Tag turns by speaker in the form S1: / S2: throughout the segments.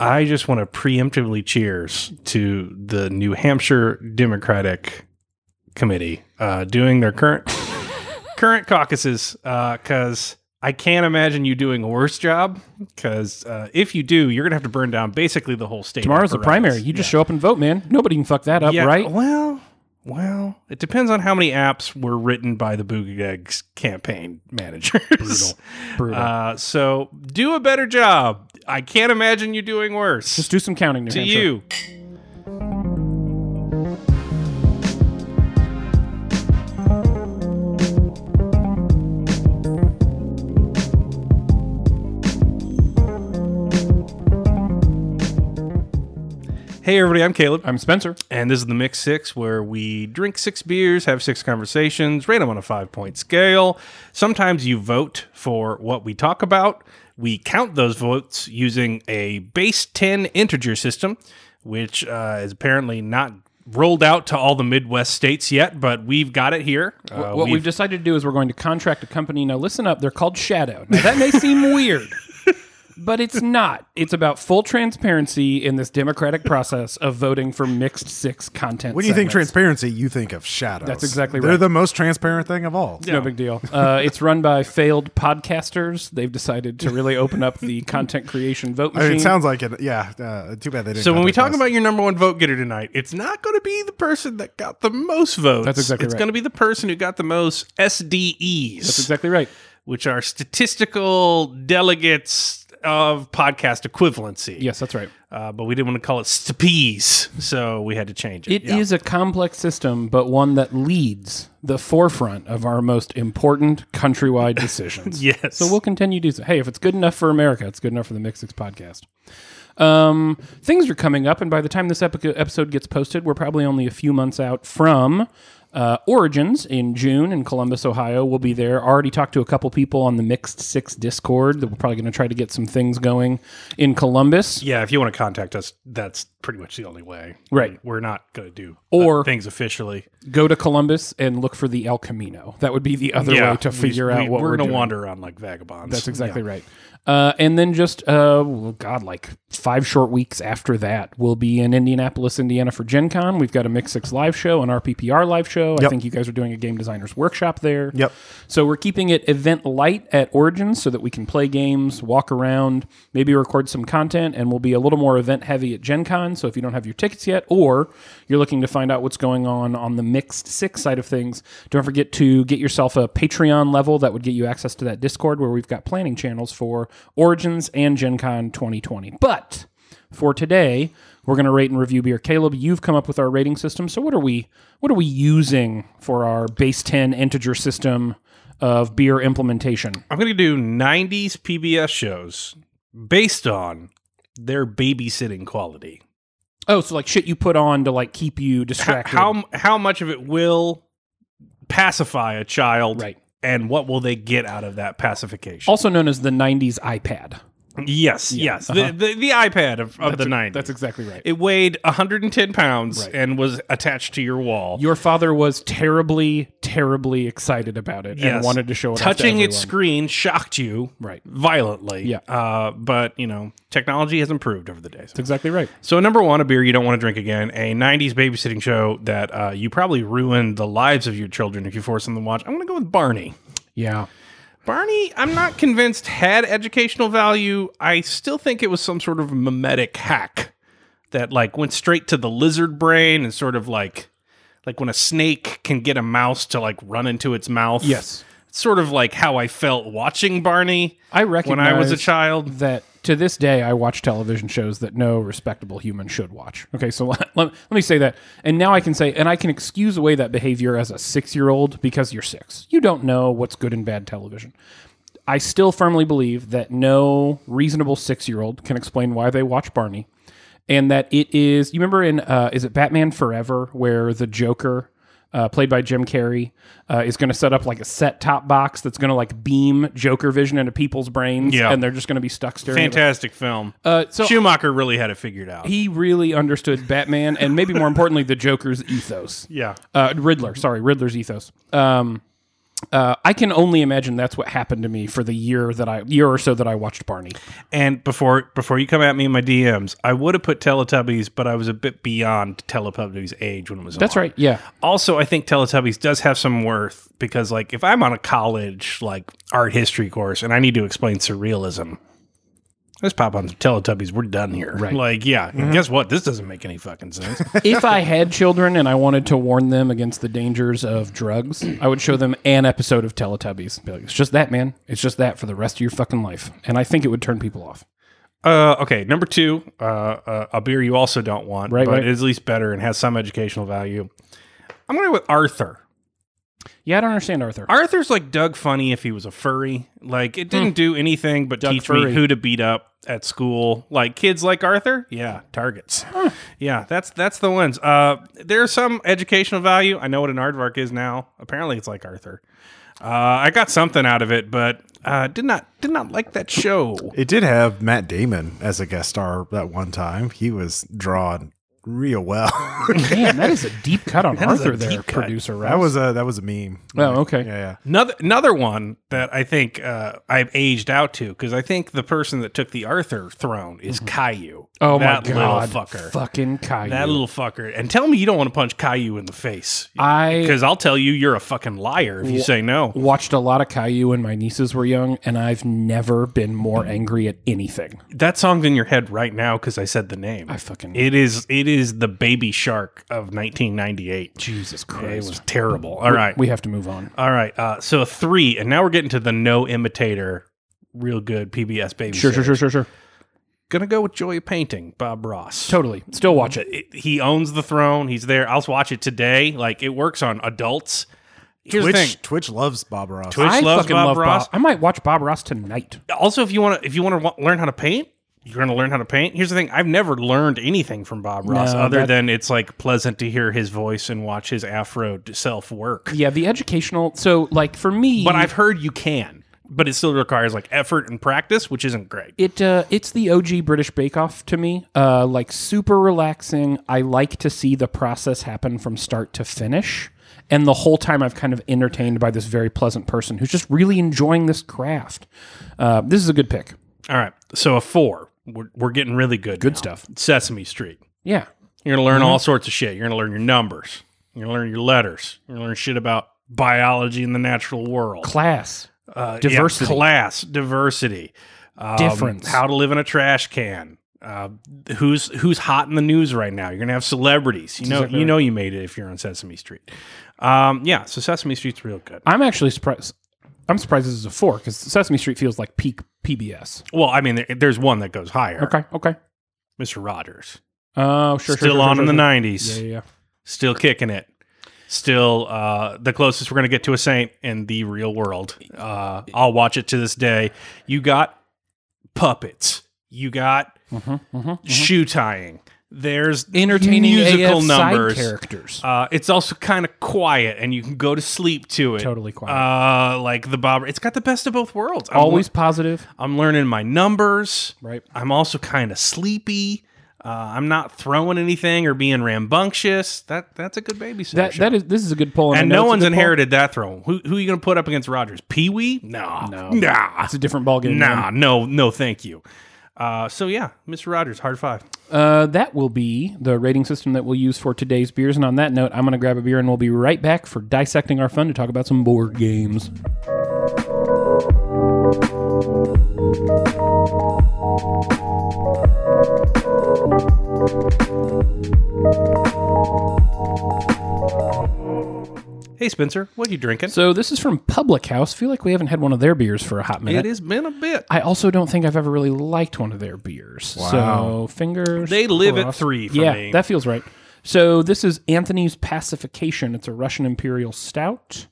S1: I just want to preemptively cheers to the New Hampshire Democratic Committee uh, doing their current current caucuses because I can't imagine you doing a worse job. Because uh, if you do, you're gonna have to burn down basically the whole state.
S2: Tomorrow's the primary. You just show up and vote, man. Nobody can fuck that up, right?
S1: Well, well, it depends on how many apps were written by the Boogadegs campaign managers.
S2: Brutal.
S3: Oh,
S2: Brutal.
S1: Uh, so do a better job. I can't imagine you doing worse.
S2: just do some counting, New
S1: to
S2: Hampshire.
S1: you. Hey everybody, I'm Caleb.
S2: I'm Spencer.
S1: And this is the Mix Six, where we drink six beers, have six conversations, rate them on a five point scale. Sometimes you vote for what we talk about. We count those votes using a base 10 integer system, which uh, is apparently not rolled out to all the Midwest states yet, but we've got it here. Uh,
S2: what we've, decided to do is we're going to contract a company. Now, listen up. They're called Shadow. Now, that may seem weird, but it's not. It's about full transparency in this democratic process of voting for mixed six content.
S3: When you think
S2: segments.
S3: transparency, you think of shadows.
S2: That's exactly
S3: They're
S2: right.
S3: the most transparent thing of all.
S2: No big deal. Uh, it's run by failed podcasters. They've decided to really open up the content creation vote
S3: I
S2: machine.
S3: mean, it sounds like it. Yeah. Uh, too bad they didn't.
S1: so when we talk
S3: contact us.
S1: about your number one vote getter tonight, it's not going to be the person that got the most votes.
S2: That's exactly
S1: It's
S2: right.
S1: going to be the person who got the most SDEs.
S2: That's exactly right.
S1: which are statistical delegates of podcast equivalency.
S2: Yes, that's right.
S1: Uh, but we didn't want to call it STPs, so we had to change it.
S2: It is a complex system, but one that leads the forefront of our most important countrywide decisions.
S1: Yes.
S2: So we'll continue to do so. Hey, if it's good enough for America, it's good enough for the Mix Six podcast. Um, things are coming up, and by the time this epi- episode gets posted, we're probably only a few months out from uh, Origins in June in Columbus, Ohio. We'll be there. Already talked to a couple people on the Mixed Six Discord that we're probably going to try to get some things going in Columbus.
S1: yeah, if you want to contact us, that's pretty much the only way.
S2: Right.
S1: We're not going to do
S2: Or-
S1: uh, things officially.
S2: Go to Columbus and look for the El Camino. That would be the other way to
S1: we-
S2: figure out
S1: we,
S2: what
S1: we're,
S2: we're
S1: going to
S2: doing.
S1: wander around like vagabonds.
S2: That's exactly right. Uh, and then just, uh, well, God, like five short weeks after that, we'll be in Indianapolis, Indiana for Gen Con. We've got a Mix 6 live show, an RPPR live show. I
S3: Yep.
S2: think you guys are doing a game designers workshop there.
S3: Yep.
S2: So we're keeping it event light at Origins so that we can play games, walk around, maybe record some content, and we'll be a little more event heavy at Gen Con. So if you don't have your tickets yet, or you're looking to find out what's going on on the Mixed Six side of things, don't forget to get yourself a Patreon level that would get you access to that Discord where we've got planning channels for Origins and Gen Con 2020. But for today we're going to rate and review beer caleb you've come up with our rating system so what are we what are we using for our base 10 integer system of beer implementation
S1: I'm going to do 90s PBS shows based on their babysitting quality.
S2: oh so like shit you put on to like keep you distracted
S1: How how much of it will pacify a child?
S2: Right.
S1: And what will they get out of that pacification?
S2: also known as the 90s ipad
S1: yes, yes. The, the the iPad of, of the 90s.
S2: uh-huh. that's exactly right
S1: it weighed 110 pounds
S2: Right.
S1: and was attached to your wall.
S2: your father was terribly terribly excited about it and
S1: Yes.
S2: wanted to show it off to
S1: Touching its
S2: everyone.
S1: screen shocked you
S2: Right.
S1: violently.
S2: Yeah.
S1: Uh, but, you know, technology has improved over the days.
S2: that's exactly right
S1: So, number one, a beer you don't want to drink again, a 90s babysitting show that uh, you probably ruined the lives of your children if you force them to watch. I'm going to go with Barney.
S2: yeah
S1: Barney, I'm not convinced had educational value. I still think it was some sort of mimetic hack that like went straight to the lizard brain and sort of like like when a snake can get a mouse to like run into its mouth.
S2: Yes.
S1: Sort of like how I felt watching Barney
S2: i recognize
S1: when I was a child.
S2: that to this day I watch television shows that no respectable human should watch. Okay, so let, let, let me say that. And now I can say, and I can excuse away that behavior as a six year old because you're six. You don't know what's good and bad television. I still firmly believe that no reasonable six year old can explain why they watch Barney. And that it is, you remember in, uh, is it Batman Forever, where the Joker uh, played by Jim Carrey, uh, is going to set up like a set top box that's going to like beam Joker vision into people's brains,
S1: Yeah.
S2: and they're just going to be stuck staring. at it.
S1: Fantastic film.
S2: Uh, so
S1: Schumacher really had it figured out.
S2: he really understood Batman, and maybe more importantly, the Joker's ethos.
S1: yeah.
S2: Uh, Riddler, sorry, Riddler's ethos. Um, Uh, I can only imagine that's what happened to me for the year that I year or so that I watched Barney.
S1: And before before you come at me in my DMs, I would have put Teletubbies, but I was a bit beyond Teletubbies age when it was.
S2: That's
S1: on.
S2: right. Yeah.
S1: Also, I think Teletubbies does have some worth because, like, if I'm on a college like art history course and I need to explain surrealism, let's pop on some Teletubbies. We're done here.
S2: Right. Mm-hmm.
S1: Like, yeah. and guess what? This doesn't make any fucking sense.
S2: if I had children and I wanted to warn them against the dangers of drugs, I would show them an episode of Teletubbies. Be like, it's just that, man. It's just that for the rest of your fucking life. And I think it would turn people off.
S1: Uh, okay, number two, uh, uh, a beer you also don't want,
S2: Right,
S1: but
S2: right.
S1: it is at least better and has some educational value. I'm going to go with Arthur.
S2: Yeah, I don't understand Arthur.
S1: Arthur's like Doug Funny if he was a furry. Like, it didn't do anything but teach
S2: Hmm. Furry.
S1: me who to beat up at school. Like, kids like Arthur? Yeah, targets. Yeah, that's that's the ones. Uh, there's some educational value. I know what an aardvark is now. Apparently, it's like Arthur. Uh, I got something out of it, but uh, did not did not like that show.
S3: It did have Matt Damon as a guest star that one time. He was drawn real well.
S2: Man, that is a deep cut on
S1: is a
S2: Arthur there,
S1: deep cut.
S2: producer. Ross.
S3: that was a that was a meme.
S2: Oh, okay.
S3: Yeah, yeah.
S1: Another another one that I think uh, I've aged out to because I think the person that took the Arthur throne is Caillou.
S2: oh my
S1: that
S2: god,
S1: little fucker!
S2: fucking Caillou.
S1: that little fucker! And tell me you don't want to punch Caillou in the face
S2: I
S1: because I'll tell you you're a fucking liar if you say no.
S2: watched a lot of Caillou when my nieces were young, and I've never been more angry at anything.
S1: That song's in your head right now because I said the name.
S2: I fucking
S1: it is it is the baby shark of 1998.
S2: Jesus
S1: It
S2: Christ.
S1: was terrible. All right,
S2: We have to move on.
S1: all right. Uh, so three, and now we're getting to the no imitator, real good PBS baby.
S2: Sure, sure,
S1: series.
S2: sure, sure, sure.
S1: Gonna go with Joy of Painting, Bob Ross.
S2: Totally. Still watch it.
S1: it, he owns the throne. He's there. I'll watch it today. Like it works on adults. Here's the thing.
S3: Twitch Twitch loves Bob Ross.
S1: Twitch- I loves Bob Ross.
S2: I might watch Bob Ross tonight.
S1: Also, if you want to, if you want to learn how to paint, you're going to learn how to paint. Here's the thing. I've never learned anything from Bob Ross
S2: No,
S1: other
S2: that-
S1: than it's like pleasant to hear his voice and watch his afro d- self work.
S2: Yeah, the educational. So, like for me,
S1: But I've heard you can, but it still requires like effort and practice, which isn't great.
S2: it uh, it's the OG British Bake Off to me. Uh, like super relaxing. I like to see the process happen from start to finish. And the whole time, I've kind of entertained by this very pleasant person who's just really enjoying this craft. Uh, this is a good pick.
S1: All right. So a four. We're, we're getting really good. Good
S2: stuff. Mm-hmm.
S1: Sesame Street.
S2: Yeah,
S1: You're gonna learn all sorts of shit. You're gonna learn your numbers. You're gonna learn your letters. You're gonna learn shit about biology and the natural world.
S2: class.
S1: Uh, yeah,
S2: diversity.
S1: class, diversity, um,
S2: Difference.
S1: How to live in a trash can. Uh, who's who's hot in the news right now? You're gonna have celebrities. You know,
S2: exactly
S1: you know, you made it if you're on Sesame Street. Um, yeah, so Sesame Street's real good.
S2: I'm actually surprised. I'm surprised this is a four because Sesame Street feels like peak PBS.
S1: Well, I mean, there, there's one that goes higher.
S2: Okay, okay.
S1: Mr. Rogers,
S2: Oh, sure. sure,
S1: still
S2: sure,
S1: on
S2: sure,
S1: in the
S2: sure.
S1: '90s.
S2: Yeah, yeah, yeah.
S1: still kicking it still uh the closest we're gonna get to a saint in the real world uh i'll watch it to this day you got puppets you got shoe tying there's
S2: Mm-hmm, entertaining
S1: musical
S2: AF
S1: numbers
S2: side characters.
S1: uh it's also kind of quiet and you can go to sleep to it
S2: Totally quiet.
S1: uh like the bob it's got the best of both worlds I'm
S2: Always positive,
S1: I'm learning my numbers.
S2: Right.
S1: I'm also kind of sleepy. Uh, I'm not throwing anything or being rambunctious. That that's a good babysitter.
S2: That
S1: show.
S2: that is this is a good poll,
S1: and
S2: I know
S1: no
S2: it's a
S1: one's
S2: good poll.
S1: inherited that throne. Who who are you going to put up against Rogers? Pee Wee? Nah.
S2: No.
S1: Nah.
S2: It's a different ballgame.
S1: Nah.
S2: man.
S1: No. No. Thank you. Uh, so yeah, Mr. Rogers, hard five.
S2: Uh, that will be the rating system that we'll use for today's beers. And on that note, I'm going to grab a beer and we'll be right back for dissecting our fun to talk about some board games.
S1: Hey Spencer, what are you drinking?
S2: So this is from Public House. Feel like we haven't had one of their beers for a hot minute.
S1: it has been a bit.
S2: I also don't think I've ever really liked one of their beers. So fingers.
S1: They live at
S2: crossed.
S1: three for
S2: yeah,
S1: me.
S2: that feels right. So this is Anthony's Pacification. It's a Russian Imperial Stout.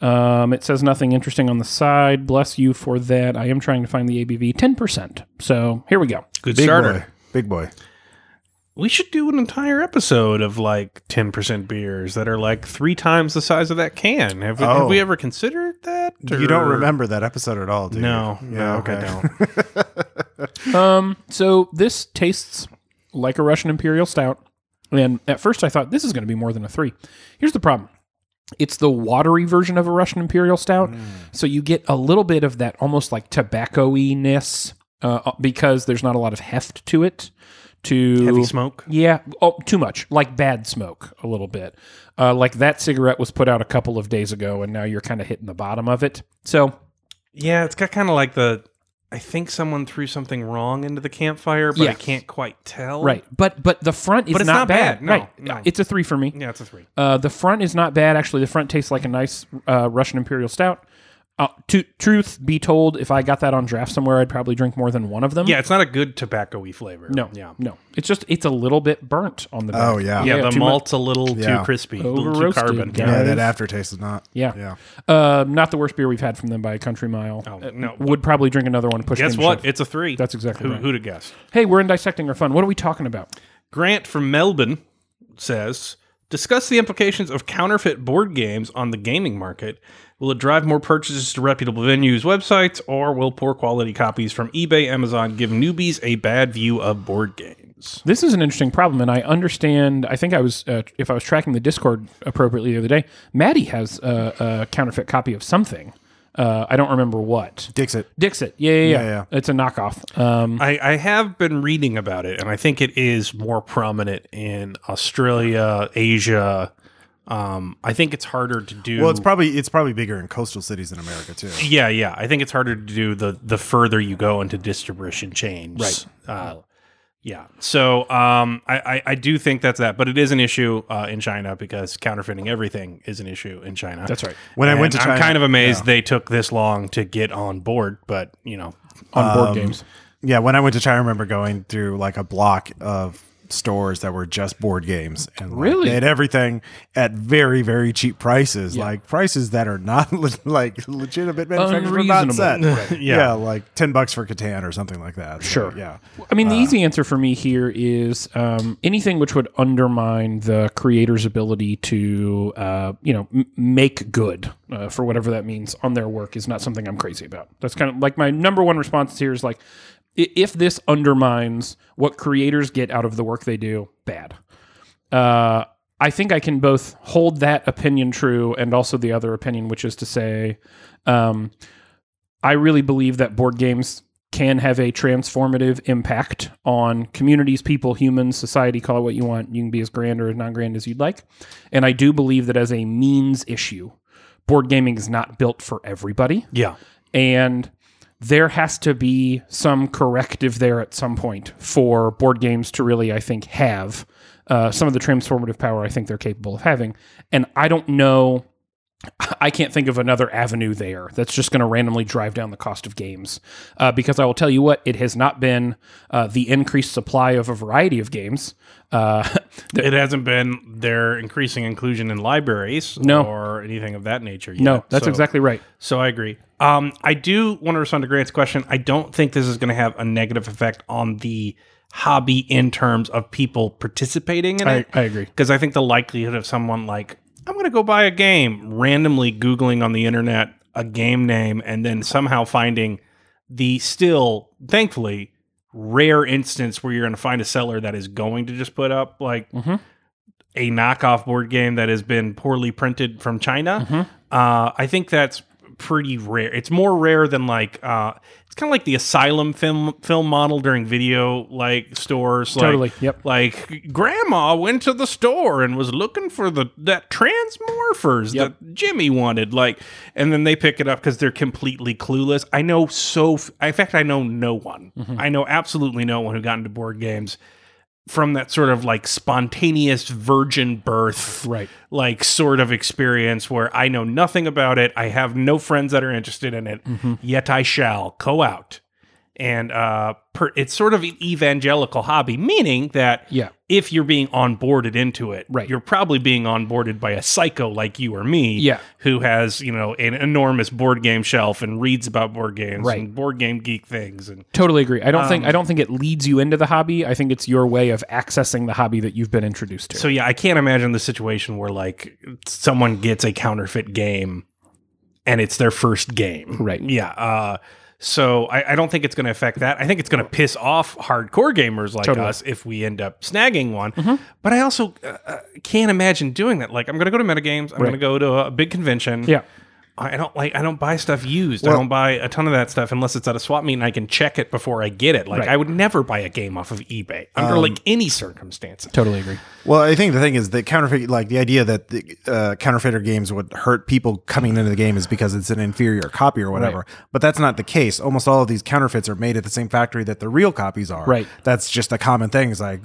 S2: Um, it says nothing interesting on the side. Bless you for that. I am trying to find the ABV, ten percent. So here we go.
S1: Good
S3: Big
S1: starter.
S3: boy. Big boy.
S1: We should do an entire episode of like 10% beers that are like three times the size of that can. Have we, have
S3: Oh.
S1: we ever considered that?
S3: You don't
S1: or-
S3: remember that episode at all, do you?
S1: No, no, I don't.
S2: Um, so this tastes like a Russian Imperial Stout, and at first I thought this is going to be more than a three. Here's the problem: It's the watery version of a Russian Imperial Stout.
S1: Mm.
S2: So you get a little bit of that almost like tobacco y ness uh, because there's not a lot of heft to it. To
S1: Heavy smoke.
S2: yeah, oh, too much. Like bad smoke, a little bit. Uh, like that cigarette was put out a couple of days ago, and now you're kind of hitting the bottom of it. So
S1: Yeah, it's got kind of like the. I think someone threw something wrong into the campfire, but I
S2: Yes.
S1: can't quite tell.
S2: right, but but the front is
S1: But it's
S2: not,
S1: not
S2: bad.
S1: bad. No,
S2: right,
S1: no.
S2: it's a three for me.
S1: Yeah, it's a three.
S2: Uh, the front is not bad actually. The front tastes like a nice uh, Russian Imperial Stout. Uh, to, truth be told, if I got that on draft somewhere, I'd probably drink more than one of them.
S1: Yeah, it's not a good tobacco-y flavor.
S2: no,
S1: Yeah.
S2: no. It's just it's a little bit burnt on the. Back.
S3: Oh yeah.
S1: Yeah,
S2: Yeah,
S1: the
S2: too much-
S1: malt's a little
S3: Yeah.
S1: too crispy, a little too
S2: Over-roasted,
S1: carbon.
S2: yeah.
S3: Yeah,
S2: guys.
S3: that aftertaste is not.
S2: Yeah.
S3: Yeah.
S2: Uh, not the worst beer we've had from them by a country mile.
S1: Oh,
S2: Uh,
S1: no.
S2: would probably drink another one. Push.
S1: Guess
S2: game
S1: what?
S2: shove.
S1: It's a three.
S2: That's exactly
S1: who,
S2: right.
S1: who'd have guessed.
S2: Hey, we're in dissecting our fun. What are we talking about?
S1: Grant from Melbourne says, discuss the implications of counterfeit board games on the gaming market. Will it drive more purchases to reputable venues, websites, or will poor quality copies from eBay, Amazon give newbies a bad view of board games?
S2: This is an interesting problem, and I understand. I think I was, uh, if I was tracking the Discord appropriately the other day, Maddie has a, a counterfeit copy of something. Uh, I don't remember what.
S3: Dixit.
S2: Dixit. Yeah, yeah, yeah.
S3: yeah.
S2: It's a knockoff.
S3: Mm-hmm.
S2: Um,
S1: I, I have been reading about it, and I think it is more prominent in Australia, Asia. Um, I think it's harder to do.
S3: Well, it's probably it's probably bigger in coastal cities in America too.
S1: Yeah, yeah. I think it's harder to do the the further you go into distribution chains.
S2: Right.
S1: Uh, yeah. So um, I, I I do think that's that, but it is an issue uh, in China because counterfeiting everything is an issue in China.
S2: that's right.
S3: When I went to China,
S1: I'm kind of amazed they took this long to get on board, but you know,
S2: On board games.
S3: yeah, when I went to China, I remember going through like a block of stores that were just board games and like,
S2: Really?
S3: they had everything at very very cheap prices, like prices that are not le- like legitimate manufacturers were not set.
S2: Unreasonable.
S1: Yeah.
S3: yeah. like ten bucks for Catan or something like that. So,
S2: Sure.
S3: yeah,
S2: I mean, the easy answer for me here is um, anything which would undermine the creator's ability to, uh, you know, m- make good uh, for whatever that means on their work is not something I'm crazy about. That's kind of like my number one response here is like, i- if this undermines what creators get out of the work they do, bad. Uh, I think I can both hold that opinion true and also the other opinion, which is to say, um, I really believe that board games can have a transformative impact on communities, people, humans, society, call it what you want. You can be as grand or as non grand as you'd like. And I do believe that as a means issue, board gaming is not built for everybody
S1: yeah,
S2: and there has to be some corrective there at some point for board games to really, I think, have uh, some of the transformative power I think they're capable of having. And I don't know, I can't think of another avenue there that's just going to randomly drive down the cost of games. Uh, because I will tell you what, it has not been uh, the increased supply of a variety of games. Uh, that-
S1: it hasn't been their increasing inclusion in libraries,
S2: No.
S1: or anything of that nature. Yet.
S2: no, that's
S1: So-
S2: exactly right.
S1: So I agree. Um, I do want to respond to Grant's question. I don't think this is going to have a negative effect on the hobby in terms of people participating in
S2: I,
S1: it.
S2: I agree.
S1: Because I think the likelihood of someone like, I'm going to go buy a game, randomly Googling on the internet a game name, and then somehow finding the still, thankfully, rare instance where you're going to find a seller that is going to just put up like
S2: Mhm.
S1: a knockoff board game that has been poorly printed from China. Uh, I think that's pretty rare. It's more rare than like uh, it's kind of like the asylum film film model during video like stores. Like,
S2: Totally, yep.
S1: Like grandma went to the store and was looking for the that transmorphers
S2: Yep.
S1: that Jimmy wanted. Like, and then they pick it up because they're completely clueless. I know so. F- in fact, I know no one.
S2: Mm-hmm.
S1: I know absolutely no one who got into board games from that sort of like spontaneous virgin birth
S2: Right.
S1: like sort of experience where I know nothing about it. I have no friends that are interested in it,
S2: Mm-hmm.
S1: yet I shall go out. And uh, per, it's sort of an evangelical hobby, meaning that
S2: Yeah.
S1: if you're being onboarded into it,
S2: Right.
S1: you're probably being onboarded by a psycho like you or me,
S2: Yeah.
S1: who has you know an enormous board game shelf and reads about board games
S2: Right.
S1: and board game geek things and
S2: Totally agree. I don't think
S1: Um,
S2: I don't think it leads you into the hobby. I think it's your way of accessing the hobby that you've been introduced to.
S1: So yeah, I can't imagine the situation where like someone gets a counterfeit game and it's their first game.
S2: Right.
S1: Yeah. Uh So I, I don't think it's going to affect that. I think it's going to piss off hardcore gamers like
S2: Totally. Mm-hmm.
S1: us if we end up snagging one. But I also uh, uh, can't imagine doing that. Like I'm going to go to metagames. I'm going to go to a big convention.
S2: Yeah.
S1: I I don't like I don't buy stuff used. I don't buy a ton of that stuff unless it's at a swap meet and I can check it before I get it. Like I would never buy a game off of eBay under
S2: Um,
S1: like any circumstances.
S2: Totally agree.
S3: Well, I think the thing is that counterfeit, like the idea that the uh, counterfeiter games would hurt people coming into the game is because it's an inferior copy or whatever. But that's not the case. Almost all of these counterfeits are made at the same factory that the real copies are.
S2: Right.
S3: That's just a common thing. It's like,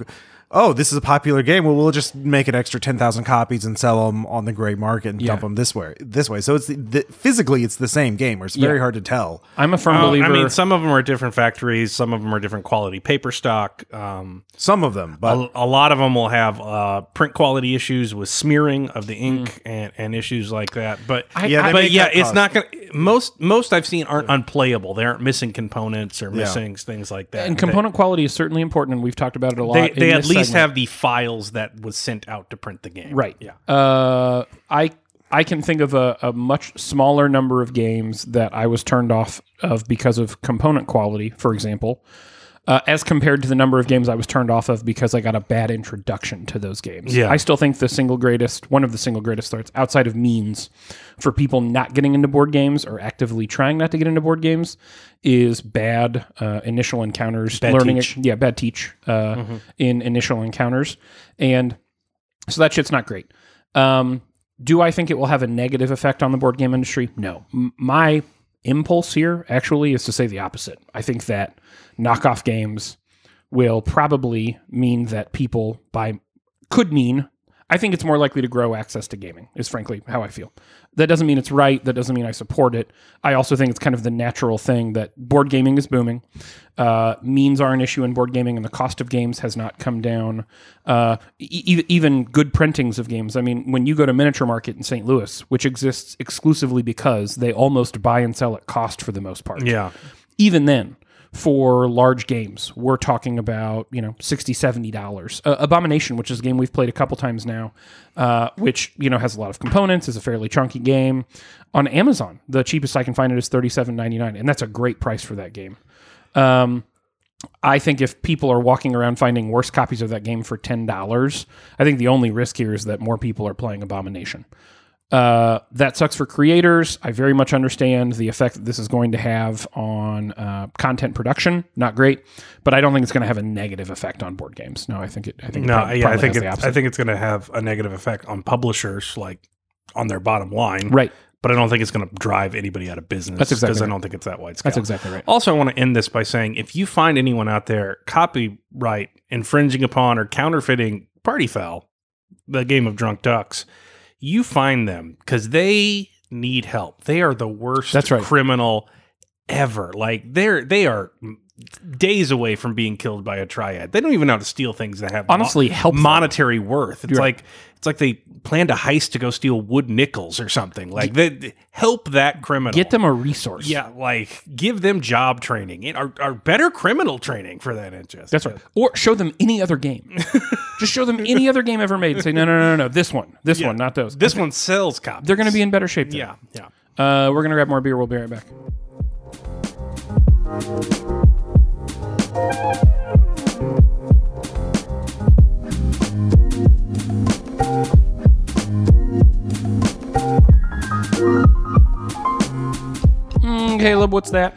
S3: oh, this is a popular game. Well, we'll just make an extra ten thousand copies and sell them on the gray market and dump 'em dump them this way. This way. So it's the, the, physically it's the same game, or it's very
S2: Yeah.
S3: hard to tell.
S2: I'm a firm
S1: Uh,
S2: believer.
S1: I mean, some of them are different factories. Some of them are different quality paper stock. Um,
S3: Some of them, but
S1: a, a lot of them will have uh, print quality issues with smearing of the ink
S2: Mm.
S1: and, and issues like that. But
S3: Yeah, they
S1: but
S3: make
S1: yeah,
S3: that
S1: it's not going. to Most most I've seen aren't unplayable. They aren't missing components or missing things like that.
S2: and
S1: They-
S2: component quality is certainly important, and we've talked about it a lot.
S1: They,
S2: in
S1: they at
S2: this
S1: least
S2: segment.
S1: have the files that was sent out to print the game.
S2: right.
S1: Yeah.
S2: Uh, I I can think of a, a much smaller number of games that I was turned off of because of component quality, for example, uh, as compared to the number of games I was turned off of because I got a bad introduction to those games.
S1: Yeah.
S2: I still think the single greatest, one of the single greatest threats outside of means for people not getting into board games or actively trying not to get into board games is bad uh, initial encounters, learning,
S1: teach. Mm-hmm.
S2: yeah, bad teach uh, in initial encounters, and so that shit's not great. Um, do I think it will have a negative effect on the board game industry? No. M- my impulse here actually is to say the opposite. I think that knockoff games will probably mean that people buy could mean I think it's more likely to grow access to gaming, is frankly how I feel. That doesn't mean it's right. That doesn't mean I support it. I also think it's kind of the natural thing that board gaming is booming. Uh, means are an issue in board gaming, and the cost of games has not come down. Uh, e- e- even good printings of games. I mean, when you go to Miniature Market in St. Louis, which exists exclusively because they almost buy and sell at cost for the most part
S1: Yeah.
S2: even then for large games we're talking about you know 60 70 dollars uh, abomination which is a game we've played a couple times now uh, which you know has a lot of components is a fairly chunky game on amazon the cheapest i can find it is 37.99 and that's a great price for that game I think if people are walking around finding worse copies of that game for ten dollars, I think the only risk here is that more people are playing Abomination. Uh, that sucks for creators. I very much understand the effect that this is going to have on uh, content production. Not great, but I don't think it's going to have a negative effect on board games. No, I think it. I think it
S1: No,
S2: prob-
S1: yeah, I
S2: probably
S1: think
S2: has
S1: it,
S2: the
S1: I
S2: opposite.
S1: think it's going to have a negative effect on publishers, like on their bottom line.
S2: Right.
S1: But I don't think it's going to drive anybody out of business.
S2: That's exactly
S1: because I
S2: right.
S1: don't think it's that wide scale.
S2: that's exactly right.
S1: Also, I want to end this by saying if you find anyone out there copyright infringing upon or counterfeiting Party Foul, the game of drunk ducks, you find them because they need help. They are the worst
S2: That's right.
S1: criminal ever. Like they're they are days away from being killed by a triad. They don't even know how to steal things that have mo-
S2: Honestly, help them.
S1: monetary worth. It's
S2: Oh, You're
S1: like it's like they planned a heist to go steal wood nickels or something. Like they, help that criminal.
S2: Get them a resource.
S1: Yeah, like give them job training and- or, or better criminal training for that interest.
S2: That's right. Or show them any other game. Just show them any other game ever made and say, no, no, no, no, no, this one, this one, not those.
S1: This one sells copies.
S2: They're going to be in better shape. Then.
S1: yeah, yeah.
S2: Uh, we're gonna grab more beer. We'll be right back. Mm, Caleb, what's that?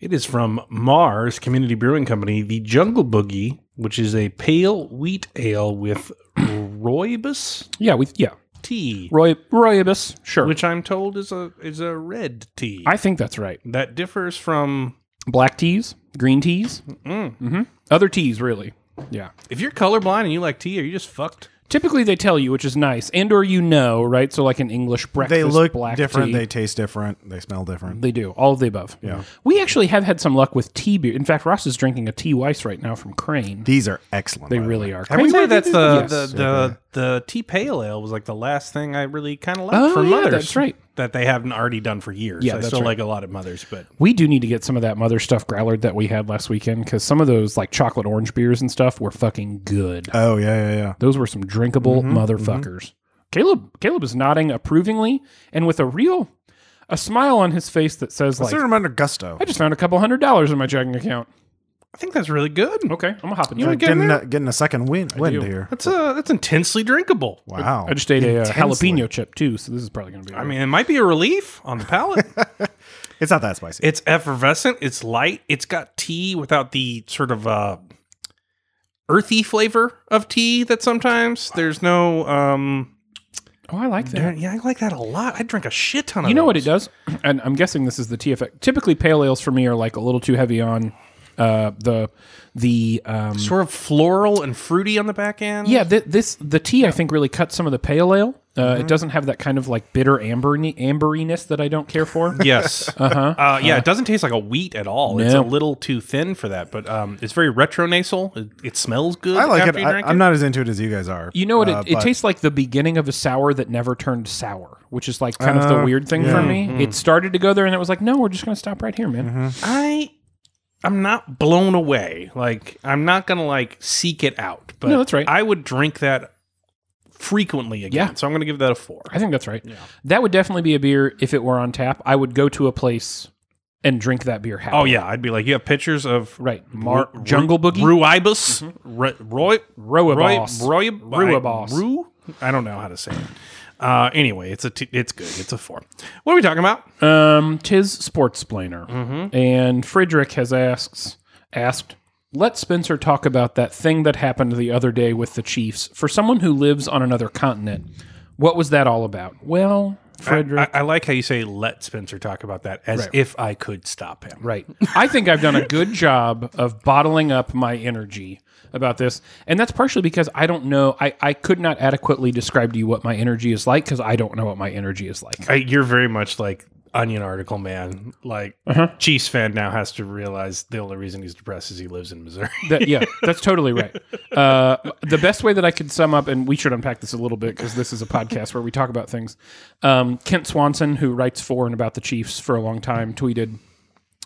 S1: It is from Mars Community Brewing Company, the Jungle Boogie, which is a pale wheat ale with rooibos
S2: Yeah, we yeah.
S1: tea,
S2: Roy Royibus, sure.
S1: which I'm told is a is a red tea.
S2: I think that's right.
S1: that differs from
S2: Black teas, green teas, hmm other teas, really. Yeah.
S1: if you're colorblind and you like tea, are you just fucked?
S2: Typically, they tell you, which is nice, and or you know, right? So, like an English breakfast,
S3: they look
S2: black
S3: different.
S2: tea.
S3: They taste different. They smell different.
S2: They do all of the above. Yeah, we actually have had some luck with tea beer. In fact, Ross is drinking a tea Weiss right now from Crane.
S3: These are excellent.
S2: They
S3: by the
S2: really
S3: way.
S2: are.
S1: I would
S2: Crane's
S1: say
S2: really
S1: that's
S2: good.
S1: the
S2: Yes.
S1: the, the the tea pale ale was like the last thing I really kind of liked
S2: Oh,
S1: from
S2: yeah,
S1: mothers.
S2: that's right.
S1: That they haven't already done for years.
S2: Yeah,
S1: I
S2: that's
S1: still
S2: right.
S1: like a lot of mothers, but
S2: we do need to get some of that mother stuff growlered that we had last weekend because some of those like chocolate orange beers and stuff were fucking good.
S3: Oh yeah, yeah, yeah.
S2: Those were some
S3: Mm-hmm,
S2: drinkable motherfuckers. Caleb Caleb is nodding approvingly and with a real a smile on his face that says
S3: a
S2: like,
S3: certain amount of gusto.
S2: "I just found a couple hundred dollars in my checking account."
S1: I think that's really good.
S2: Okay, I'm gonna hop in.
S1: You
S2: there.
S1: wanna get in
S3: Getting
S1: there?
S3: a, getting a second win,
S2: do.
S3: wind here.
S1: That's uh that's intensely drinkable.
S3: Wow.
S2: I just ate a uh,
S3: Intensely.
S2: jalapeno chip too, so this is probably gonna be.
S1: I mean, it might be a relief on the palate.
S3: It's not that spicy.
S1: it's effervescent. It's light. It's got tea without the sort of uh, earthy flavor of tea that sometimes there's no. Um,
S2: oh, I like that.
S1: yeah, I like that a lot. I drink a shit ton of.
S2: You know what it
S1: those.
S2: does, and I'm guessing this is the tea effect. Typically, pale ales for me are like a little too heavy on uh, the the um,
S1: Sort of floral and fruity on the back end.
S2: yeah. Th- this the tea I think really cuts some of the pale ale. Uh,
S3: Mm-hmm.
S2: It doesn't have that kind of like bitter amber amberiness that I don't care for.
S1: Yes. Uh-huh. yeah, it doesn't taste like a wheat at all. It's a little too thin for that, but um, it's very retro nasal. It, it smells good.
S3: I like it.
S1: after You
S3: I,
S1: drink
S3: I'm not as into it as you guys are.
S2: You know what?
S3: Uh,
S2: it, it
S3: but
S2: tastes like the beginning of a sour that never turned sour, which is like kind of
S3: Uh,
S2: the weird thing for me.
S3: Mm-hmm.
S2: It started to go there, and it was like, no, we're just going to stop right here, man.
S1: I I'm not blown away. Like I'm not gonna like seek it out. But
S2: No, that's right.
S1: I would drink that frequently again.
S2: Yeah.
S1: So I'm gonna give that a four.
S2: I think that's right. That would definitely be a beer if it were on tap. I would go to a place and drink that beer. Happily.
S1: Oh yeah, I'd be like, you have pictures of
S2: right. Mm-hmm.
S1: Mar-
S2: Ru- Jungle Boogie,
S1: Ruibus, Ru- Roy, Roy,
S2: Roaboss,
S1: Roy,
S2: Ruibos.
S1: Ru? I don't know how to say it. Uh, anyway, it's a t- it's good. It's a four. What are we talking about?
S2: um, tis Sportsplainer,
S1: Mm-hmm.
S2: and Friedrich has asks asked. Let Spencer talk about that thing that happened the other day with the Chiefs. For someone who lives on another continent, what was that all about? Well, Frederick,
S1: I, I like how you say let Spencer talk about that as if I could stop him.
S2: Right. I think I've done a good job of bottling up my energy about this. And that's partially because I don't know, I, I could not adequately describe to you what my energy is like because I don't know what my energy is like.
S1: I, you're very much like Onion article man. Like
S2: Uh-huh.
S1: Chiefs fan now has to realize the only reason he's depressed is he lives in Missouri.
S2: That, yeah, that's totally right. Uh, the best way that I could sum up, and we should unpack this a little bit because this is a podcast where we talk about things. Um, Kent Swanson, who writes for and about the Chiefs for a long time, tweeted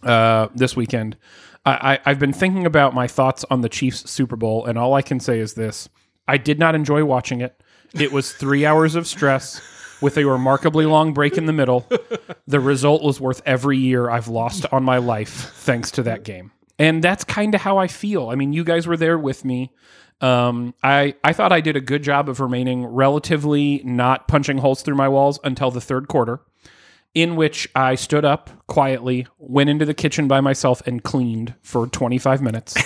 S2: uh, this weekend. I, I, I've been thinking about my thoughts on the Chiefs Super Bowl, and all I can say is this I did not enjoy watching it. It was three hours of stress with a remarkably long break in the middle. The result was worth every year I've lost on my life thanks to that game. And that's kind of how I feel. I mean, you guys were there with me. Um, I, I thought I did a good job of remaining relatively not punching holes through my walls until the third quarter in which I stood up quietly, went into the kitchen by myself, and cleaned for 25 minutes.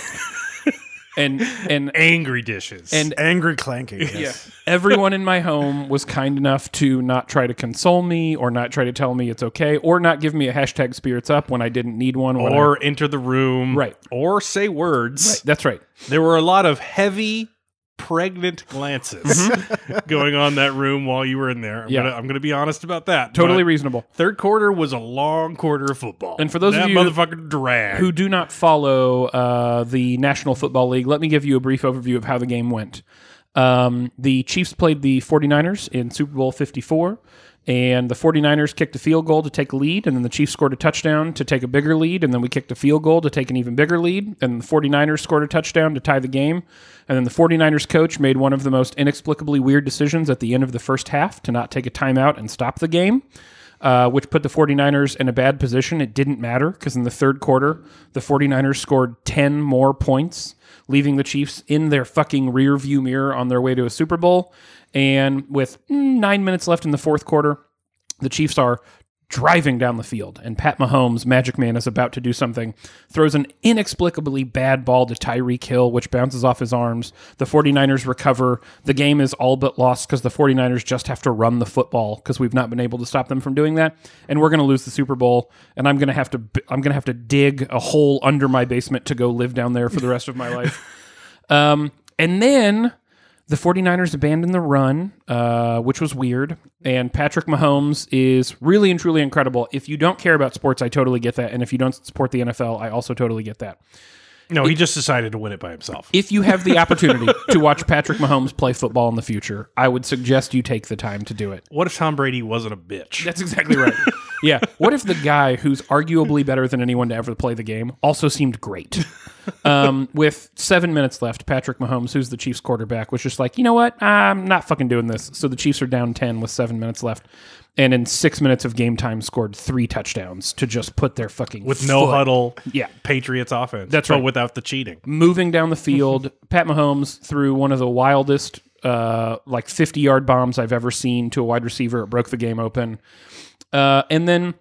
S2: and and
S1: Angry dishes.
S2: And-
S3: angry clanking.
S2: yeah,
S3: Yes.
S2: everyone in my home was kind enough to not try to console me, or not try to tell me it's okay, or not give me a hashtag spirits up when I didn't need one. when I-
S1: or enter the room.
S2: Right.
S1: Or say words.
S2: that's right.
S1: There were a lot of heavy pregnant glances going on that room while you were in there. I'm
S2: Mm-hmm. Yeah.
S1: gonna I'm gonna be honest about that.
S2: Totally
S1: but
S2: reasonable.
S1: Third quarter was a long quarter of football.
S2: And for those of
S1: that
S2: you
S1: motherfucker drag.
S2: who do not follow uh, the National Football League, let me give you a brief overview of how the game went. Um, the Chiefs played the 49ers in Super Bowl 54, and the 49ers kicked a field goal to take a lead, and then the Chiefs scored a touchdown to take a bigger lead, and then we kicked a field goal to take an even bigger lead, and the 49ers scored a touchdown to tie the game. And then the 49ers coach made one of the most inexplicably weird decisions at the end of the first half to not take a timeout and stop the game uh, which put the 49ers in a bad position. It didn't matter because in the third quarter, the 49ers scored 10 more points, leaving the Chiefs in their fucking rear view mirror on their way to a Super Bowl. And with mm, nine minutes left in the fourth quarter, the Chiefs are driving down the field, and Pat Mahomes, Magic Man, is about to do something, throws an inexplicably bad ball to Tyreek Hill, which bounces off his arms. The 49ers recover. The game is all but lost because the 49ers just have to run the football because we've not been able to stop them from doing that. And we're going to lose the Super Bowl, and I'm going to have to I'm going to have to dig a hole under my basement to go live down there for the rest of my life. Um, and then the 49ers abandoned the run, uh, which was weird. And Patrick Mahomes is really and truly incredible. If you don't care about sports, I totally get that. And if you don't support the NFL, I also totally get that.
S1: no, he just decided to win it by himself.
S2: If you have the opportunity to watch Patrick Mahomes play football in the future, I would suggest you take the time to do it.
S1: what if Tom Brady wasn't a bitch?
S2: That's exactly right. Yeah. What if the guy who's arguably better than anyone to ever play the game also seemed great? Um, with seven minutes left, Patrick Mahomes, who's the Chiefs quarterback, was just like, you know what? I'm not fucking doing this. So the Chiefs are down 10 with seven minutes left. And in six minutes of game time, scored three touchdowns to just put their fucking
S1: with no
S2: foot-
S1: huddle.
S2: Yeah.
S1: Patriots offense.
S2: That's
S1: but
S2: right.
S1: without the cheating.
S2: moving down the field. Pat Mahomes threw one of the wildest, uh, like 50 yard bombs I've ever seen to a wide receiver. It broke the game open. Uh, and then.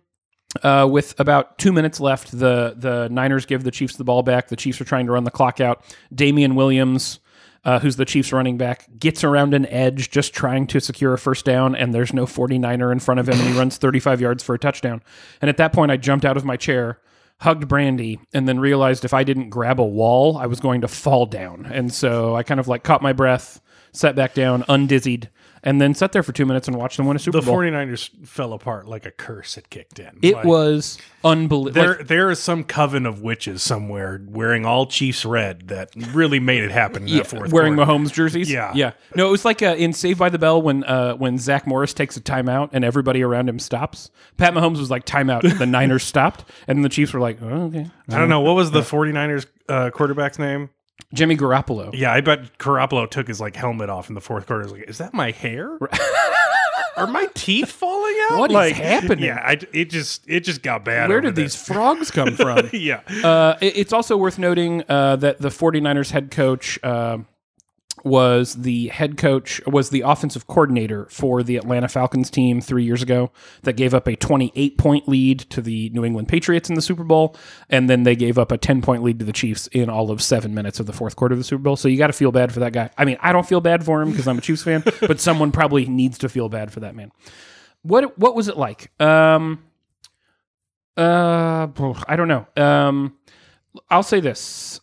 S2: Uh, with about two minutes left, the the Niners give the Chiefs the ball back. The Chiefs are trying to run the clock out. Damian Williams, uh, who's the Chiefs running back, gets around an edge just trying to secure a first down, and there's no 49er in front of him, and he runs 35 yards for a touchdown. And at that point, I jumped out of my chair, hugged Brandy, and then realized if I didn't grab a wall, I was going to fall down. And so I kind of like caught my breath, sat back down, undizzied, and then sat there for two minutes and watched them win a Super
S1: The
S2: Bowl.
S1: 49ers fell apart like a curse had kicked in.
S2: it
S1: Like,
S2: was unbelievable.
S1: There, there is some coven of witches somewhere wearing all Chiefs red that really made it happen. In that fourth
S2: wearing
S1: quarter.
S2: Mahomes jerseys.
S1: Yeah.
S2: yeah. No, it was like uh, in Saved by the Bell when uh, when Zach Morris takes a timeout and everybody around him stops. Pat Mahomes was like timeout. and the Niners stopped, and then the Chiefs were like, oh, okay.
S1: I don't know what was the 49ers uh, quarterback's name.
S2: Jimmy Garoppolo.
S1: Yeah, I bet Garoppolo took his like helmet off in the fourth quarter. He's like, "Is that my hair? Are my teeth falling out?
S2: What is
S1: like,
S2: happening?
S1: Yeah, I, it just it just got bad.
S2: Where
S1: over
S2: did
S1: there.
S2: these frogs come from?
S1: Yeah,
S2: Uh, it- it's also worth noting uh, that the 49ers head coach uh, was the head coach was the offensive coordinator for the Atlanta Falcons team three years ago that gave up a 28 point lead to the New England Patriots in the Super Bowl, and then they gave up a 10 point lead to the Chiefs in all of seven minutes of the fourth quarter of the Super Bowl. So you got to feel bad for that guy. I mean, I don't feel bad for him because I'm a Chiefs fan, but someone probably needs to feel bad for that man. What what was it like? Um, uh, I don't know. Um, I'll say this.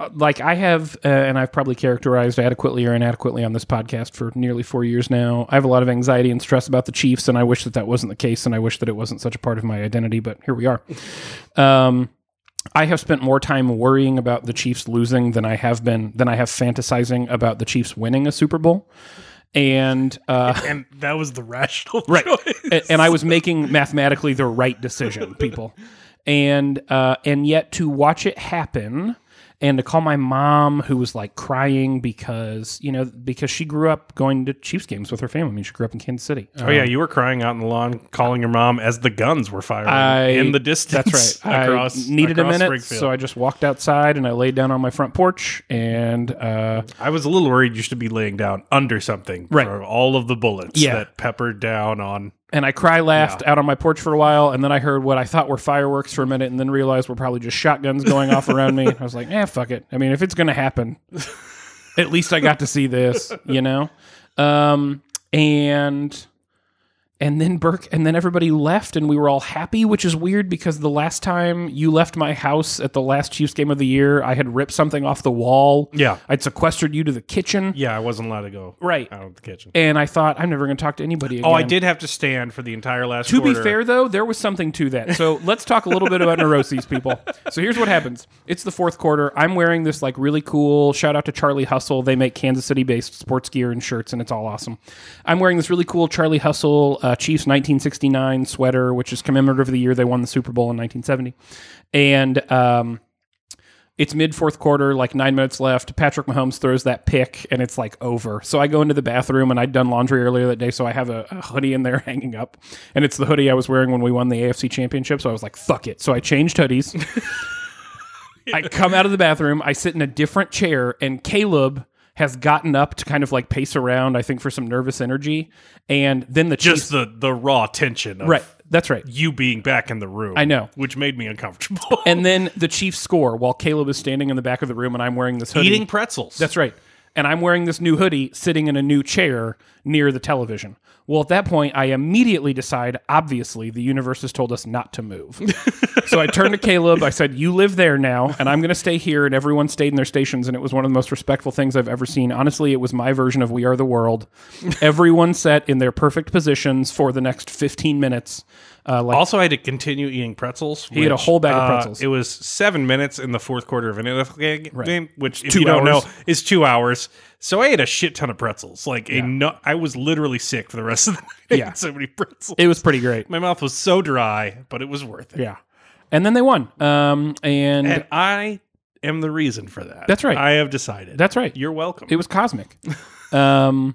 S2: Uh, Like I have, uh, and I've probably characterized adequately or inadequately on this podcast for nearly four years now. I have a lot of anxiety and stress about the Chiefs, and I wish that that wasn't the case, and I wish that it wasn't such a part of my identity. But here we are. Um, I have spent more time worrying about the Chiefs losing than I have been than I have fantasizing about the Chiefs winning a Super Bowl, and uh,
S1: and that was the rational
S2: right
S1: choice.
S2: A- and i was making mathematically the right decision people and uh and yet to watch it happen and to call my mom who was like crying because you know because she grew up going to chiefs games with her family i mean she grew up in kansas city
S1: Oh yeah, you were crying out in the lawn, calling your mom as the guns were firing
S2: I-
S1: in the distance.
S2: That's right.
S1: across
S2: I needed
S1: across
S2: a minute,
S1: Springfield.
S2: so I just walked outside and I laid down on my front porch. And uh,
S1: I was a little worried you should be laying down under something
S2: Right.
S1: for all of the bullets
S2: Yeah.
S1: that peppered down on.
S2: and I cry laughed out on my porch for a while, and then I heard what I thought were fireworks for a minute, and then realized were probably just shotguns going off around me. I was like, "Eh, fuck it. I mean, if it's gonna happen, at least I got to see this, you know." Um, and and then Burke, and then everybody left, and we were all happy, which is weird because the last time you left my house at the last Chiefs game of the year, I had ripped something off the wall.
S1: Yeah.
S2: I'd sequestered you to the kitchen,
S1: Yeah, I wasn't allowed to go
S2: right?
S1: out of the kitchen.
S2: And I thought I'm never gonna talk to anybody again.
S1: Oh, I did have to stand for the entire last.
S2: To
S1: quarter.
S2: be fair, though, there was something to that. So let's talk a little bit about neuroses, people. So here's what happens: it's the fourth quarter. I'm wearing this like really cool. Shout out to Charlie Hustle. They make Kansas City-based sports gear and shirts, and it's all awesome. I'm wearing this really cool Charlie Hustle uh, Chiefs 1969 sweater, which is commemorative of the year they won the Super Bowl in 1970, and. um it's mid fourth quarter, like nine minutes left. Patrick Mahomes throws that pick, and it's like over. So I go into the bathroom, and I'd done laundry earlier that day, so I have a, a hoodie in there hanging up, and it's the hoodie I was wearing when we won the AFC Championship. So I was like, "Fuck it!" So I changed hoodies. I come out of the bathroom. I sit in a different chair, and Caleb has gotten up to kind of like pace around. I think for some nervous energy, and then the
S1: just
S2: Chiefs-
S1: the the raw tension of
S2: right. That's right.
S1: you being back in the room.
S2: I know.
S1: which made me uncomfortable.
S2: And then the Chiefs score while Caleb is standing in the back of the room, and I'm wearing this hoodie.
S1: Eating pretzels.
S2: That's right. And I'm wearing this new hoodie sitting in a new chair near the television. Well, at that point, I immediately decide obviously, the universe has told us not to move. so I turned to Caleb. I said, You live there now, and I'm going to stay here. And everyone stayed in their stations. And it was one of the most respectful things I've ever seen. Honestly, it was my version of We Are the World. everyone sat in their perfect positions for the next 15 minutes. Uh, like,
S1: Also, I had to continue eating pretzels. He
S2: ate a whole bag of pretzels.
S1: It was seven minutes in the fourth quarter of an NFL game, game, which, if
S2: Two
S1: you don't
S2: hours.
S1: know, is two hours. So I ate a shit ton of pretzels. Like a nu- I was literally sick for the rest of the night. I ate
S2: Yeah.
S1: so many pretzels.
S2: It was pretty great.
S1: My mouth was so dry, but it was worth it.
S2: Yeah. And then they won. Um, and,
S1: And I am the reason for that.
S2: That's right.
S1: I have decided.
S2: that's right.
S1: You're welcome.
S2: It was cosmic. um,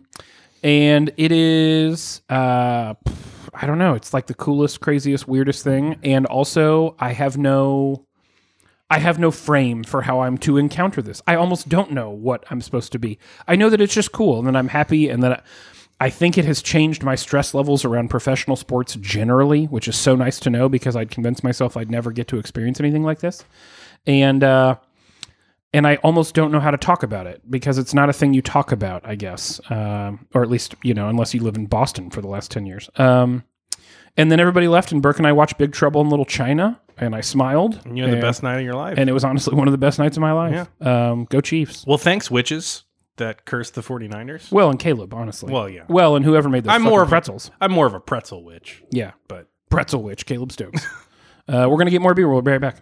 S2: and it is, uh, pff, I don't know. It's like the coolest, craziest, weirdest thing. And also, I have no. I have no frame for how I'm to encounter this. I almost don't know what I'm supposed to be. I know that it's just cool and that I'm happy and that I, I think it has changed my stress levels around professional sports generally, which is so nice to know because I'd convinced myself I'd never get to experience anything like this. And uh, and I almost don't know how to talk about it because it's not a thing you talk about, I guess, um, or at least you know, unless you live in Boston for the last ten years. Um, and then everybody left, and Burke and I watched Big Trouble in Little China, and I smiled.
S1: and you had the best night of your life.
S2: and it was honestly one of the best nights of my life. Um, go Chiefs!
S1: well, thanks, witches that cursed the 49ers.
S2: Well, and Caleb, honestly.
S1: Well, yeah.
S2: Well, and whoever made those
S1: I'm
S2: fucking
S1: more of a-
S2: pretzels.
S1: I'm more of a pretzel witch,
S2: Yeah,
S1: but
S2: pretzel witch, Caleb Stokes. uh, we're gonna get more beer. We'll be right back.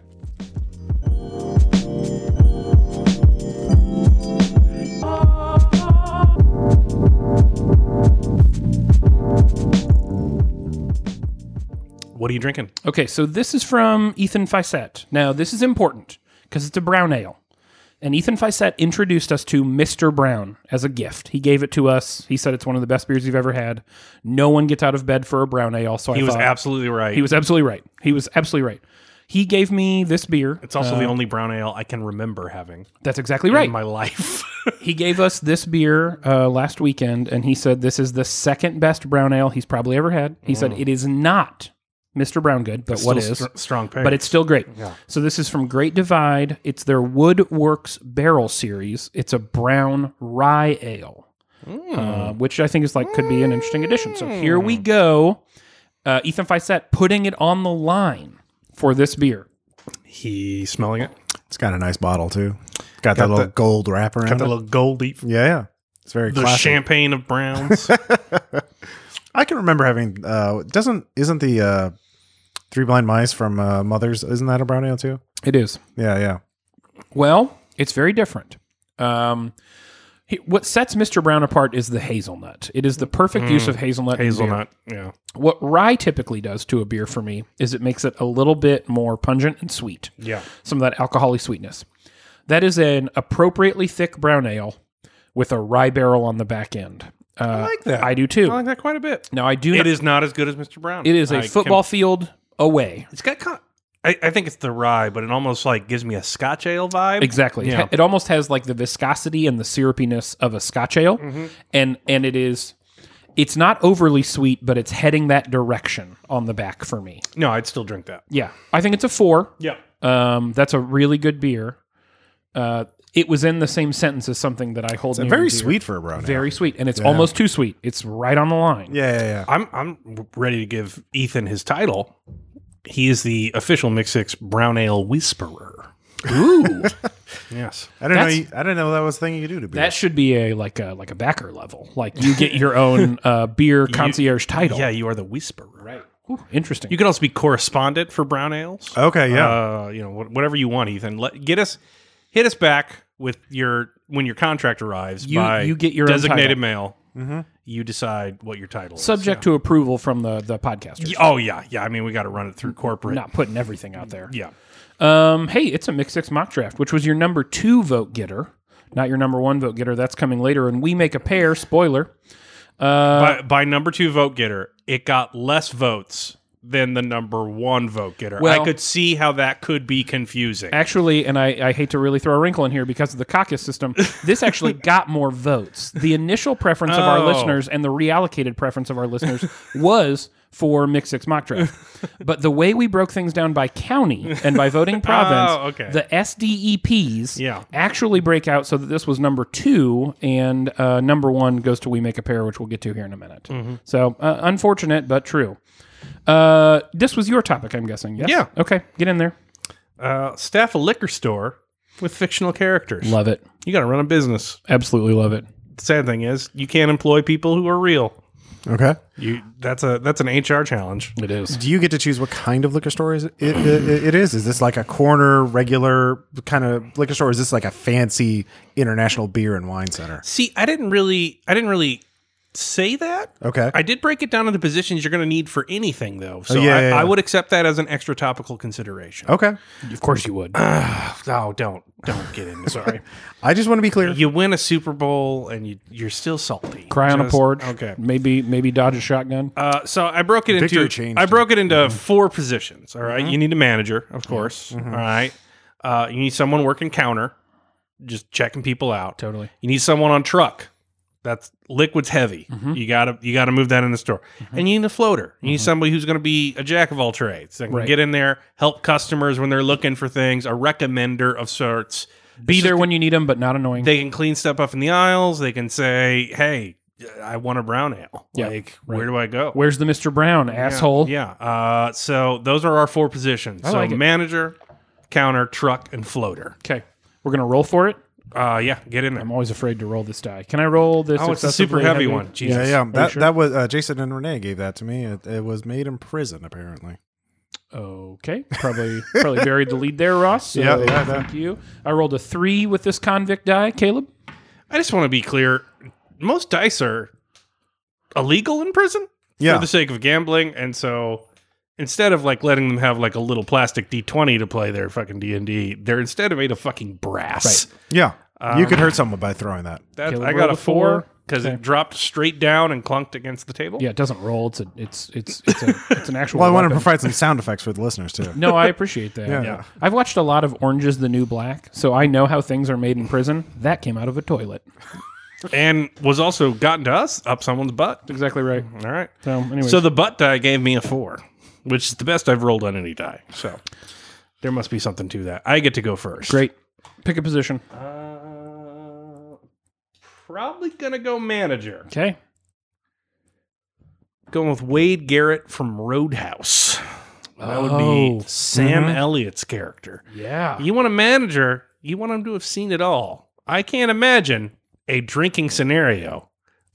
S1: what are you drinking?
S2: Okay, so this is from Ethan Fisette. Now, this is important because it's a brown ale. And Ethan Fisette introduced us to Mr. Brown as a gift. He gave it to us. He said it's one of the best beers you've ever had. No one gets out of bed for a brown ale, so
S1: He
S2: I
S1: was
S2: thought
S1: absolutely right.
S2: he was absolutely right. He was absolutely right. He gave me this beer.
S1: it's also the only brown ale I can remember having
S2: That's exactly Uh, right.
S1: in my life.
S2: he gave us this beer uh, last weekend, and he said this is the second best brown ale he's probably ever had. He said it is not Mr. Brown Good, but what is?
S1: Mm. Still str- strong pain?
S2: but it's still great. So this is from Great Divide. It's their Woodworks Barrel Series. It's a brown rye ale, uh, which I think is like could be an interesting addition. So here we go. Uh, Ethan Fisette putting it on the line for this beer.
S1: he smelling it.
S3: It's got a nice bottle too. Got, that little
S1: the-
S3: gold wrap around
S1: Got
S3: it.
S1: that little gold leaf.
S3: yeah, yeah. It's very
S1: The
S3: classic.
S1: champagne of browns.
S3: I can remember having uh doesn't isn't the uh Three Blind Mice from uh, Mother's isn't that a brown ale too?
S2: It is.
S3: Yeah, yeah.
S2: Well, it's very different. Um, he- what sets Mr. Brown apart is the hazelnut. It is the perfect use of hazelnut. in beer.
S1: Hazelnut. Yeah.
S2: What rye typically does to a beer for me is it makes it a little bit more pungent and sweet.
S1: Yeah.
S2: Some of that alcoholic sweetness. That is an appropriately thick brown ale with a rye barrel on the back end. Uh, I
S1: like that.
S2: I do too.
S1: I like that quite a bit.
S2: now I do.
S1: It
S2: It is,
S1: is not as good as Mr. Brown.
S2: it is a
S1: a
S2: football field away.
S1: it's got. Con- I, I think it's the rye, but it almost like gives me a Scotch ale vibe.
S2: Exactly. It
S1: Yeah.
S2: ha- It almost has like the viscosity and the syrupiness of a Scotch ale, and and it is. It's not overly sweet, but it's heading that direction on the back for me.
S1: No, I'd still drink that.
S2: Yeah, I think it's a four.
S1: Yeah.
S2: Um, that's a really good beer. Uh, it was in the same sentence as something that I hold. near
S3: Very
S2: and dear.
S3: sweet for a brown ale.
S2: very sweet, and it's almost too sweet. It's right on the line.
S3: yeah, yeah, yeah.
S1: I'm I'm ready to give Ethan his title. He is the official Mix Six Brown Ale Whisperer.
S2: Ooh,
S1: Yes.
S3: I didn't know.
S2: That's-
S3: You, I didn't know that was a thing you could do to beer.
S2: that should be a like a like a backer level. Like you get your own uh, beer concierge title.
S1: Yeah, you are the Whisperer. Right.
S2: Ooh, interesting.
S1: You can also be correspondent for brown ales.
S3: okay, yeah.
S1: Uh, you know, wh- whatever you want, Ethan. Let, get us, hit us back with your when your contract arrives.
S2: You-
S1: by
S2: you get your own
S1: designated
S2: title.
S1: mail. You decide what your title
S2: subject to approval from the the podcasters.
S1: is. Oh yeah, yeah. I mean, we got to run it through corporate.
S2: Not putting everything out there.
S1: Yeah.
S2: Um, hey, it's a mix six mock draft, which was your number two vote getter, not your number one vote getter. That's coming later, and we make a pair. Spoiler. Uh,
S1: by, by number two vote getter, it got less votes than the number one vote getter.
S2: Well-
S1: I could see how that could be confusing.
S2: Actually, and I, I hate to really throw a wrinkle in here because of the caucus system, this actually got more votes. The initial preference of our
S1: Oh.
S2: listeners and the reallocated preference of our listeners was for Mix Six Mock Draft. but the way we broke things down by county and by voting province,
S1: Oh, okay.
S2: the SDEPs
S1: Yeah.
S2: actually break out so that this was number two and uh, number one goes to We Make a Pair, which we'll get to here in a minute.
S1: Mm-hmm.
S2: So uh, unfortunate, but true. Uh, this was your topic, I'm guessing. Yes?
S1: Yeah.
S2: Okay, get in there.
S1: Uh, staff a liquor store with fictional characters.
S2: Love it.
S1: You got to run a business.
S2: Absolutely love it.
S1: The sad thing is, you can't employ people who are real.
S3: Okay.
S1: You that's a that's an HR challenge.
S2: It is.
S3: Do you get to choose what kind of liquor store is it, it, it, it is? Is this like a corner, regular kind of liquor store? Or is this like a fancy international beer and wine center?
S1: See, I didn't really I didn't really say that.
S3: Okay.
S1: I did break it down into positions you're going to need for anything though. So
S3: yeah,
S1: I,
S3: yeah, yeah. Oh.
S1: I would accept that as an extra topical consideration.
S3: okay.
S2: Of course you would.
S1: Oh, don't don't get into sorry.
S3: I just want to be clear.
S1: you win a Super Bowl and you you're still salty.
S2: Cry on a
S1: Just-
S2: porch.
S1: Okay.
S2: Maybe maybe dodge a shotgun.
S1: Uh, so I broke it
S3: Victory
S1: into
S3: changed
S1: I broke it into four positions. All right? you need a manager, of course. all right, uh, you need someone working counter, just checking people out.
S2: Totally.
S1: You need someone on truck. That's liquids heavy.
S2: Mm-hmm.
S1: You gotta you gotta move that in the store. And you need a floater. You need somebody who's gonna be a jack of all trades that can
S2: Right.
S1: get in there, help customers when they're looking for things, a recommender of sorts.
S2: Be there when you need them, but not annoying.
S1: They can clean stuff up in the aisles. They can say, "Hey, I want a brown ale.
S2: Yeah,
S1: like, where do I go?
S2: Where's the Mr. Brown asshole?
S1: Yeah. Uh, so those are our four positions. so
S2: like it.
S1: manager, counter, truck, and floater.
S2: Okay, we're gonna roll for it.
S1: Uh, yeah, get in there.
S2: I'm always afraid to roll this die. Can I roll this?
S1: Oh, it's a super
S2: excessively
S1: heavy one. Jesus.
S3: yeah, yeah. That,
S2: sure?
S3: that was uh, Jason and Renee gave that to me. It, it was made in prison, apparently.
S2: Okay, probably probably buried the lead there, Ross. So
S3: Yeah, yeah,
S2: thank you. I rolled a three with this convict die, Caleb.
S1: I just want to be clear. Most dice are illegal in prison
S3: Yeah.
S1: for the sake of gambling, and so instead of like letting them have like a little plastic d20 to play their fucking d&d they're instead made of fucking brass
S3: yeah. you could hurt someone by throwing that.
S1: That's,
S2: Caleb
S1: i got
S2: rolled
S1: a
S2: a four.
S1: four because
S2: Okay.
S1: it dropped straight down and clunked against the table
S2: Yeah, it doesn't roll. It's a it's it's it's, a, it's an actual.
S3: Well, I want to
S2: weapon.
S3: provide some sound effects for the listeners, too.
S2: No, I appreciate that.
S3: Yeah.
S1: Yeah.
S2: I've watched a lot of Orange is the New Black, so I know how things are made in prison. That came out of a toilet.
S1: and was also gotten to us up someone's butt
S2: Exactly right.
S1: all right
S2: So, anyway,
S1: So the butt die gave me a four, which is the best I've rolled on any die. So there must be something to that. I get to go first.
S2: great. Pick a position.
S1: Uh, probably gonna go manager.
S2: Okay.
S1: Going with Wade Garrett from Roadhouse. That would
S2: Oh.
S1: be Sam Elliott's character.
S2: Yeah.
S1: You want a manager? You want him to have seen it all. I can't imagine a drinking scenario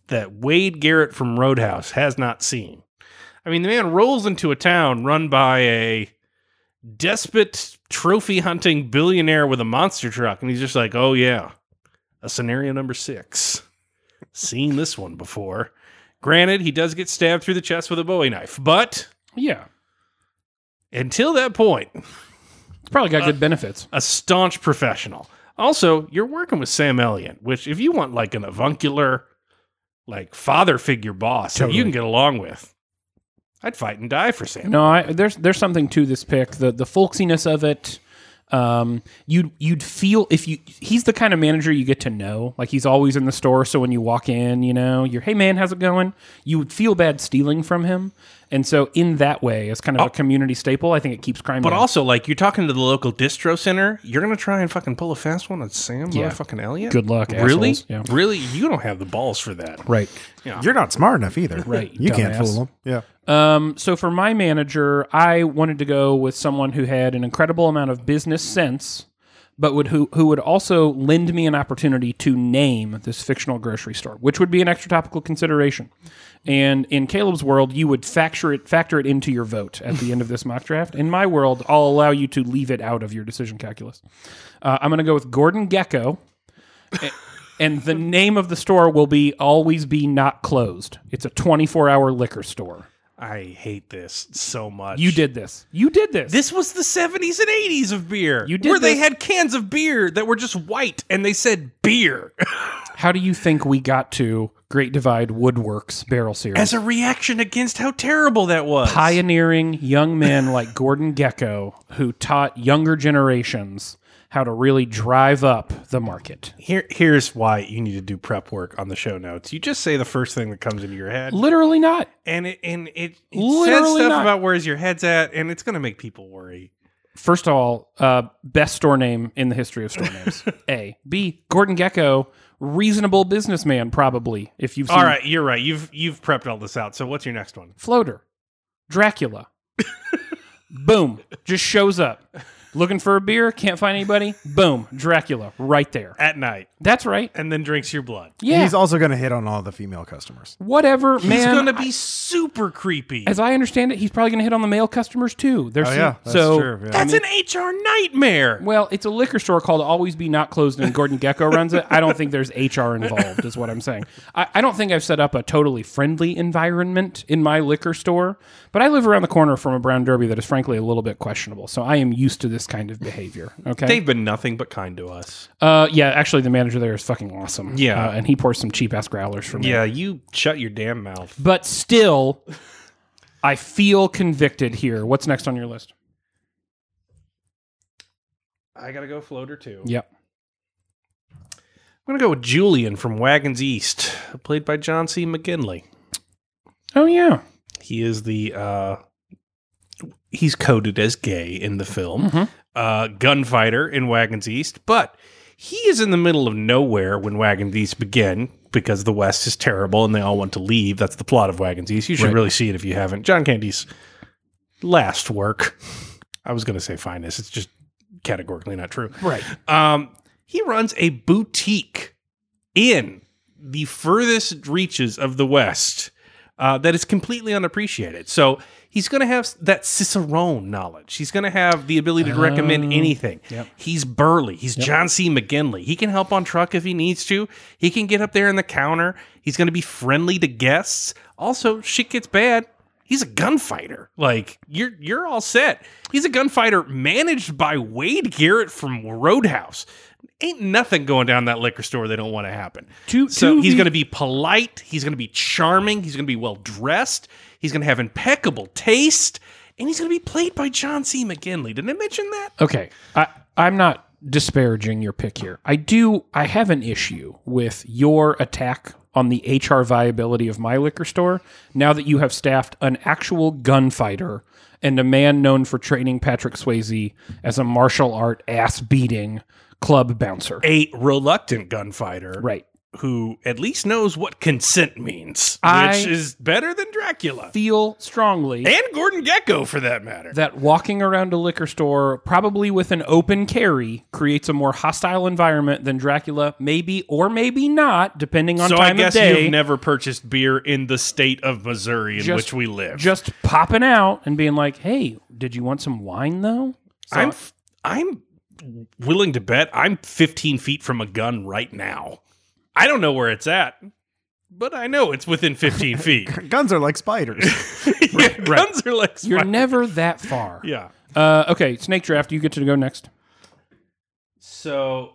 S1: that Wade Garrett from Roadhouse has not seen. I mean, the man rolls into a town run by a despot trophy hunting billionaire with a monster truck, and he's just like, oh, yeah, a scenario number six. Seen this one before. Granted, he does get stabbed through the chest with a bowie knife, but
S2: Yeah.
S1: until that point,
S2: It's probably got good benefits.
S1: a staunch professional. Also, you're working with Sam Elliott, which if you want like an avuncular, like father figure boss that you can get along with, I'd fight and die for Sam.
S2: No, I, there's there's something to this pick. The the folksiness of it. Um, you'd you'd feel if you he's the kind of manager you get to know. Like he's always in the store, so when you walk in, you know, you're hey man, how's it going? You would feel bad stealing from him, and so in that way, as kind of a community staple, I think it keeps crime.
S1: But
S2: down.
S1: also, like you're talking to the local distro center, you're gonna try and fucking pull a fast one on Sam
S2: Yeah.
S1: motherfucking Elliott.
S2: Good luck,
S1: really,
S2: assholes. Yeah.
S1: really, you don't have the balls for that.
S2: right.
S3: You're not smart enough either.
S2: Right,
S3: You can't
S2: dumbass.
S3: fool them. Yeah.
S2: Um, so for my manager, I wanted to go with someone who had an incredible amount of business sense, but would who who would also lend me an opportunity to name this fictional grocery store, which would be an extra topical consideration. And in Caleb's world, you would factor it factor it into your vote at the end of this mock draft. In my world, I'll allow you to leave it out of your decision calculus. Uh, I'm going to go with Gordon Gecko. A- And the name of the store will be always be not closed. It's a 24 hour liquor store.
S1: I hate this so much.
S2: You did this. You did this.
S1: This was the 70s and 80s of beer.
S2: You did
S1: where they
S2: this.
S1: had cans of beer that were just white and they said beer
S2: How do you think we got to Great Divide Woodworks Barrel Series?
S1: as a reaction against how terrible that was.
S2: Pioneering young men like Gordon Gecko who taught younger generations how to really drive up the market.
S1: Here, here's why you need to do prep work on the show notes. You just say the first thing that comes into your head,
S2: Literally not.
S1: and it and it, it says
S2: Literally
S1: stuff
S2: not.
S1: about where's your head's at, and it's gonna make people worry.
S2: First of all, uh, best store name in the history of store names. A. B. Gordon Gecko, reasonable businessman, probably, if you've seen
S1: All right, you're right. You've you've prepped all this out. So what's your next one?
S2: floater, Dracula. Boom, just shows up. Looking for a beer, can't find anybody. Boom, Dracula, right there.
S1: at night
S2: That's right.
S1: and then drinks your blood.
S2: Yeah.
S3: He's also going to hit on all the female customers.
S2: Whatever, man.
S1: It's going to be super creepy.
S2: as I understand it, he's probably going to hit on the male customers too. There's
S3: Oh, yeah, that's
S2: so
S3: true, yeah.
S1: That's an HR nightmare.
S2: well, it's a liquor store called Always Be Not Closed, and Gordon Gecko runs it. I don't think there's HR involved, is what I'm saying. I, I don't think I've set up a totally friendly environment in my liquor store, but I live around the corner from a brown derby that is frankly a little bit questionable. So I am used to this kind of behavior. Okay.
S1: They've been nothing but kind to us.
S2: uh, yeah, actually, the manager there is fucking awesome.
S1: Yeah.
S2: Uh, and he pours some cheap ass growlers for me.
S1: Yeah, you shut your damn mouth.
S2: But still, I feel convicted here. What's next on your list?
S1: I got to go floater too.
S2: Yep.
S1: I'm going to go with Julian from Wagons East, played by John C. McGinley.
S2: Oh, yeah.
S1: He is the uh he's coded as gay in the
S2: Mm.
S1: film.
S2: Mm-hmm.
S1: Uh gunfighter in Wagons East, but he is in the middle of nowhere when Wagons East begin because the West is terrible and they all want to leave. That's the plot of Wagons East. You should
S2: Right.
S1: really see it if you haven't. John Candy's last work. I was going to say finest. It's just categorically not true.
S2: Right.
S1: Um, he runs a boutique in the furthest reaches of the West uh, that is completely unappreciated. So he's going to have that Cicerone knowledge. He's going to have the ability to recommend anything. He's burly. He's John C. McGinley. He can help on truck if he needs to. He can get up there in the counter. He's going to be friendly to guests. Also, shit gets bad. He's a gunfighter. Like you're you're all set. He's a gunfighter managed by Wade Garrett from Roadhouse. Ain't nothing going down that liquor store they don't want to happen.
S2: To-
S1: so
S2: to
S1: he's
S2: the-
S1: going to be polite. He's going to be charming. He's going to be well dressed. He's going to have impeccable taste, and he's going to be played by John C. McGinley. Didn't I mention that?
S2: Okay. I, I'm not disparaging your pick here. I do, I have an issue with your attack on the HR viability of my liquor store now that you have staffed an actual gunfighter and a man known for training Patrick Swayze as a martial art ass beating club bouncer.
S1: A reluctant gunfighter,
S2: Right.
S1: Who at least knows what consent means,
S2: I-
S1: which is better than Dracula
S2: Feel strongly.
S1: and Gordon Gecko for that matter.
S2: that walking around a liquor store, probably with an open carry, creates a more hostile environment than Dracula, maybe or maybe not, depending on
S1: so I
S2: time
S1: guess
S2: of day.
S1: you've never purchased beer in the state of Missouri in
S2: Just-
S1: which we live.
S2: just popping out and being like, "Hey, did you want some wine though?" So-
S1: I'm f- I'm willing to bet I'm 15 feet from a gun right now. I don't know where it's at, but I know it's within 15 feet.
S3: Guns are like spiders.
S1: Yeah, guns are like
S2: you're
S1: spiders.
S2: never that far.
S1: yeah.
S2: Uh, okay, snake draft. You get to go next.
S1: So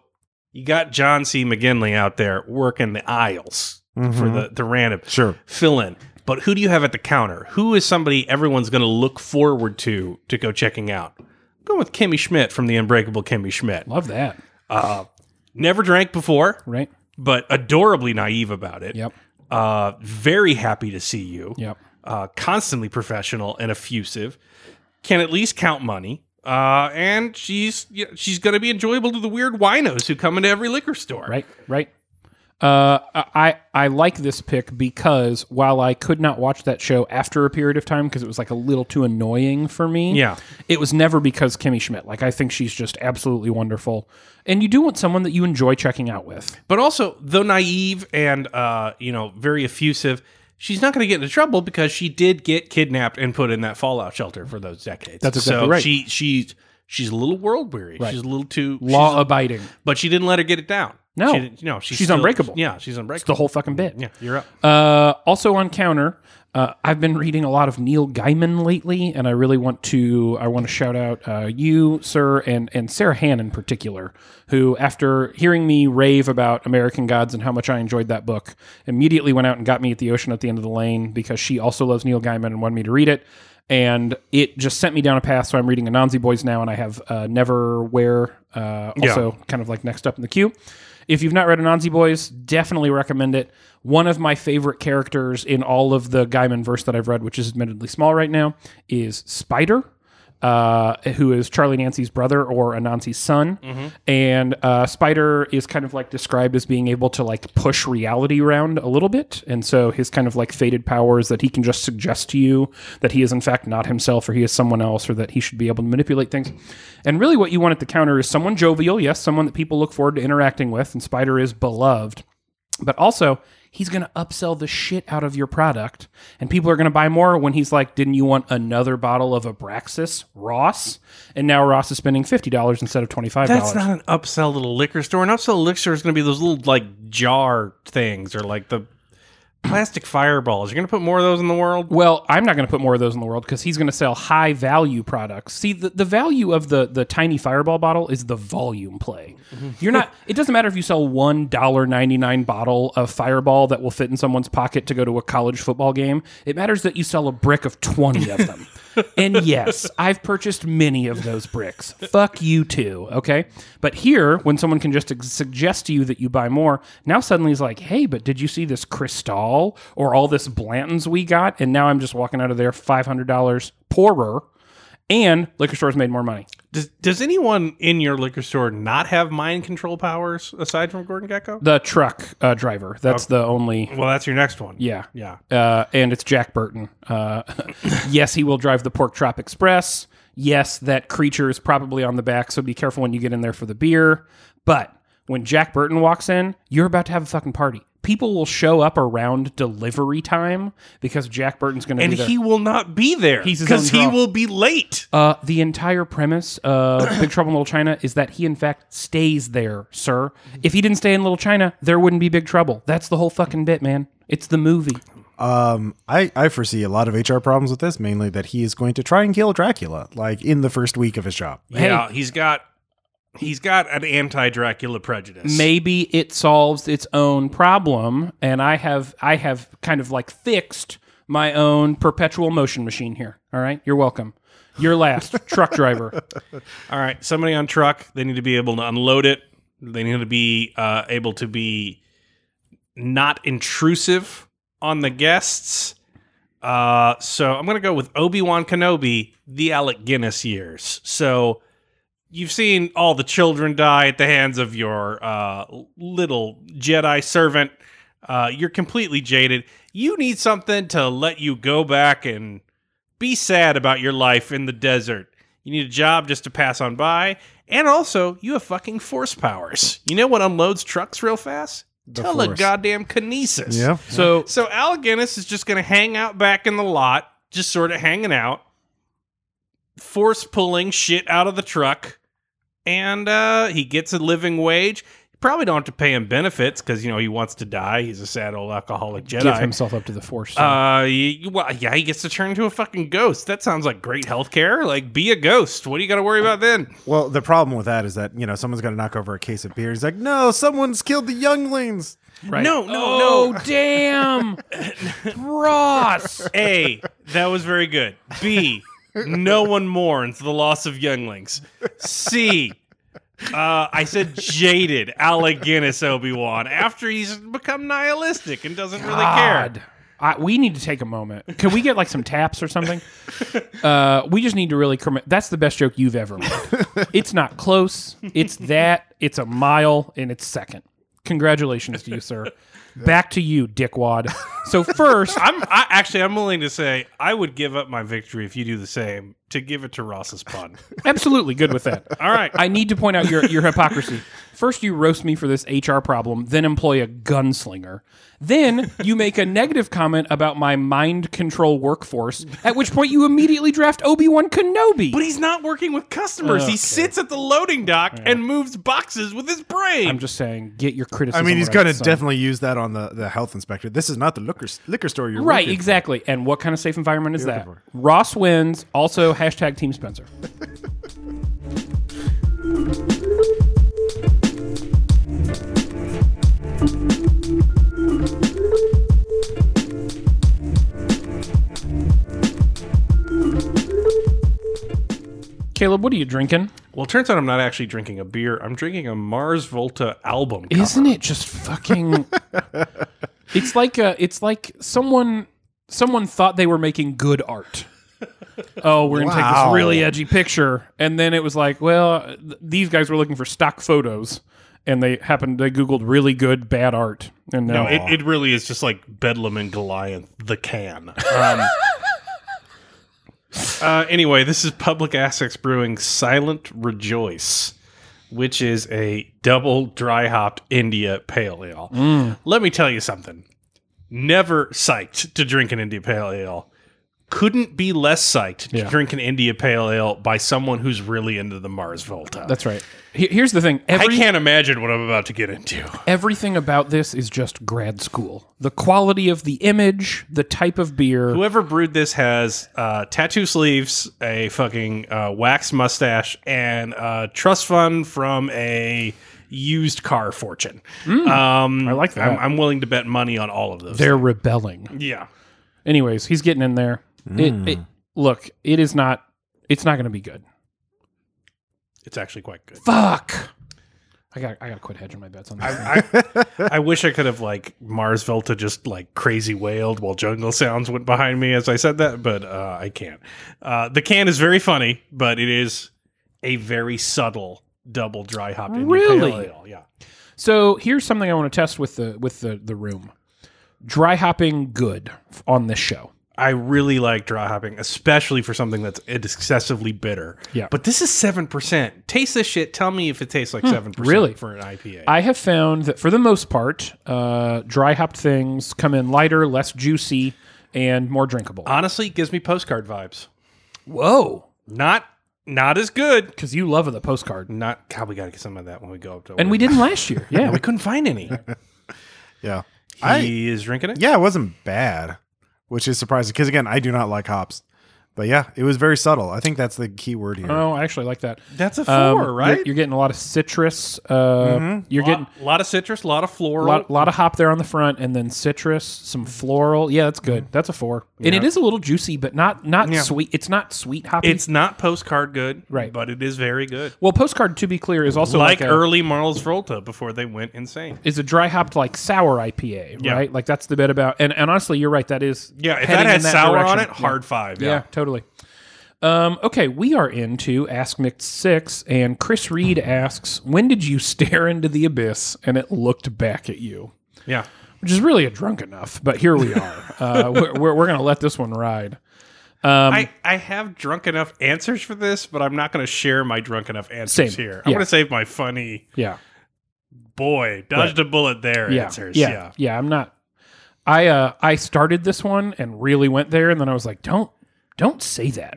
S1: you got John C. McGinley out there working the aisles for
S2: Mm-hmm.
S1: the the random
S3: Sure.
S1: fill in. But who do you have at the counter? Who is somebody everyone's going to look forward to to go checking out? Go with Kimmy Schmidt from the Unbreakable Kimmy Schmidt.
S2: Love that.
S1: Never drank before,
S2: Right.
S1: but adorably naive about it.
S2: Yep.
S1: Uh, very happy to see you.
S2: Yep.
S1: Uh, constantly professional and effusive. Can at least count money. Uh, and she's yeah, she's going to be enjoyable to the weird winos who come into every liquor store.
S2: Right, right. Uh, I I like this pick because while I could not watch that show after a period of time because it was like a little too annoying for me.
S1: Yeah.
S2: it was never because Kimmy Schmidt. Like I think she's just absolutely wonderful, and you do want someone that you enjoy checking out with.
S1: But also, though naive and uh, you know very effusive, she's not going to get into trouble because she did get kidnapped and put in that fallout shelter for those decades.
S2: That's exactly
S1: so
S2: right.
S1: She she's she's a little world weary. She's a little too
S2: Law
S1: she's-
S2: abiding,
S1: but she didn't let her get it down.
S2: No.
S1: she didn't- no, she's,
S2: She's
S1: still-
S2: unbreakable.
S1: Yeah, she's unbreakable.
S2: the whole fucking bit.
S1: yeah, you're up.
S2: Uh, also on counter, uh, I've been reading a lot of Neil Gaiman lately, and I really want to I want to shout out uh, you, sir, and and Sarah Han in particular, who after hearing me rave about American Gods and how much I enjoyed that book, immediately went out and got me at the ocean at the end of the lane because she also loves Neil Gaiman and wanted me to read it. And it just sent me down a path. So I'm reading Anansi Boys now, and I have uh, Neverwhere, uh, also kind of like next up in the queue. If you've not read Anansi Boys, definitely recommend it. One of my favorite characters in all of the Gaiman verse that I've read, which is admittedly small right now, is Spider. uh, who is Charlie Nancy's brother or Anansi's son. And uh, Spider is kind of like described as being able to like push reality around a little bit. And so his kind of like faded power is that he can just suggest to you that he is in fact not himself or he is someone else or that he should be able to manipulate things. And really what you want at the counter is someone jovial, yes, someone that people look forward to interacting with. And Spider is beloved but also he's going to upsell the shit out of your product and people are going to buy more when he's like didn't you want another bottle of abraxas ross and now ross is spending $50 instead of $25
S1: That's not an upsell little liquor store. An upsell liquor store is going to be those little like jar things or like the plastic fireballs. You're going to put more of those in the world.
S2: well i'm not going to put more of those in the world because he's going to sell high value products see the, the value of the, the tiny fireball bottle is the volume play
S1: Mm-hmm.
S2: you're not it doesn't matter if you sell $1.99 bottle of fireball that will fit in someone's pocket to go to a college football game it matters that you sell a brick of 20 of them and yes, I've purchased many of those bricks. Fuck you too, okay? But here, when someone can just ex- suggest to you that you buy more, now suddenly he's like, hey, but did you see this Cristal or all this Blanton's we got? And now I'm just walking out of there $500 poorer, and liquor stores made more money.
S1: Does, does anyone in your liquor store not have mind control powers aside from Gordon Gecko?
S2: The truck uh, driver, that's the only.
S1: Well, that's your next one.
S2: Yeah.
S1: Yeah.
S2: Uh, and it's Jack Burton. Uh, yes, he will drive the Pork Chop Express. Yes, that creature is probably on the back, so be careful when you get in there for the beer. But when Jack Burton walks in, you're about to have a fucking party. People will show up around delivery time because Jack Burton's going to
S1: And
S2: be there.
S1: he will not be there
S2: He's his
S1: because
S2: own
S1: he
S2: draw.
S1: will be late.
S2: Uh, the entire premise of Big Trouble in Little China is that he, in fact, stays there, sir. If he didn't stay in Little China, there wouldn't be Big Trouble. That's the whole fucking bit, man. It's the movie.
S3: Um, I, I foresee a lot of HR problems with this, mainly that he is going to try and kill Dracula, like in the first week of his job.
S2: Hey.
S1: Yeah, he's got he's got an anti Dracula prejudice.
S2: maybe it solves its own problem and i have i have kind of like fixed my own perpetual motion machine here all right you're welcome you're last truck driver
S1: All right, somebody on truck. They need to be able to unload it. They need to be uh, able to be not intrusive on the guests. Uh, so I'm gonna go with Obi Wan Kenobi, the Alec Guinness years. So you've seen all the children die at the hands of your uh, little Jedi servant. Uh, you're completely jaded. You need something to let you go back and be sad about your life in the desert. You need a job just to pass on by. And also, you have fucking force powers. You know what unloads trucks real fast? Tele
S3: Force.
S1: goddamn kinesis.
S2: so
S1: So Al Guinness is just going to hang out back in the lot, just sort of hanging out, force pulling shit out of the truck, and uh, he gets a living wage. You probably don't have to pay him benefits because you know he wants to die. He's a sad old alcoholic Jedi.
S2: give himself up to the force
S1: Uh, y- well, yeah, he gets to turn into a fucking ghost. That sounds like great health care. Like, be a ghost. What do you got to worry about then?
S3: Well, the problem with that is that, you know, someone's going to knock over a case of beer. He's like, no, someone's killed the younglings.
S2: right
S1: no, no,
S2: oh, damn ross
S1: A, that was very good. B, no one mourns the loss of younglings. C, uh, I said jaded Alec Guinness Obi Wan after he's become nihilistic and doesn't really care.
S2: God. I, we need to take a moment. Can we get like some taps or something? Uh, we just need to really. commit That's the best joke you've ever made. It's not close. It's that. It's a mile and it's second. Congratulations to you, sir. Back to you, dickwad. So first,
S1: I'm I, actually I'm willing to say I would give up my victory if you do the same to give it to Ross's pun.
S2: absolutely good with that.
S1: All right,
S2: I need to point out your, your hypocrisy. First, you roast me for this HR problem, then employ a gunslinger. Then you make a negative comment about my mind control workforce, at which point you immediately draft Obi Wan Kenobi.
S1: but he's not working with customers. He sits at the loading dock and moves boxes with his brain.
S2: I'm just saying, get your
S3: I
S2: criticism.
S3: mean, he's
S2: right,
S3: going to
S2: son.
S3: definitely use that on the, the health inspector. This is not the liquor, liquor store you're
S2: Right,
S3: working for.
S2: exactly. And what kind of safe environment is that? Ross wins. Also, hashtag Team Spencer. Caleb, what are you drinking?
S1: well, turns out I'm not actually drinking a beer. I'm drinking a Mars Volta album. cover.
S2: Isn't it just fucking? uh, it's like a, it's like someone someone thought they were making good art, oh, we're gonna take
S3: Wow.
S2: this really edgy picture, and then it was like, well, uh, th- these guys were looking for stock photos, and they happened they googled really good bad art, and
S1: No,
S2: now
S1: it, it really is just like Bedlam and Goliath, the can. Um, Uh, anyway, this is Public Assets Brewing Silent Rejoice, which is a double dry hopped India pale ale.
S2: Mm.
S1: Let me tell you something. Never psyched to drink an India pale ale. Couldn't be less psyched to
S2: Yeah.
S1: drink an India pale ale by someone who's really into the Mars Volta.
S2: that's right. He- Here's the thing:
S1: I
S2: every,
S1: can't imagine what I'm about to get into.
S2: everything about this is just grad school. The quality of the image, the type of beer.
S1: Whoever brewed this has uh, tattoo sleeves, a fucking uh, wax mustache, and a trust fund from a used car fortune. um, I
S2: Hmm. like that.
S1: I'm, I'm willing to bet money on all of those.
S2: They're rebelling.
S1: yeah.
S2: Anyways, he's getting in there. It, it, look, it is not. It's not going to be good.
S1: It's actually quite good.
S2: Fuck. I got. I got to quit hedging my bets on this. thing.
S1: I wish I could have like Mars Volta just like crazy wailed while jungle sounds went behind me as I said that, but uh, I can't. Uh, the can is very funny, but it is a very subtle double dry hop. India
S2: Really?
S1: Pale Ale. Yeah.
S2: so here's something I want to test with the with the the room. Dry hopping good f- on this show.
S1: I really like dry hopping, especially for something that's excessively bitter.
S2: Yeah.
S1: But this is seven percent. Taste this shit. Tell me if it tastes like seven percent
S2: Hmm, really?
S1: for an IPA.
S2: I have found that for the most part, uh, dry hopped things come in lighter, less juicy, and more drinkable.
S1: Honestly, it gives me postcard vibes.
S2: Whoa.
S1: Not not as good.
S2: Because you love the postcard.
S1: Not God, we gotta get some of that when we go up to
S2: And we didn't last year.
S1: Yeah,
S2: Yeah.
S1: we couldn't find any.
S3: Yeah. I
S1: he is drinking it?
S3: yeah, it wasn't bad, which is surprising because again, I do not like hops. But yeah, it was very subtle. I think that's the key word here.
S2: oh, I actually like that.
S1: That's a four,
S2: Um, you're-
S1: right? Mm-hmm.
S2: You're, getting a lot of citrus. Uh, You're
S1: a
S2: getting
S1: lot, lot of citrus, a lot of
S2: a
S1: floral.
S2: lot, lot of hop there on the front, and then citrus,
S1: Mm.
S2: some floral. Yeah, that's good. That's a four, and it is a little juicy, but not not sweet. It's not sweet hoppy.
S1: it's not postcard good,
S2: Right.
S1: But it is very good.
S2: well, postcard to be clear is also
S1: Like,
S2: like, a,
S1: early Mars Volta before they went insane.
S2: is a dry hopped like sour IPA,
S1: Yeah.
S2: right? Like that's the bit about. And, and honestly, you're right. That is
S1: Yeah, if
S2: heading
S1: that had
S2: in
S1: sour on it,
S2: direction. Yeah.
S1: hard five.
S2: Yeah, totally. Um, okay, we are into Ask Mick Six, and Chris Reed
S1: Hmm.
S2: asks, "When did you stare into the abyss and it looked back at you?"
S1: yeah.
S2: Which is really a drunk enough, but here we are. uh, we're we're, we're going to let this one ride.
S1: I, I have drunk enough answers for this, but I'm not going to share my drunk enough
S2: Same.
S1: answers here. I'm
S2: Yeah.
S1: going to save my funny
S2: Yeah,
S1: boy dodged a bullet there
S2: yeah,
S1: answers.
S2: yeah,
S1: Yeah.
S2: yeah, I'm not. I uh, I started this one and really went there, and then I was like, "Don't don't say that."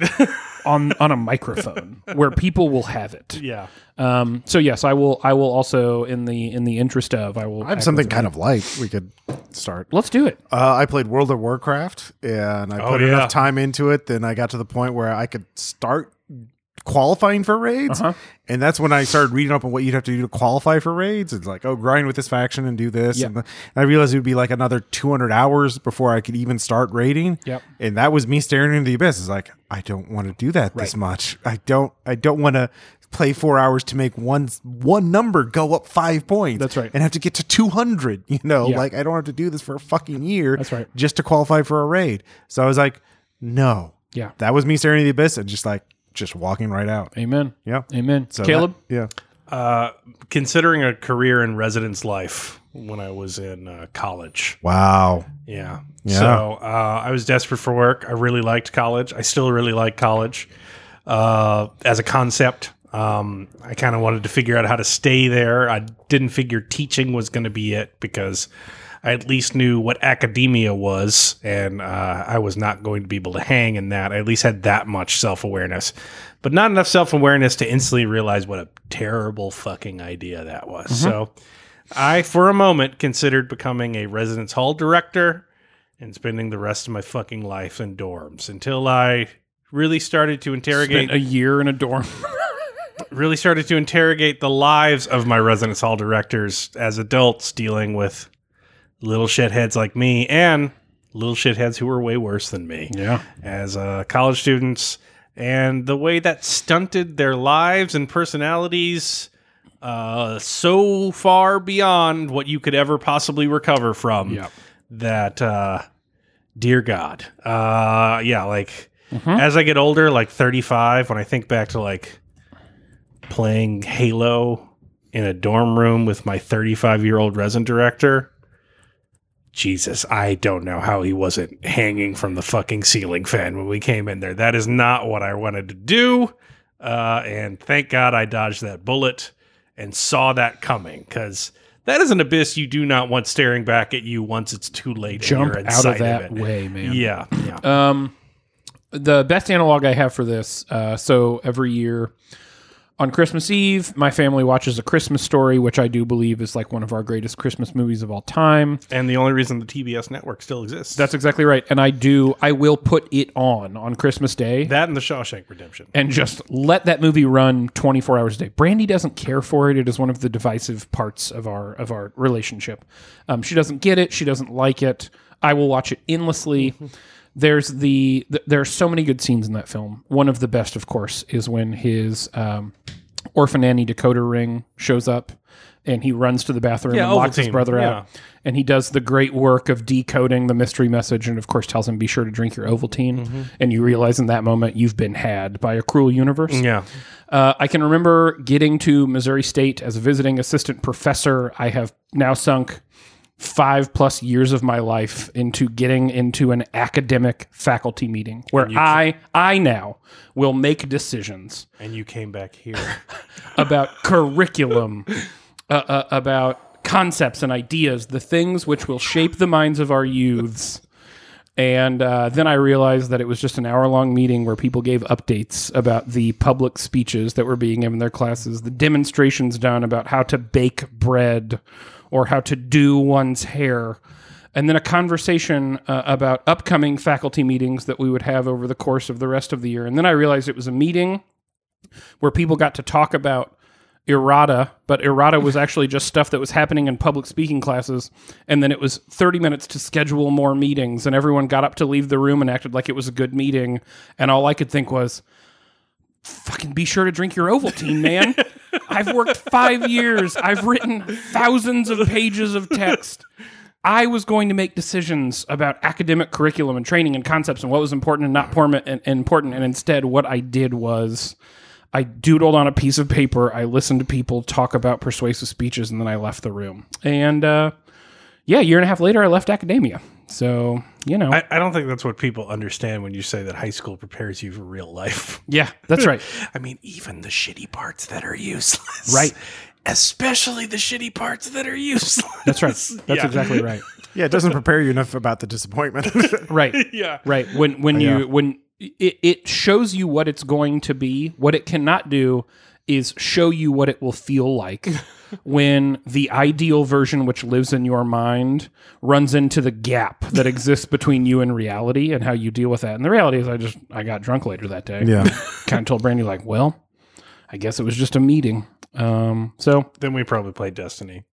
S2: on on a microphone where people will have it.
S1: Yeah.
S2: Um, so yes, I will. I will also in the in the interest of I will.
S3: I have something kind of light we could start.
S2: Let's do it.
S3: Uh, I played World of Warcraft and I
S1: Oh,
S3: put
S1: yeah.
S3: enough time into it. Then I got to the point where I could start qualifying for raids.
S2: Uh-huh.
S3: And that's when I started reading up on what you'd have to do to qualify for raids. It's like, oh, grind with this faction and do this.
S2: Yeah.
S3: And, and I realized it would be like another 200 hours before I could even start raiding.
S2: Yep.
S3: And that was me staring into the abyss. It's like, I don't want to do that this much. I don't, I don't want to play four hours to make one one number go up five points
S2: That's right.
S3: and have to get to 200 you know
S2: Yeah.
S3: like I don't have to do this for a fucking year.
S2: That's right.
S3: Just to qualify for a raid. So I was like, no.
S2: Yeah.
S3: That was me staring at the abyss and just like just walking right out.
S2: Amen.
S3: Yeah.
S2: Amen.
S3: So
S2: Caleb.
S3: that- yeah.
S1: Uh, considering a career in residence life when I was in uh, college.
S3: Wow.
S1: Yeah.
S3: Yeah.
S1: So uh, I was desperate for work. I really liked college. I still really like college uh, as a concept. Um, I kind of wanted to figure out how to stay there. I didn't figure teaching was going to be it because I at least knew what academia was, and uh, I was not going to be able to hang in that. I at least had that much self awareness, but not enough self awareness to instantly realize what a terrible fucking idea that was. So. I, for a moment, considered becoming a residence hall director and spending the rest of my fucking life in dorms until I really started to interrogate
S2: Spent a year in a dorm.
S1: really started to interrogate the lives of my residence hall directors as adults dealing with little shitheads like me and little shitheads who were way worse than me
S2: yeah.
S1: as uh, college students and the way that stunted their lives and personalities uh, so far beyond what you could ever possibly recover from
S2: Yep.
S1: that uh, dear god uh, yeah like
S2: Mm-hmm.
S1: As I get older, like 35, when I think back to like playing Halo in a dorm room with my 35 year old resin director, Jesus, I don't know how he wasn't hanging from the fucking ceiling fan when we came in there. That is not what I wanted to do. Uh, and thank God I dodged that bullet and saw that coming because that is an abyss you do not want staring back at you once it's too late. and
S2: Jump
S1: you're
S2: out
S1: inside
S2: of that
S1: it.
S2: way, man.
S1: Yeah, Uh, yeah.
S2: Um, the best analog I have for this. Uh, so every year on Christmas Eve, my family watches A Christmas Story, which I do believe is like one of our greatest Christmas movies of all time.
S1: and the only reason the TBS network still exists.
S2: That's exactly right. And I do, I will put it on on Christmas Day.
S1: that and the Shawshank Redemption.
S2: and just let that movie run 24 hours a day. Brandy doesn't care for it. It is one of the divisive parts of our of our relationship. Um, she doesn't get it. She doesn't like it. I will watch it endlessly. There's the th- there are so many good scenes in that film. One of the best, of course, is when his um, orphan Annie decoder ring shows up, and he runs to the bathroom and locks his
S1: Ovaltine.
S2: brother
S1: Yeah.
S2: out Uh, and he does the great work of decoding the mystery message and of course tells him be sure to drink your ovaltine and you realize in that moment you've been had by a cruel universe
S1: Yeah,
S2: uh, i can remember getting to missouri state as a visiting assistant professor i have now sunk five plus years of my life into getting into an academic faculty meeting where i i now will make decisions
S1: and you came back here.
S2: about curriculum, uh, uh, about concepts and ideas, the things which will shape the minds of our youths. And uh, then I realized that it was just an hour long meeting where people gave updates about the public speeches that were being given in their classes, the demonstrations done about how to bake bread or how to do one's hair, and then a conversation uh, about upcoming faculty meetings that we would have over the course of the rest of the year. And then I realized it was a meeting where people got to talk about errata, but errata was actually just stuff that was happening in public speaking classes. And then it was 30 minutes to schedule more meetings, and everyone got up to leave the room and acted like it was a good meeting. And all I could think was, fucking be sure to drink your Ovaltine, man. I've worked five years, I've written thousands of pages of text. I was going to make decisions about academic curriculum and training and concepts and what was important and not porm- and, and important. And instead, what I did was I doodled on a piece of paper. I listened to people talk about persuasive speeches, and then I left the room. And uh, yeah, a year and a half later, I left academia. So you know,
S1: I, I don't think that's what people understand when you say that high school prepares you for real life.
S2: yeah, that's right.
S1: I mean, even the shitty parts that are useless.
S2: Right.
S1: Especially the shitty parts that are useless.
S2: That's right. That's
S1: Yeah.
S2: exactly right.
S3: Yeah, it doesn't prepare you enough about the disappointment.
S2: Right.
S1: Yeah.
S2: Right. When when
S3: Yeah.
S2: you when it, it shows you what it's going to be, what it cannot do is show you what it will feel like when the ideal version which lives in your mind runs into the gap that exists between you and reality and how you deal with that. And the reality is I just I got drunk later that day.
S3: Yeah.
S2: kind of told Brandy like, well, I guess it was just a meeting. Um so
S1: Then we probably played Destiny.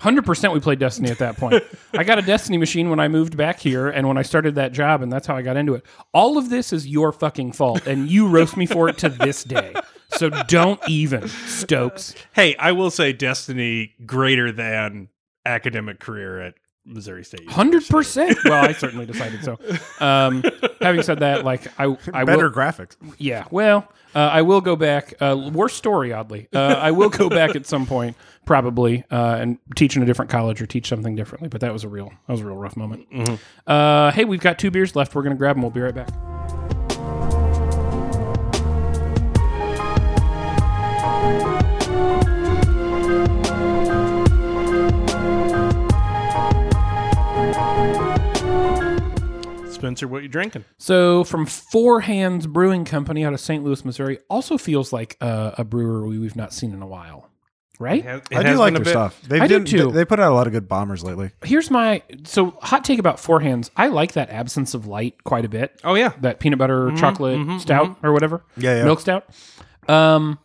S2: Hundred percent, we played Destiny at that point. I got a Destiny machine when I moved back here, and when I started that job, and that's how I got into it. All of this is your fucking fault, and you roast me for it to this day. So don't even, Stokes.
S1: Hey, I will say Destiny greater than academic career at Missouri State.
S2: Hundred percent. Well, I certainly decided so. Um, having said that, like I, I will-
S3: Better graphics.
S2: Yeah. Well, uh, I will go back. Uh, worse story, oddly. Uh, I will go back at some point, probably, uh, and teach in a different college or teach something differently. But that was a real, that was a real rough moment. Uh, hey, we've got two beers left. We're gonna grab them. We'll be right back.
S1: Spencer, what you drinking?
S2: So, from Four Hands Brewing Company out of St. Louis, Missouri, also feels like uh, a brewery we've not seen in a while, right?
S3: I do like their stuff. They've
S2: I do
S3: did-
S2: too.
S3: They put out a lot of good bombers lately.
S2: Here's my so hot take about Four Hands. I like that absence of light quite a bit.
S1: Oh yeah.
S2: that peanut butter chocolate
S1: mm-hmm,
S2: stout or whatever.
S3: Yeah, yeah.
S2: Milk stout. Um,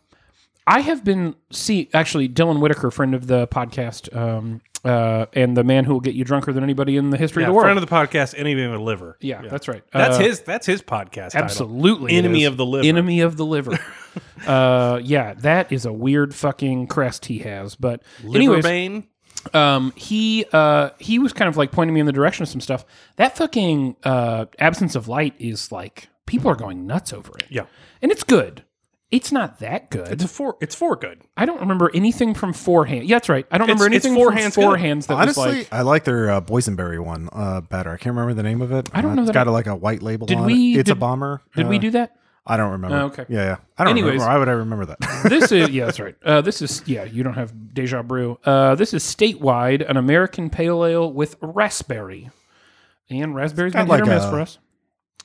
S2: I have been see actually Dylan Whitaker, friend of the podcast, um, uh, and the man who will get you drunker than anybody in the history
S1: Yeah,
S2: of the world.
S1: friend of the podcast, Enemy of the Liver.
S2: yeah, that's right.
S1: That's
S2: Uh,
S1: his that's his podcast. title.
S2: Absolutely, it
S1: Enemy
S2: is.
S1: of the liver.
S2: Enemy of the liver. uh, yeah, that is a weird fucking crest he has. But anyways,
S1: Liverbane.
S2: um, he uh, he was kind of like pointing me in the direction of some stuff. That fucking uh, absence of light is like people are going nuts over it.
S1: Yeah.
S2: And it's good. It's not that good.
S1: It's a four. It's four good.
S2: I don't remember anything from forehand. Yeah, that's right. I don't remember
S1: It's- it's
S2: anything
S1: forehand's
S2: from
S1: good.
S2: forehands that was
S3: Honestly,
S2: like.
S3: I like their uh, boysenberry one uh, better. I can't remember the name of it. Uh,
S2: I don't know
S3: It's
S2: that
S3: got
S2: I-
S3: a, like a white label
S2: Did
S3: on
S2: we-
S3: it. It's
S2: did-
S3: a bomber.
S2: Did we
S3: Uh,
S2: do that?
S3: I don't remember.
S2: Oh, okay.
S3: Yeah, yeah. I don't
S2: Anyways.
S3: remember. Why would I remember that?
S2: This is yeah, that's right. Uh, this is yeah. You don't have deja brew. Uh, this is statewide, an American pale ale with raspberry, and raspberries been
S3: Kind of
S2: hit or
S3: like
S2: miss
S3: a-
S2: for us.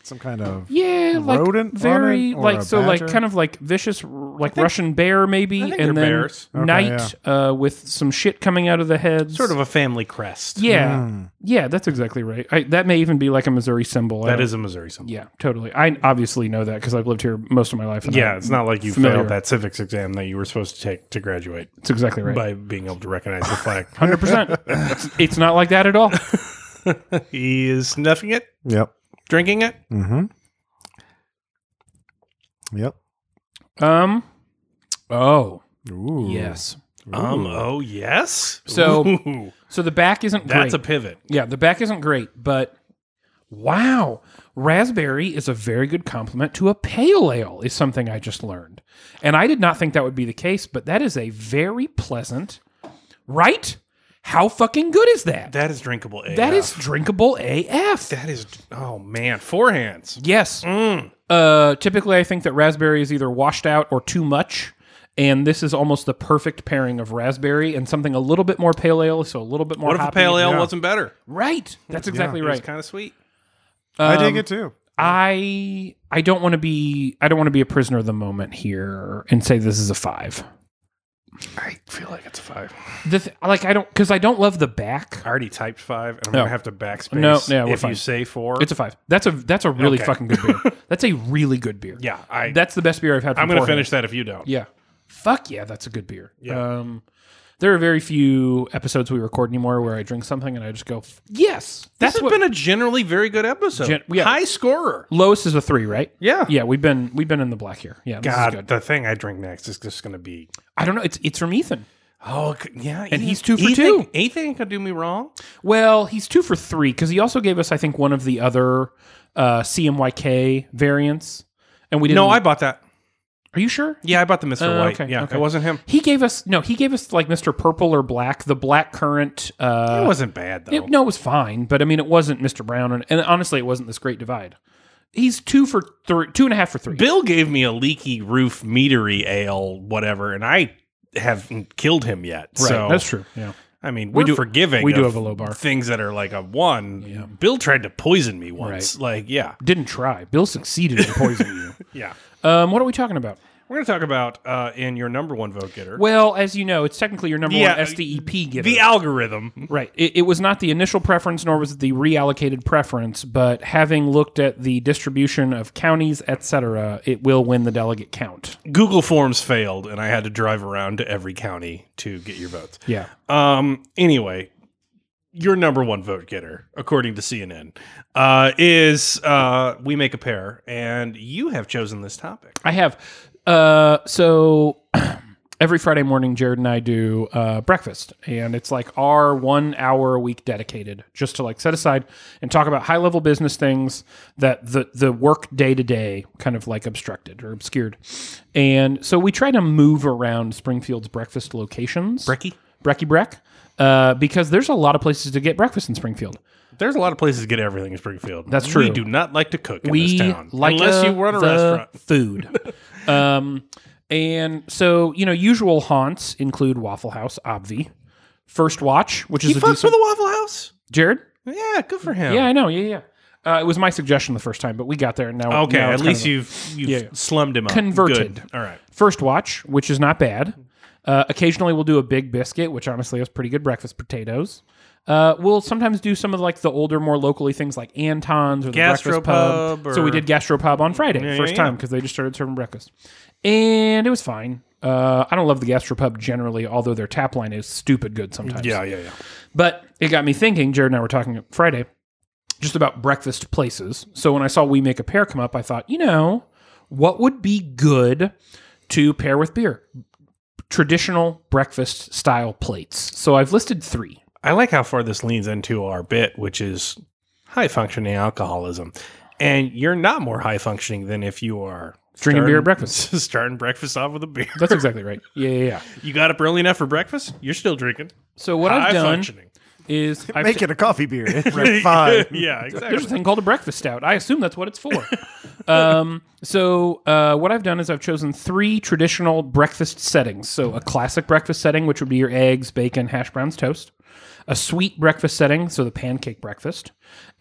S3: Some kind of.
S2: Yeah, like
S3: rodent on
S2: very
S3: it, or
S2: like
S3: a
S2: so like
S3: badger?
S2: kind of like vicious r- like Russian bear maybe,
S1: think
S2: and
S1: they're
S2: then
S1: bears.
S3: Okay,
S2: night uh, with some shit coming out of the heads.
S1: Sort of a family crest.
S2: Yeah,
S3: Hmm.
S2: yeah, that's exactly right. I, that may even be like a Missouri symbol. I
S1: That
S2: don't-
S1: is a Missouri symbol.
S2: Yeah, totally. I obviously know that because I've lived here most of my life. and
S1: Yeah,
S2: I'm
S1: it's not like you
S2: familiar.
S1: failed that civics exam that you were supposed to take to graduate
S2: It's exactly right.
S1: by being able to recognize the flag.
S2: Hundred percent. It's it's not like that at all.
S1: he is snuffing it,
S3: Yep.
S1: drinking it.
S3: Mm-hmm. Yep.
S2: Um. Oh
S3: Ooh.
S2: yes.
S1: Um. Oh yes.
S2: So-
S1: Ooh,
S2: So the back isn't
S1: that's
S2: great.
S1: a pivot.
S2: yeah, the back isn't great, but wow, raspberry is a very good complement to a pale ale. Is something I just learned, and I did not think that would be the case, but that is a very pleasant. Right? How fucking good is that?
S1: That is drinkable. AF.
S2: that is drinkable AF.
S1: That Mm. is. Oh man, forehands.
S2: Yes. Uh, typically, I think that raspberry is either washed out or too much. And this is almost the perfect pairing of raspberry and something a little bit more pale ale, so a little bit more
S1: What if a
S2: hoppy.
S1: pale ale wasn't better?
S2: Right. That's exactly
S1: It was
S2: right.
S1: kind of sweet.
S3: I
S2: um,
S3: dig it too.
S2: I I don't want to be I don't want to be a prisoner of the moment here and say this is a five.
S1: I feel like it's a five.
S2: The th- like I don't because I don't love the back.
S1: I already typed five, and I'm
S2: No.
S1: gonna have to backspace.
S2: No, yeah, we're
S1: if
S2: fine.
S1: you say four,
S2: It's a five. That's a that's a really
S1: Okay.
S2: fucking good beer. That's a really good beer.
S1: yeah. I
S2: That's the best beer I've had. From
S1: I'm gonna
S2: Four Hands.
S1: finish that if you don't.
S2: Yeah. Fuck yeah, that's a good beer.
S1: Yeah.
S2: Um, there are very few episodes we record anymore where I drink something and I just go, yes,
S1: This
S2: that's
S1: has
S2: what.
S1: been a generally very good episode.
S2: Gen- yeah.
S1: High scorer.
S2: Lois is a three, right?
S1: Yeah.
S2: Yeah, we've been we've been in the black here. Yeah, this is
S1: God,
S2: good.
S1: the thing I drink next is just gonna be.
S2: I don't know. It's it's from Ethan.
S1: Oh c- yeah, and
S2: he's two for two.
S1: Anything could do me wrong.
S2: Well, he's two for three because he also gave us, I think, one of the other uh, CMYK variants, and we didn't.
S1: No, I bought that.
S2: are you sure?
S1: Yeah, I bought the Mister
S2: Oh,
S1: White.
S2: okay,
S1: yeah,
S2: okay.
S1: it wasn't him.
S2: He gave us no. He gave us like Mr. Purple or Black, the Black Current. Uh,
S1: it wasn't bad though.
S2: It- no, it was fine, but I mean, it wasn't Mr. Brown, and, and honestly, it wasn't this great divide. He's two for three, two and a half for three.
S1: Bill gave me a leaky roof meadery ale, whatever, and I haven't killed him yet.
S2: right,
S1: So
S2: that's true. Yeah,
S1: I mean,
S2: We
S1: we're
S2: do-
S1: forgiving.
S2: we do
S1: of
S2: have a low bar.
S1: Things that are like a one. Bill tried to poison me once. Like, yeah,
S2: didn't try. Bill succeeded in poisoning you.
S1: yeah.
S2: Um, what are we talking about?
S1: We're gonna talk about uh, in your number one vote getter
S2: Well, as you know, it's technically your number
S1: Yeah, uh,
S2: one SDEP giver.
S1: the algorithm.
S2: Right. It, it was not the initial preference, nor was it the reallocated preference. But having looked at the distribution of counties, etc., it will win the delegate count.
S1: Google Forms failed, and I had to drive around to every county to get your votes.
S2: Yeah.
S1: Um. Anyway, your number one vote getter, according to CNN, uh, is uh, we make a pair, and you have chosen this topic.
S2: I have. Uh, so every Friday morning, Jared and I do uh, breakfast, and it's like our one hour a week dedicated just to like set aside and talk about high level business things that the the work day to day kind of like obstructed or obscured. And so we try to move around Springfield's breakfast locations.
S1: Brecky,
S2: Brecky Breck, uh, because there's a lot of places to get breakfast in Springfield.
S1: there's a lot of places to get everything in Springfield.
S2: That's
S1: We
S2: true.
S1: do not like to cook in
S2: we
S1: this town
S2: like
S1: unless
S2: uh,
S1: you run a
S2: the
S1: restaurant.
S2: food. um, and so you know, usual haunts include Waffle House, obvi. First Watch, which is
S1: He
S2: a
S1: fucks with
S2: decent.
S1: Oh. a Waffle House.
S2: Jared,
S1: Yeah, good for him.
S2: yeah, I know, yeah, yeah. Uh, it was my suggestion the first time, but we got there. and Now,
S1: Okay,
S2: now
S1: at
S2: it's kind
S1: least
S2: of a-
S1: you've you've
S2: Yeah, yeah.
S1: slummed him up.
S2: Converted.
S1: Good. All right.
S2: First Watch, which is not bad.
S1: Mm-hmm.
S2: Uh, occasionally, we'll do a big biscuit, which honestly is pretty good breakfast potatoes. Uh, we'll sometimes do some of like the older, more locally things like Anton's or the breakfast pub.
S1: Gastropub
S2: So we
S1: or-
S2: did gastropub on Friday,
S1: Yeah,
S2: first
S1: yeah,
S2: time because they just started serving breakfast, and it was fine. Uh, I don't love the gastropub generally, although their tap line is stupid good sometimes.
S1: Yeah, yeah, yeah.
S2: But it got me thinking, Jared and I were talking Friday just about breakfast places. So when I saw We Make a Pair come up, I thought, you know, what would be good to pair with beer? Traditional breakfast style plates. So I've listed three.
S1: I like how far this leans into our bit, which is high functioning alcoholism. and you're not more high functioning than if you are
S2: Drinking
S1: starting-
S2: beer at breakfast.
S1: starting breakfast off with a beer.
S2: That's exactly right. Yeah, yeah, yeah.
S1: you got up early enough for breakfast. You're still drinking.
S2: So what
S1: High
S2: I've done
S1: functioning.
S2: is I've
S3: Make
S2: ta-
S3: it a coffee beer. Right, fine.
S1: yeah,
S2: there's a
S1: exactly.
S2: thing called a breakfast stout. I assume that's what it's for. um, so uh, what I've done is I've chosen three traditional breakfast settings. So a classic breakfast setting, which would be your eggs, bacon, hash browns, toast. A sweet breakfast setting, so the pancake breakfast,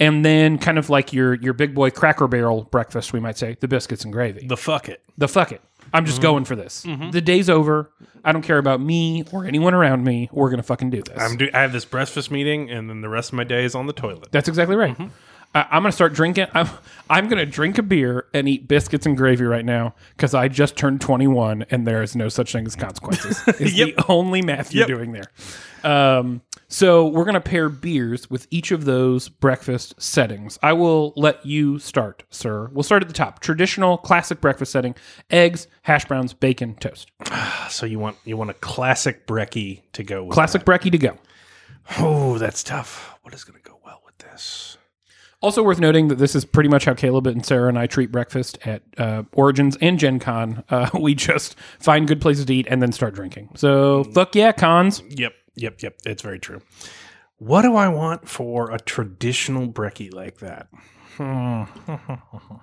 S2: and then kind of like your your big boy Cracker Barrel breakfast, we might say, the biscuits and gravy.
S1: The fuck it.
S2: the fuck it. I'm just going for this. The day's over. I don't care about me or anyone around me. We're gonna fucking do this.
S1: I'm do- I have this breakfast meeting, and then the rest of my day is on the toilet.
S2: That's exactly right.
S1: Mm-hmm.
S2: I, I'm gonna start drinking. I'm I'm gonna drink a beer and eat biscuits and gravy right now because I just turned 21 and there is no such thing as consequences. Is
S1: Yep.
S2: the only math you're
S1: Yep.
S2: doing there. Um, so we're gonna pair beers with each of those breakfast settings. I will let you start, sir. We'll start at the top. Traditional, classic breakfast setting: eggs, hash browns, bacon, toast.
S1: So you want you want a classic brekkie to go with.
S2: Classic brekkie to go.
S1: oh, that's tough. What is going to go well with this?
S2: Also worth noting that this is pretty much how Caleb and Sarah and I treat breakfast at uh, Origins and Gen Con. Uh, we just find good places to eat and then start drinking. So fuck yeah, cons.
S1: Yep, yep, yep. It's very true. What do I want for a traditional brekkie like that? Hmm.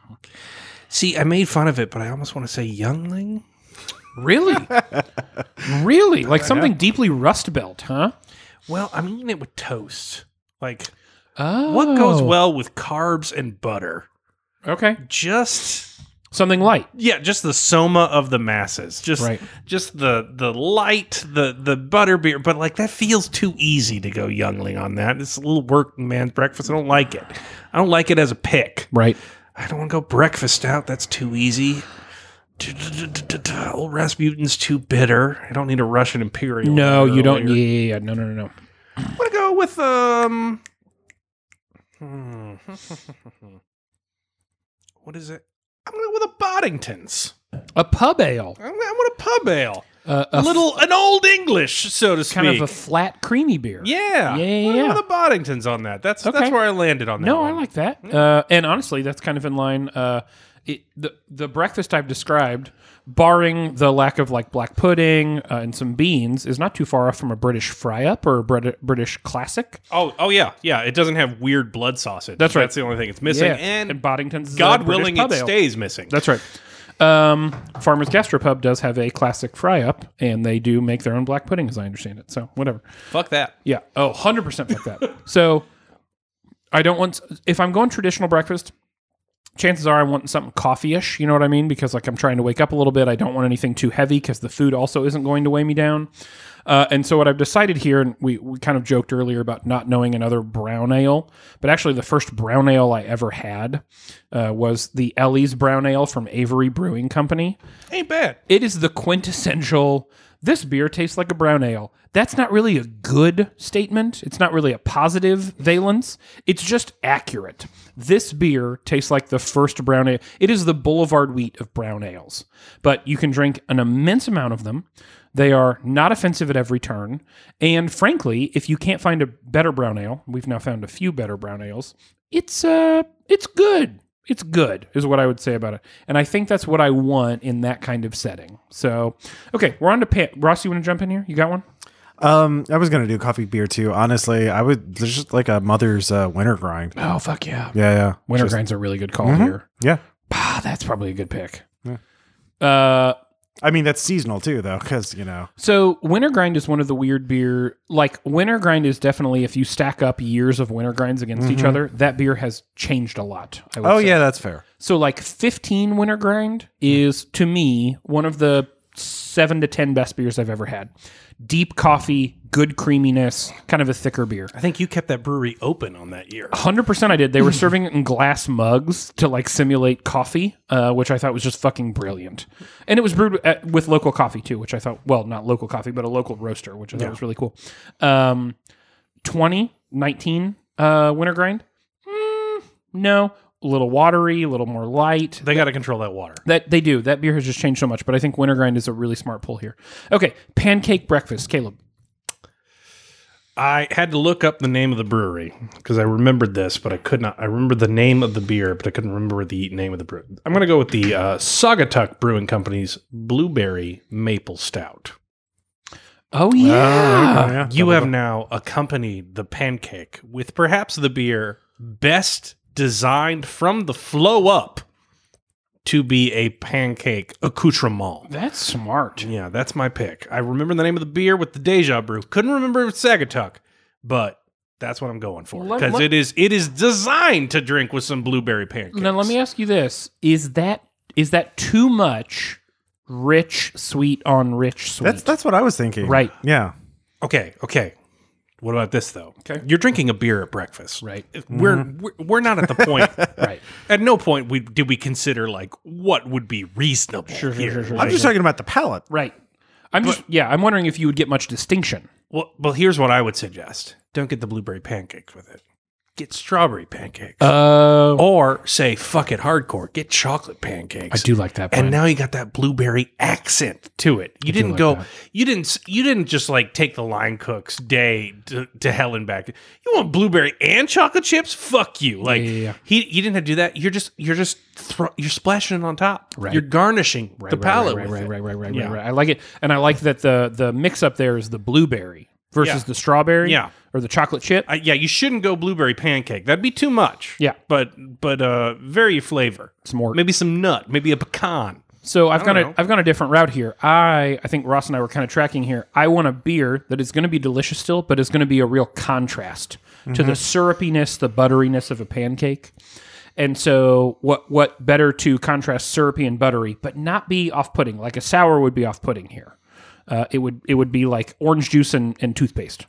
S1: See, I made fun of it, but I almost want to say youngling.
S2: Really, really, like something deeply Rust Belt, huh?
S1: Well, I'm eating it with toast. Like
S2: Oh,
S1: what goes well with carbs and butter?
S2: Okay,
S1: Just
S2: something light.
S1: yeah, just the soma of the masses. Just
S2: Right.
S1: just the the light, the the butter beer, but like that feels too easy to go youngling on that. It's a little working man's breakfast. I don't like it. I don't like it as a pick.
S2: Right.
S1: I don't want to go breakfast out. That's too easy. D-d-d-d-d-d-d. Old Rasputin's too bitter. I don't need a Russian imperial.
S2: No,
S1: there
S2: you don't. Yeah,
S1: later.
S2: yeah, yeah. no, no, no, no.
S1: I'm gonna go with um. hmm. what is it? I'm gonna go with a Boddington's.
S2: A pub ale,
S1: I'm, I want a pub ale,
S2: uh, a
S1: a little, an old English, so to speak.
S2: kind of a flat, creamy beer.
S1: yeah,
S2: Yeah, yeah,
S1: I'm gonna
S2: yeah.
S1: go with a Boddington's on that. That's
S2: Okay.
S1: that's where I landed on that.
S2: No, I
S1: one.
S2: like that. Uh, and honestly, that's kind of in line. Uh, it, the the breakfast I've described, barring the lack of like black pudding uh, and some beans, is not too far off from a British fry up or a Brit- British classic.
S1: Oh, oh yeah, yeah. It doesn't have weird blood sausage.
S2: That's right.
S1: That's the only thing it's missing. And,
S2: Boddington's, is a
S1: God
S2: British
S1: willing,
S2: pub
S1: it
S2: ale.
S1: stays missing.
S2: That's right. Um, Farmer's Gastropub does have a classic fry up, and they do make their own black pudding, as I understand it. So whatever.
S1: Fuck that.
S2: Yeah. Oh, 100% fuck that. so I don't want, if I'm going traditional breakfast, chances are I want something coffee ish. You know what I mean? Because like I'm trying to wake up a little bit. I don't want anything too heavy because the food also isn't going to weigh me down. Uh, and so what I've decided here, and we, we kind of joked earlier about not knowing another brown ale, but actually the first brown ale I ever had uh, was the Ellie's Brown Ale from Avery Brewing Company
S1: Ain't bad.
S2: it is the quintessential this beer tastes like a brown ale that's not really a good statement it's not really a positive valence it's just accurate this beer tastes like the first brown ale it is the boulevard wheat of brown ales but you can drink an immense amount of them they are not offensive at every turn and frankly if you can't find a better brown ale we've now found a few better brown ales it's uh it's good it's good is what i would say about it and i think that's what i want in that kind of setting so okay we're on to pan ross you want to jump in here you got one
S3: Um, I was gonna do coffee beer too. Honestly, I would. There's just like a mother's uh, winter grind.
S2: oh fuck yeah
S3: Yeah, yeah,
S2: winter
S3: Just-
S2: grind's a really good call here
S3: Yeah,
S2: bah, that's probably a good pick uh
S3: I mean that's seasonal too, though, because you know.
S2: So winter grind is one of the weird beer. Like winter grind is definitely if you stack up years of winter grinds against each other, that beer has changed a lot. I would
S3: Oh
S2: say.
S3: yeah, that's fair.
S2: So like 15 winter grind is to me one of the 7 to 10 best beers I've ever had. Deep coffee, good creaminess, kind of a thicker beer.
S1: I think you kept that brewery open on that year.
S2: 100% I did. They were serving it in glass mugs to like simulate coffee, uh, which I thought was just fucking brilliant. And it was brewed at, with local coffee too, which I thought, well, not local coffee, but a local roaster, which I thought was really cool. Um, 20, 19 uh, winter grind. Mm, no, a little watery, a little more light.
S1: They got to control that water.
S2: That they do. That beer has just changed so much, but I think Wintergrind is a really smart pull here. Okay, pancake breakfast, Caleb.
S1: I had to look up the name of the brewery because I remembered this, but I could not. I remember the name of the beer, but I couldn't remember the name of the brew. I'm going to go with the uh, Saugatuck Brewing Company's Blueberry Maple Stout.
S2: Oh yeah.
S3: yeah.
S1: You have now accompanied the pancake with perhaps the beer best designed from the flow up to be a pancake accoutrement.
S2: That's smart.
S1: Yeah, that's my pick. I remember the name of the beer with the Deja Brew. Couldn't remember if it's Sagatuck, but that's what I'm going for
S2: Let-
S1: because
S2: let-
S1: it is it is designed to drink with some blueberry pancakes.
S2: Now let me ask you this: Is that is that too much rich sweet on rich sweet?
S3: That's that's what I was thinking.
S2: Right.
S3: Yeah.
S1: Okay, okay. What about this though?
S2: Okay.
S1: you're drinking a beer at breakfast,
S2: Right.
S1: If We're, we're we're not at the point.
S2: right.
S1: At no point we did we consider like what would be reasonable.
S2: Sure, sure,
S1: here.
S2: sure, sure,
S1: Like,
S3: I'm just talking about the palate.
S2: Right. I'm just yeah. I'm wondering if you would get much distinction.
S1: Well, well, here's what I would suggest: don't get the blueberry pancakes with it. Get strawberry pancakes,
S2: Uh,
S1: or say fuck it hardcore. Get chocolate pancakes.
S2: I do like that. Point.
S1: and now you got that blueberry accent to it. You didn't
S2: like
S1: go.
S2: that.
S1: You didn't. s- You didn't just like take the line cook's day to, to hell and back. You want blueberry and chocolate chips? Fuck you! Like
S2: yeah, yeah.
S1: he, you didn't have to do that. You're just, you're just, thro- you're splashing it on top.
S2: Right.
S1: You're garnishing the
S2: right,
S1: palate
S2: right,
S1: with
S2: right,
S1: it.
S2: right, right, right,
S1: Yeah.
S2: right, right. I like it, and I like that the the mix up there is the blueberry versus
S1: Yeah.
S2: the strawberry,
S1: Yeah.
S2: or the chocolate chip.
S1: I, yeah, you shouldn't go blueberry pancake. That'd be too much.
S2: Yeah.
S1: but but uh, vary your flavor.
S2: Some more.
S1: Maybe some nut. Maybe a pecan.
S2: So I've gone
S1: know.
S2: a, I've gone a different route here. I I think Ross and I were kind of tracking here. I want a beer that is going to be delicious still, but is going to be a real contrast to the syrupiness, the butteriness of a pancake. And so what what better to contrast syrupy and buttery, but not be off putting. Like a sour would be off putting here. Uh, it would it would be like orange juice and, and toothpaste.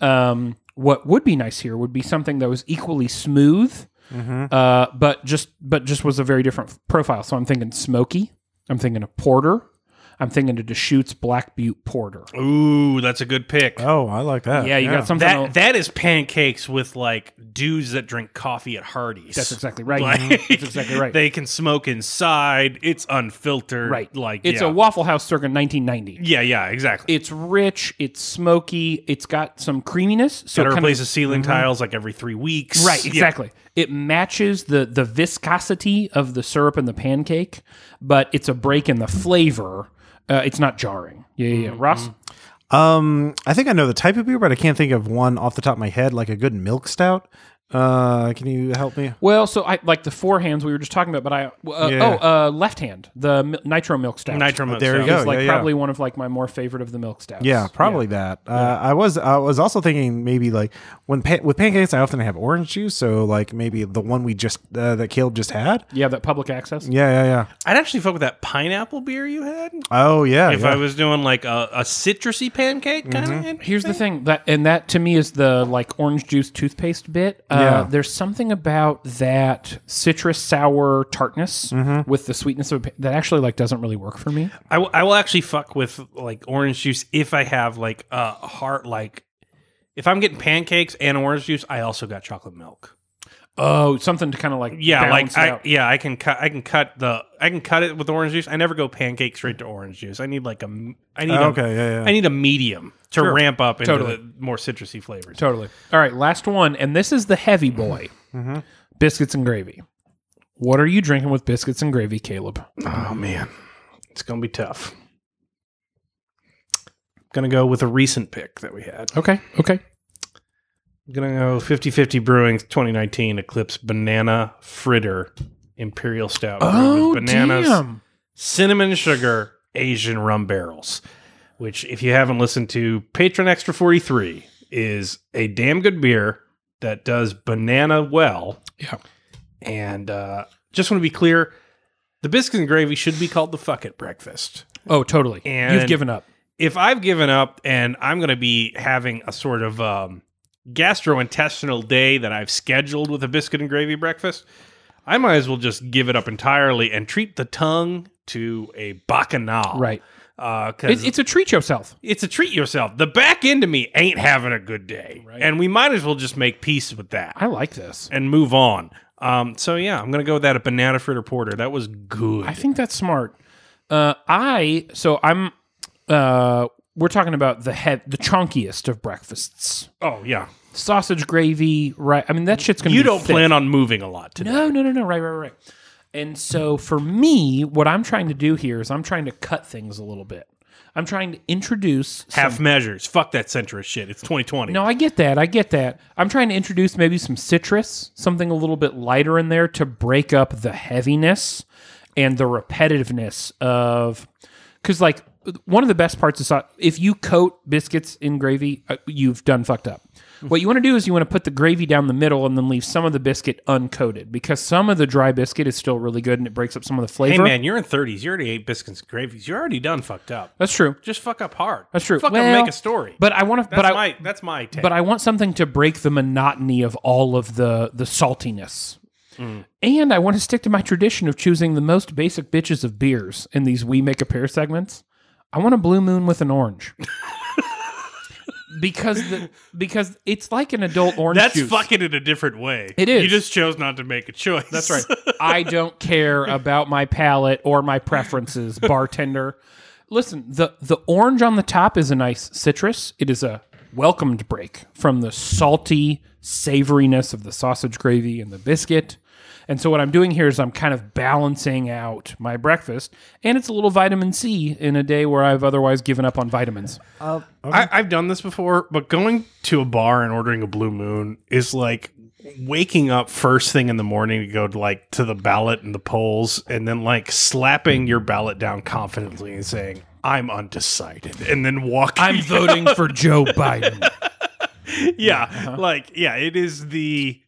S2: Um, what would be nice here would be something that was equally smooth, uh, but just but just was a very different profile. So I'm thinking smoky. I'm thinking a porter. I'm thinking a Deschutes Black Butte Porter.
S1: Ooh, that's a good pick.
S3: Oh, I like that.
S2: yeah, you got something.
S1: Oh, that
S2: that'll-
S1: that is pancakes with like dudes that drink coffee at Hardee's.
S2: that's exactly right. Mm-hmm.
S1: Like,
S2: that's exactly right.
S1: They can smoke inside. It's unfiltered.
S2: right.
S1: Like
S2: it's
S1: yeah.
S2: a Waffle House circa 1990.
S1: yeah, yeah, exactly.
S2: It's rich. It's smoky. It's got some creaminess. So
S1: Got to
S2: kind of- mm-hmm.
S1: replace the ceiling tiles like every three weeks.
S2: Right,
S1: Yeah.
S2: exactly. It matches the the viscosity of the syrup and the pancake, but it's a break in the flavor. Uh, it's not jarring. Yeah,
S1: Mm-hmm.
S2: yeah, yeah. Ross.
S3: Um, I think I know the type of beer, but I can't think of one off the top of my head. Like a good milk stout. Uh, can you help me?
S2: Well, so I like the four hands we were just talking about, but I uh,
S3: Yeah.
S2: oh uh, left hand the mi- nitro milk stout.
S1: Nitro milk
S3: there you
S1: stout.
S2: is
S3: go.
S2: like
S3: yeah, yeah.
S2: probably one of like my more favorite of the milk stouts.
S3: Yeah, probably that. Uh, I was I was also thinking maybe like when pa- with pancakes I often have orange juice, so like maybe the one we just uh, that Caleb just had.
S2: yeah, that public access.
S3: Yeah, yeah, yeah.
S1: I'd actually fuck with that pineapple beer you had
S3: Oh yeah.
S1: if
S3: yeah.
S1: I was doing like a, a citrusy pancake kind of.
S2: Mm-hmm. Here's the thing that and that to me is the like orange juice toothpaste bit. Uh,
S3: Yeah.
S2: There's something about that citrus sour tartness with the sweetness of a, pa- that actually like doesn't really work for me.
S1: I will- I will actually fuck with like orange juice if I have like a heart like. If I'm getting pancakes and orange juice, I also got chocolate milk.
S2: Oh, something to kind of like
S1: Yeah,
S2: balance
S1: like
S2: it
S1: I
S2: out.
S1: yeah, I can cut I can cut the I can cut it with orange juice. I never go pancake straight to orange juice. I need like a m- I need a-
S3: Oh, okay, yeah, yeah.
S1: I need a medium to ramp up into
S2: Totally.
S1: the more citrusy flavors.
S2: totally. All right, last one, and this is the heavy boy, biscuits and gravy. What are you drinking with biscuits and gravy, Caleb?
S1: Oh man. It's going to be tough. Going to go with a recent pick that we had.
S2: Okay, okay.
S1: Going to go 50/50 Brewing 2019 Eclipse Banana Fritter Imperial Stout brewed
S2: Oh,
S1: with bananas,
S2: damn.
S1: cinnamon sugar Asian rum barrels, which, if you haven't listened to, Patron Extra 43 is a damn good beer that does banana well.
S2: Yeah.
S1: And uh, just want to be clear the biscuits and gravy should be called the fuck it breakfast.
S2: Oh, totally. You've
S1: And-
S2: given up.
S1: If I've given up and I'm going to be having a sort of um, gastrointestinal day that I've scheduled with a biscuit and gravy breakfast, I might as well just give it up entirely and treat the tongue to a bacchanal.
S2: Right.
S1: Uh,
S2: It,
S1: cause
S2: it's a treat yourself.
S1: it's a treat yourself. The back end of me ain't having a good day, and we might as well just make peace with that
S2: I like this.
S1: and move on. Um, so yeah, I'm gonna go with that a banana fritter porter. That was good.
S2: I think that's smart. Uh, I so I'm uh, we're talking about the head, the chunkiest of breakfasts.
S1: Oh yeah,
S2: Sausage gravy, right? I mean, that shit's gonna.
S1: you
S2: be
S1: don't
S2: thick.
S1: plan on moving a lot today.
S2: No, no, no, no. Right, right, right. And so for me, what I'm trying to do here is I'm trying to cut things a little bit. I'm trying to introduce.
S1: Half measures. Fuck that centrist shit. It's 2020.
S2: No, I get that. I get that. I'm trying to introduce maybe some citrus, something a little bit lighter in there to break up the heaviness and the repetitiveness of. Because, like, one of the best parts of sau- if you coat biscuits in gravy, uh, you've done fucked up. What you want to do is you want to put the gravy down the middle and then leave some of the biscuit uncoated because some of the dry biscuit is still really good and it breaks up some of the flavor.
S1: Hey man, you're in 30s. You already ate biscuits and gravies. You're already done fucked up.
S2: That's true.
S1: Just fuck up hard.
S2: That's true.
S1: Fucking
S2: Well,
S1: make a story.
S2: But I want to.
S1: that's
S2: But I,
S1: my that's my take.
S2: but I want something to break the monotony of all of the the saltiness.
S1: Mm.
S2: And I want to stick to my tradition of choosing the most basic bitches of beers in these we make a pair segments. I want a blue moon with an orange. because the, because it's like an adult orange
S1: that's
S2: juice.
S1: fucking in a different way.
S2: It is.
S1: You just chose not to make a choice. That's
S2: That's right. I don't care about my palate or my preferences, bartender. Listen, the the orange on the top is a nice citrus. It is a welcomed break from the salty savoriness of the sausage gravy and the biscuit. And so what I'm doing here is I'm kind of balancing out my breakfast, and it's a little vitamin C in a day where I've otherwise given up on vitamins.
S1: I, I've done this before, but going to a bar and ordering a blue moon is like waking up first thing in the morning to go to like to the ballot and the polls and then like slapping your ballot down confidently and saying, I'm undecided and then walking
S2: I'm voting for Joe Biden.
S1: Yeah. uh-huh. Like, yeah, it is the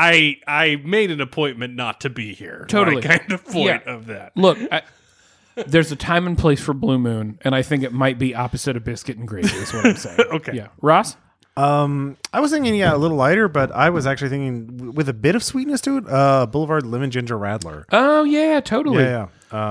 S1: I I made an appointment not to be here.
S2: Totally.
S1: Like, kind of point
S2: Yeah.
S1: of that.
S2: Look, I, there's a time and place for Blue Moon, and I think it might be opposite of biscuit and gravy. Is what I'm saying.
S1: Okay.
S2: Yeah, Ross.
S3: Um, I was thinking, yeah, a little lighter, but I was actually thinking w- with a bit of sweetness to it. Uh, Boulevard Lemon Ginger Radler.
S2: Oh yeah, totally.
S3: Yeah, yeah.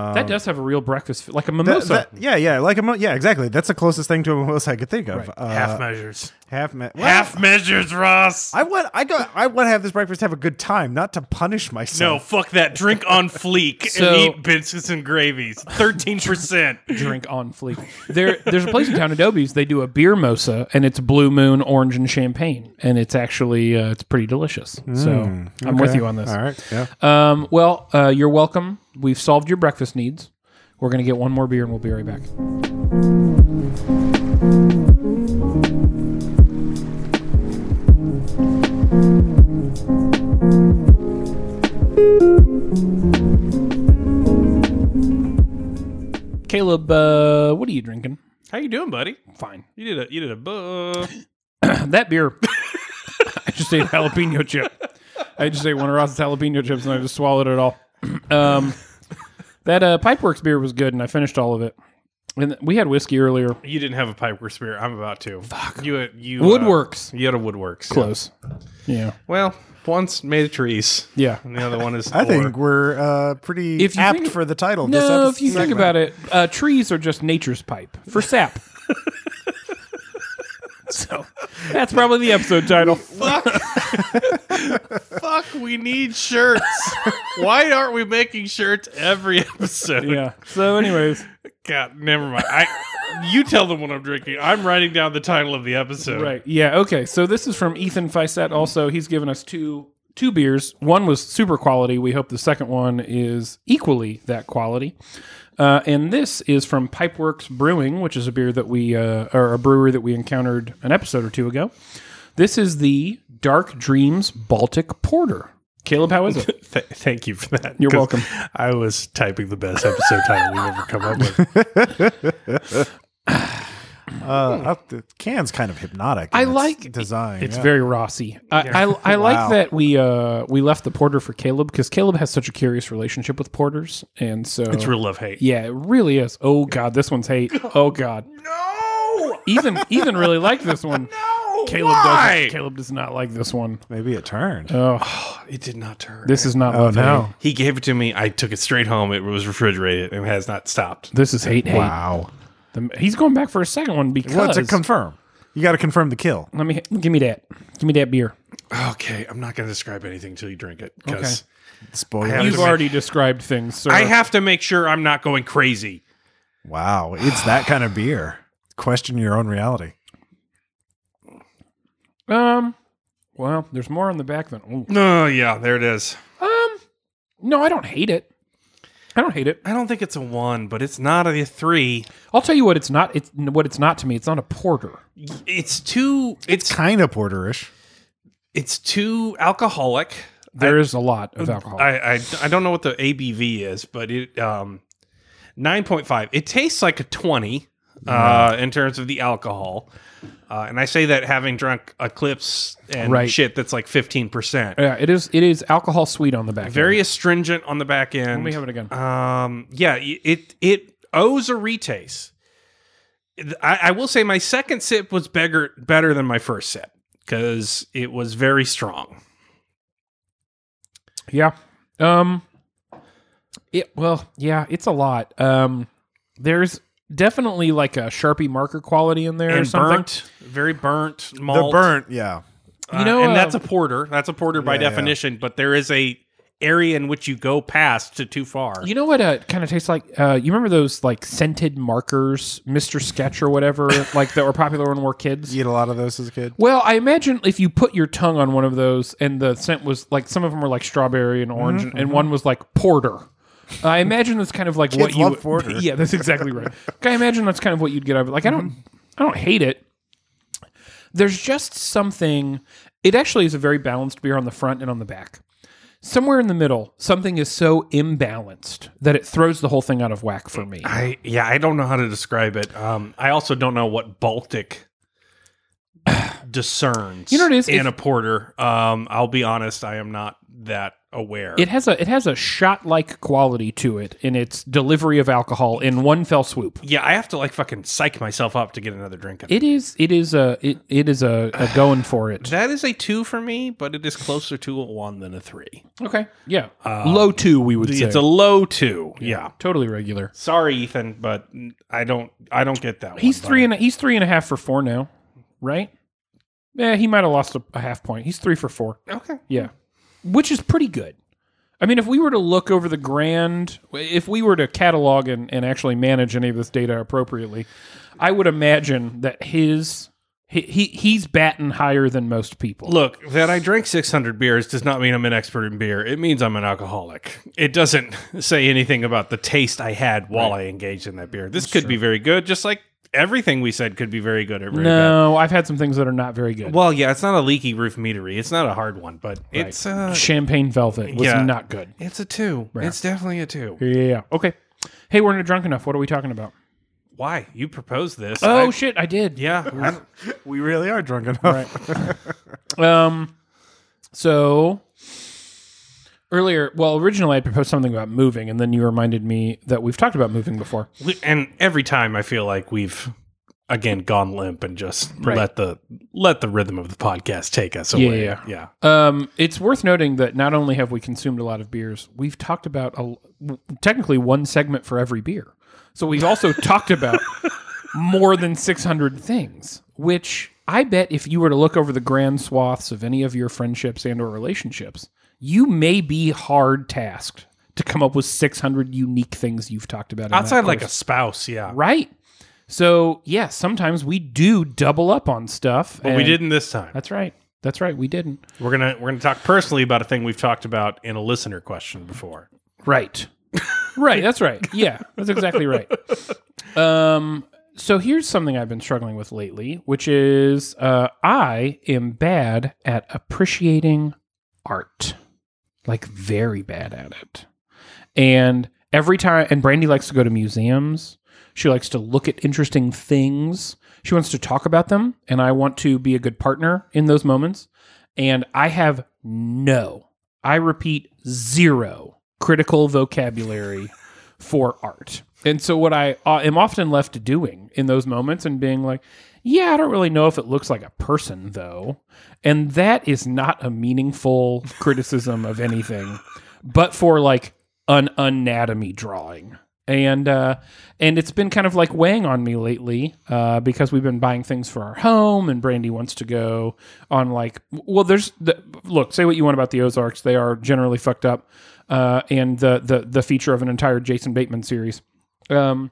S3: Um,
S2: That does have a real breakfast, fi- like a
S1: Oh,
S3: that-
S2: mimosa.
S3: that- yeah, yeah, like a mo- yeah, exactly. That's the closest thing to a mimosa I could think of. Uh,
S1: half measures.
S3: half, me- well,
S1: Half measures, Ross.
S3: I want, I got, I want to have this breakfast, to have a good time, not to punish
S1: no,
S3: myself.
S1: fuck that. Drink on fleek
S2: So-
S1: and eat biscuits and gravies. Thirteen percent.
S2: Drink on fleek. There, there's a place in town, Adobe's. They do a beer mosa, and it's Blue Moon, orange, and champagne, and it's actually uh, it's pretty delicious. so I'm with you on this.
S3: Mm, All right. Yeah.
S2: Um, well, uh, you're welcome. We've solved your breakfast needs. We're gonna get one more beer, and we'll be right back. Caleb, uh, what are you drinking?
S1: How you doing, buddy?
S2: Fine.
S1: You did a you did a bu-
S2: That beer. I just ate a jalapeno chip. I just ate one of Ross's jalapeno chips and I just swallowed it all. um, that uh, Pipeworks beer was good and I finished all of it. And we had whiskey earlier. Uh,
S1: You didn't have a pipe or spear. I'm about to. Fuck. You you uh,
S2: Woodworks.
S1: you had a woodworks.
S2: Close. Yeah.
S1: Well, one's made of trees.
S2: Yeah.
S1: And the other one is
S3: I think
S1: ore.
S3: we're uh, pretty
S2: If you
S3: apt
S2: think-
S3: for the title. of this
S2: No,
S3: episode.
S2: if you think about it, uh, trees are just nature's pipe for sap. so that's probably the episode title.
S1: Fuck, we need shirts. Why aren't we making shirts every episode?
S2: Yeah. So, anyways,
S1: God, never mind. I you tell them what I'm drinking. I'm writing down the title of the episode.
S2: Right. Yeah. Okay. So this is from Ethan Fisette. Also, he's given us two two beers. One was super quality. We hope the second one is equally that quality. Uh, and this is from Pipeworks Brewing, which is a beer that we uh, or a brewery that we encountered an episode or two ago. This is the Dark Dreams Baltic Porter. Caleb, how is it?
S1: Th- thank you for that.
S2: You're
S1: 'cause
S2: welcome.
S1: I was typing the best episode title we've ever come up with.
S3: uh, up the can's kind of hypnotic.
S2: I
S3: in its
S2: like-
S3: design.
S2: It's
S3: yeah.
S2: very Rossi. I I, I like
S3: Wow.
S2: that we uh, we left the porter for Caleb because Caleb has such a curious relationship with porters, and so
S1: It's real love hate.
S2: Yeah, it really is. Oh god, this one's hate. Oh god.
S1: No.
S2: Ethan Ethan really liked this one.
S1: No.
S2: Caleb
S1: why?
S2: doesn't Caleb does not like this one.
S3: maybe it turned.
S2: Uh,
S1: It did not turn.
S2: This is not
S3: oh
S2: love
S3: no!
S2: hate.
S1: he gave it to me. I took it straight home. It was refrigerated and has not stopped.
S2: This is hate hate.
S3: Wow.
S2: The- he's going back for a second one because
S3: Well, to confirm, you got to confirm the kill.
S2: Let me give me that. Give me that beer.
S1: Okay, I'm not going to describe anything until you drink it. 'cause
S3: Spoiler.
S1: have-
S2: You've
S1: to make-
S2: already described things, sir.
S1: I have to make sure I'm not going crazy.
S3: Wow, it's that kind of beer. question your own reality.
S2: Um, well, there's more on the back than. ooh.
S1: No, yeah, there it is.
S2: Um, no, I don't hate it. I don't hate it.
S1: I don't think it's a one, but it's not a three.
S2: I'll tell you what it's not. It's what it's not to me. It's not a porter.
S1: It's too. It's
S3: Kind of porterish.
S1: it's too alcoholic.
S2: There is a lot of alcohol.
S1: I, I I don't know what the ABV is, but it um nine point five. It tastes like a twenty uh,
S2: Mm-hmm.
S1: in terms of the alcohol, uh, and I say that having drunk Eclipse and
S2: Right.
S1: shit that's like fifteen percent.
S2: yeah, it is. It is alcohol sweet on the back.
S1: Very astringent on the back end.
S2: Let me have it again.
S1: Um, yeah, y- it it owes a retaste. I, I will say my second sip was beggar, better than my first sip because it was very strong.
S2: Yeah. Um it well, yeah, it's a lot. Um there's definitely like a Sharpie marker quality in there or
S1: And
S2: something.
S1: burnt, very burnt malt.
S3: The burnt, yeah.
S1: Uh,
S2: You know,
S1: and
S2: uh,
S1: that's a porter. That's a porter by
S3: Yeah, yeah.
S1: definition. But there is a area in which you go past to too far.
S2: You know what uh, it kind of tastes like? Uh, you remember those like scented markers, Mr. Sketch or whatever, like that were popular when we were kids?
S3: You eat a lot of those as a kid.
S2: Well, I imagine if you put your tongue on one of those and the scent was like some of them were like strawberry and orange
S3: Mm-hmm,
S2: and, and one was like porter. I imagine that's kind of like what
S3: Kids
S2: you
S3: love porter.
S2: Yeah, that's exactly right. I imagine that's kind of what you'd get out of it. Like I don't
S3: Mm-hmm.
S2: I don't hate it. There's just something it actually is a very balanced beer on the front and on the back. Somewhere in the middle, something is so imbalanced that it throws the whole thing out of whack for me.
S1: I yeah, I don't know how to describe it. Um, I also don't know what Baltic discerns.
S2: You know what it is?
S1: in
S2: If-
S1: a porter. Um, I'll be honest, I am not that aware.
S2: It has a it has a shot like quality to it in its delivery of alcohol in one fell swoop.
S1: yeah, I have to like fucking psych myself up to get another drink. in.
S2: It is it is a it, it is a, a going for it.
S1: that is a two for me, but it is closer to a one than a three.
S2: Okay, yeah, low two we would
S1: It's
S2: say.
S1: a low two. Yeah.
S2: totally regular.
S1: Sorry, Ethan, but I don't. I don't get that.
S2: He's
S1: one,
S2: three and a, he's three and a half for four now, right? Yeah, he might have lost a, a half point. He's three for four.
S1: buddy. Okay.
S2: Yeah, which is pretty good. I mean, if we were to look over the grand, if we were to catalog and, and actually manage any of this data appropriately, I would imagine that his he, he he's batting higher than most people.
S1: Look, that I drank 600 beers does not mean I'm an expert in beer. It means I'm an alcoholic. It doesn't say anything about the taste I had while I engaged in that beer. This could be very good, just like everything we said could be very good or very bad.
S2: No, I've had some things that are not very good.
S1: Well, yeah, it's not a leaky roof meatery. It's not a hard one, but it's uh,
S2: Champagne Velvet was
S1: Yeah.
S2: not good.
S1: it's a two. It's definitely a two.
S2: Yeah. Okay. Hey, we're not drunk enough. What are we talking about?
S1: Why you proposed this?
S2: Oh
S1: I-
S2: shit, I did.
S1: yeah.
S3: We really are drunk enough.
S2: Um. So earlier, well, originally I proposed something about moving, and then you reminded me that we've talked about moving before.
S1: I- and every time I feel like we've again gone limp and just let the let the rhythm of the podcast take us away.
S2: yeah.
S1: yeah.
S2: Um, it's worth noting that not only have we consumed a lot of beers, we've talked about a, technically one segment for every beer. So we've also talked about more than 600 things, which I bet if you were to look over the grand swaths of any of your friendships and or relationships, you may be hard tasked to come up with 600 unique things you've talked about in that
S1: Outside like
S2: course.
S1: a spouse, yeah.
S2: right. So, yeah, sometimes we do double up on stuff.
S1: But we didn't this time.
S2: That's right. That's right. We didn't.
S1: We're gonna we're gonna talk personally about a thing we've talked about in a listener question before.
S2: Right. right. That's right. Yeah. That's exactly right. Um, so here's something I've been struggling with lately, which is uh, I am bad at appreciating art, like very bad at it. And every time, and Brandy likes to go to museums. She likes to look at interesting things. She wants to talk about them, and I want to be a good partner in those moments. And I have no, I repeat, zero critical vocabulary for art. And so, what I uh, am often left doing in those moments and being like, yeah, I don't really know if it looks like a person, though. And that is not a meaningful criticism of anything, but for like an anatomy drawing. And uh, and it's been kind of like weighing on me lately uh, because we've been buying things for our home, and Brandy wants to go on like well, there's the, look. Say what you want about the Ozarks; they are generally fucked up, uh, and the the the feature of an entire Jason Bateman series. Um,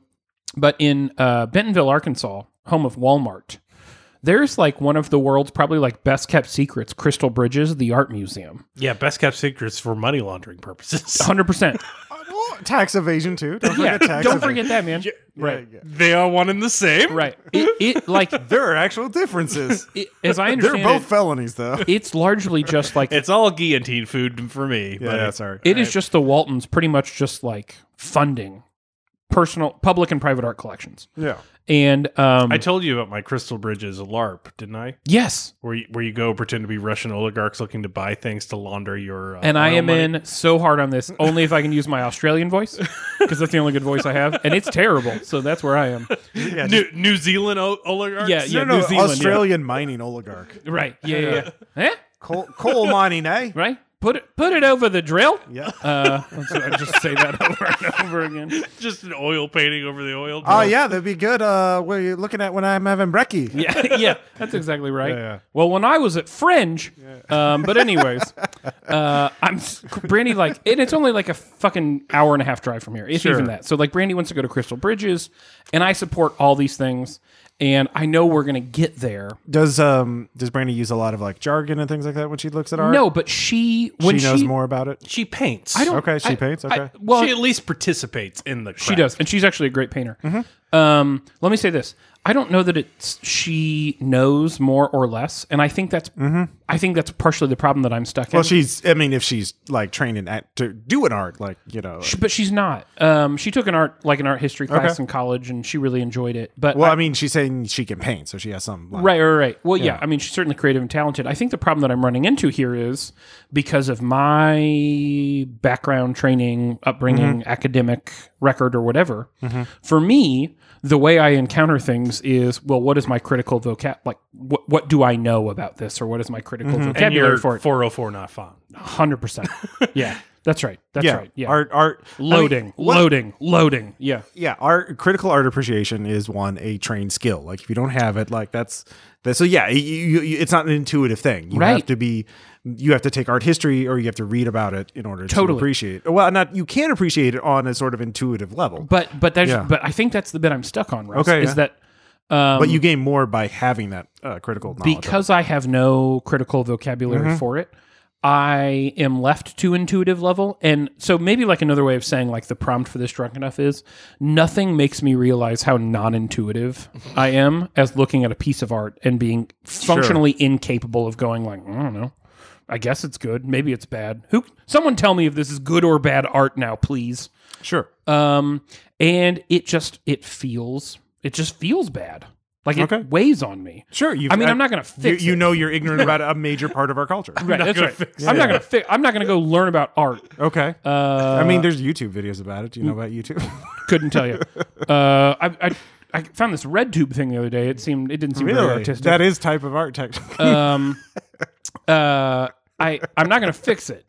S2: but in uh, Bentonville, Arkansas, home of Walmart. There's like one of the world's probably like best kept secrets, Crystal Bridges, the art museum.
S1: Yeah, best kept secrets for money laundering purposes.
S2: 100%.
S3: tax evasion too. Don't
S2: yeah,
S3: forget tax.
S2: don't
S3: evasion.
S2: forget that, man.
S3: Right.
S2: Right.
S1: they are one and the same.
S2: Right. It, it like
S3: There are actual differences.
S2: it, as I
S3: They're
S2: understand
S3: both
S2: it,
S3: felonies though.
S2: it's largely just like
S1: It's all guillotine food for me.
S3: Yeah,
S1: but
S3: yeah, sorry.
S2: It is just the Waltons pretty much just like funding personal public and private art collections.
S3: yeah.
S2: And um
S1: I told you about my Crystal Bridges LARP, didn't I?
S2: yes,
S1: Where you, where you go pretend to be Russian oligarchs looking to buy things to launder your. Uh,
S2: and I
S1: oil
S2: am
S1: money.
S2: in so hard on this only if I can use my Australian voice because that's the only good voice I have and it's terrible. So that's where I am.
S3: Yeah.
S1: New, New Zealand o- oligarchs.
S2: Yeah, yeah.
S3: no, no,
S2: New Zealand, yeah.
S3: Australian mining oligarch.
S2: Right. Yeah, yeah. yeah. Eh?
S3: Coal, coal mining, eh?
S2: Right? Put it put it over the drill.
S3: Yeah.
S2: Uh, let's- I just say that over and over again.
S1: just an oil painting over the oil.
S3: Oh
S1: drill.
S3: yeah, that'd be good. Uh, what are you looking at when I'm having brekkie?
S2: yeah, yeah, that's exactly right.
S3: Yeah, yeah.
S2: Well, when I was at Fringe, um, but anyways, uh, I'm Brandy like, and it's only like a fucking hour and a half drive from here, if even that. So like, Brandy wants to go to Crystal Bridges, and I support all these things, and I know we're gonna get there.
S3: Does um does Brandy use a lot of like jargon and things like that when she looks at art?
S2: No, but she when
S3: she,
S2: she,
S3: knows more about it.
S1: She paints.
S2: I don't.
S3: Okay, she
S2: I-
S3: paints,
S2: I-
S3: okay.
S2: well,
S1: she at least participates in the.
S2: She
S1: craft.
S2: does, and she's actually a great painter.
S3: Mm-hmm.
S2: Um, let me say this: I don't know that it's she knows more or less, and I think that's I think that's partially the problem that I'm stuck in.
S3: Mm-hmm. Well, she's. I mean, if she's like trained in act, to do an art, like you know.
S2: Sh- but she's not. Um, she took an art like an art history class
S3: Okay.
S2: in college, and she really enjoyed it. But
S3: well,
S2: I-
S3: I mean, she's saying she can paint, so she has some. Like,
S2: right, right, right. Well, yeah. I mean, she's certainly creative and talented. I think the problem that I'm running into here is because of my background, training, upbringing, academic record, or whatever. For me, the way I encounter things is well, what is my critical vocab? Like, what what do I know about this, or what is my critical
S1: And
S2: vocabulary
S1: you're
S2: for it?
S1: 404 not found.
S2: Hundred percent. Yeah, that's right. That's
S3: Yeah.
S2: right. Yeah.
S3: Art. Art. I mean,
S2: Loading,
S3: what-
S2: loading, loading. Yeah.
S3: yeah art critical art appreciation is one a trained skill like if you don't have it like that's that so yeah you, you, you- it's not an intuitive thing you have
S2: Right.
S3: to be you have to take art history or you have to read about it in order to
S2: Totally.
S3: appreciate it well not you can appreciate it on a sort of intuitive level but,
S2: But but there's
S3: Yeah.
S2: but I think that's the bit I'm stuck on. Russ,
S3: Okay,
S2: is
S3: yeah.
S2: that um,
S3: you gain more by having that uh, critical knowledge
S2: because I have no critical vocabulary
S3: Mm-hmm.
S2: for it, I am left to intuitive level. And so maybe like another way of saying like the prompt for this drunk enough is nothing makes me realize how non-intuitive I am as looking at a piece of art and being functionally incapable of going like I don't know. I guess it's good. Maybe it's bad. Who? Someone tell me if this is good or bad art now, please.
S3: sure
S2: um and it just it feels it just feels bad like it
S3: Okay.
S2: weighs on me
S3: sure you
S2: i mean i'm not gonna
S3: you,
S2: fix
S3: you
S2: it.
S3: know you're ignorant about a major part of our culture
S2: right, that's right. i'm not gonna fix i'm not gonna go learn about art
S3: okay
S2: uh Mm.
S3: i mean there's youtube videos about it do you know about youtube
S2: couldn't tell you uh i i I found this red tube thing the other day. It seemed it didn't seem very artistic.
S3: that is type of art technically
S2: um, uh, I I'm not gonna fix it.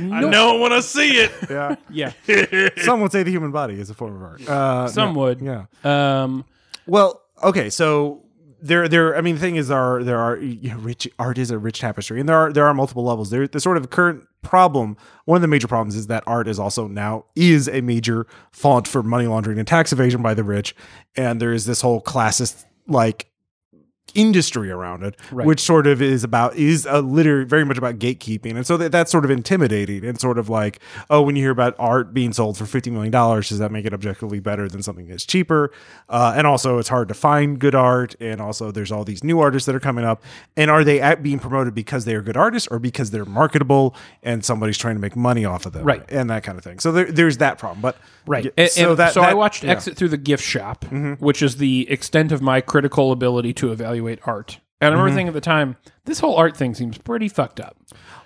S1: I don't want to see it.
S3: yeah
S2: Yeah,
S3: some would say the human body is a form of art uh,
S2: some would.
S3: yeah
S2: Um,
S3: Well, okay, so there, there. I mean, the thing is, there are there are you know, rich art is a rich tapestry, and there are there are multiple levels. There, the sort of current problem, one of the major problems is that art is also now is a major font for money laundering and tax evasion by the rich, and there is this whole classist like industry around it
S2: Right.
S3: which sort of is about is a literally very much about gatekeeping and so that, that's sort of intimidating and sort of like oh when you hear about art being sold for 50 million dollars does that make it objectively better than something that's cheaper uh, and also it's hard to find good art and also there's all these new artists that are coming up and are they at being promoted because they are good artists or because they're marketable and somebody's trying to make money off of them
S2: Right.
S3: and that kind of thing so there, there's that problem but
S2: Right.
S3: Yeah,
S2: And-
S3: so
S2: and
S3: that
S2: so I
S3: that-
S2: watched
S3: yeah. Mm-hmm.
S2: Exit Through the Gift Shop, which is the extent of my critical ability to evaluate art. And I
S3: Mm-hmm.
S2: remember thinking at the time, this whole art thing seems pretty fucked up.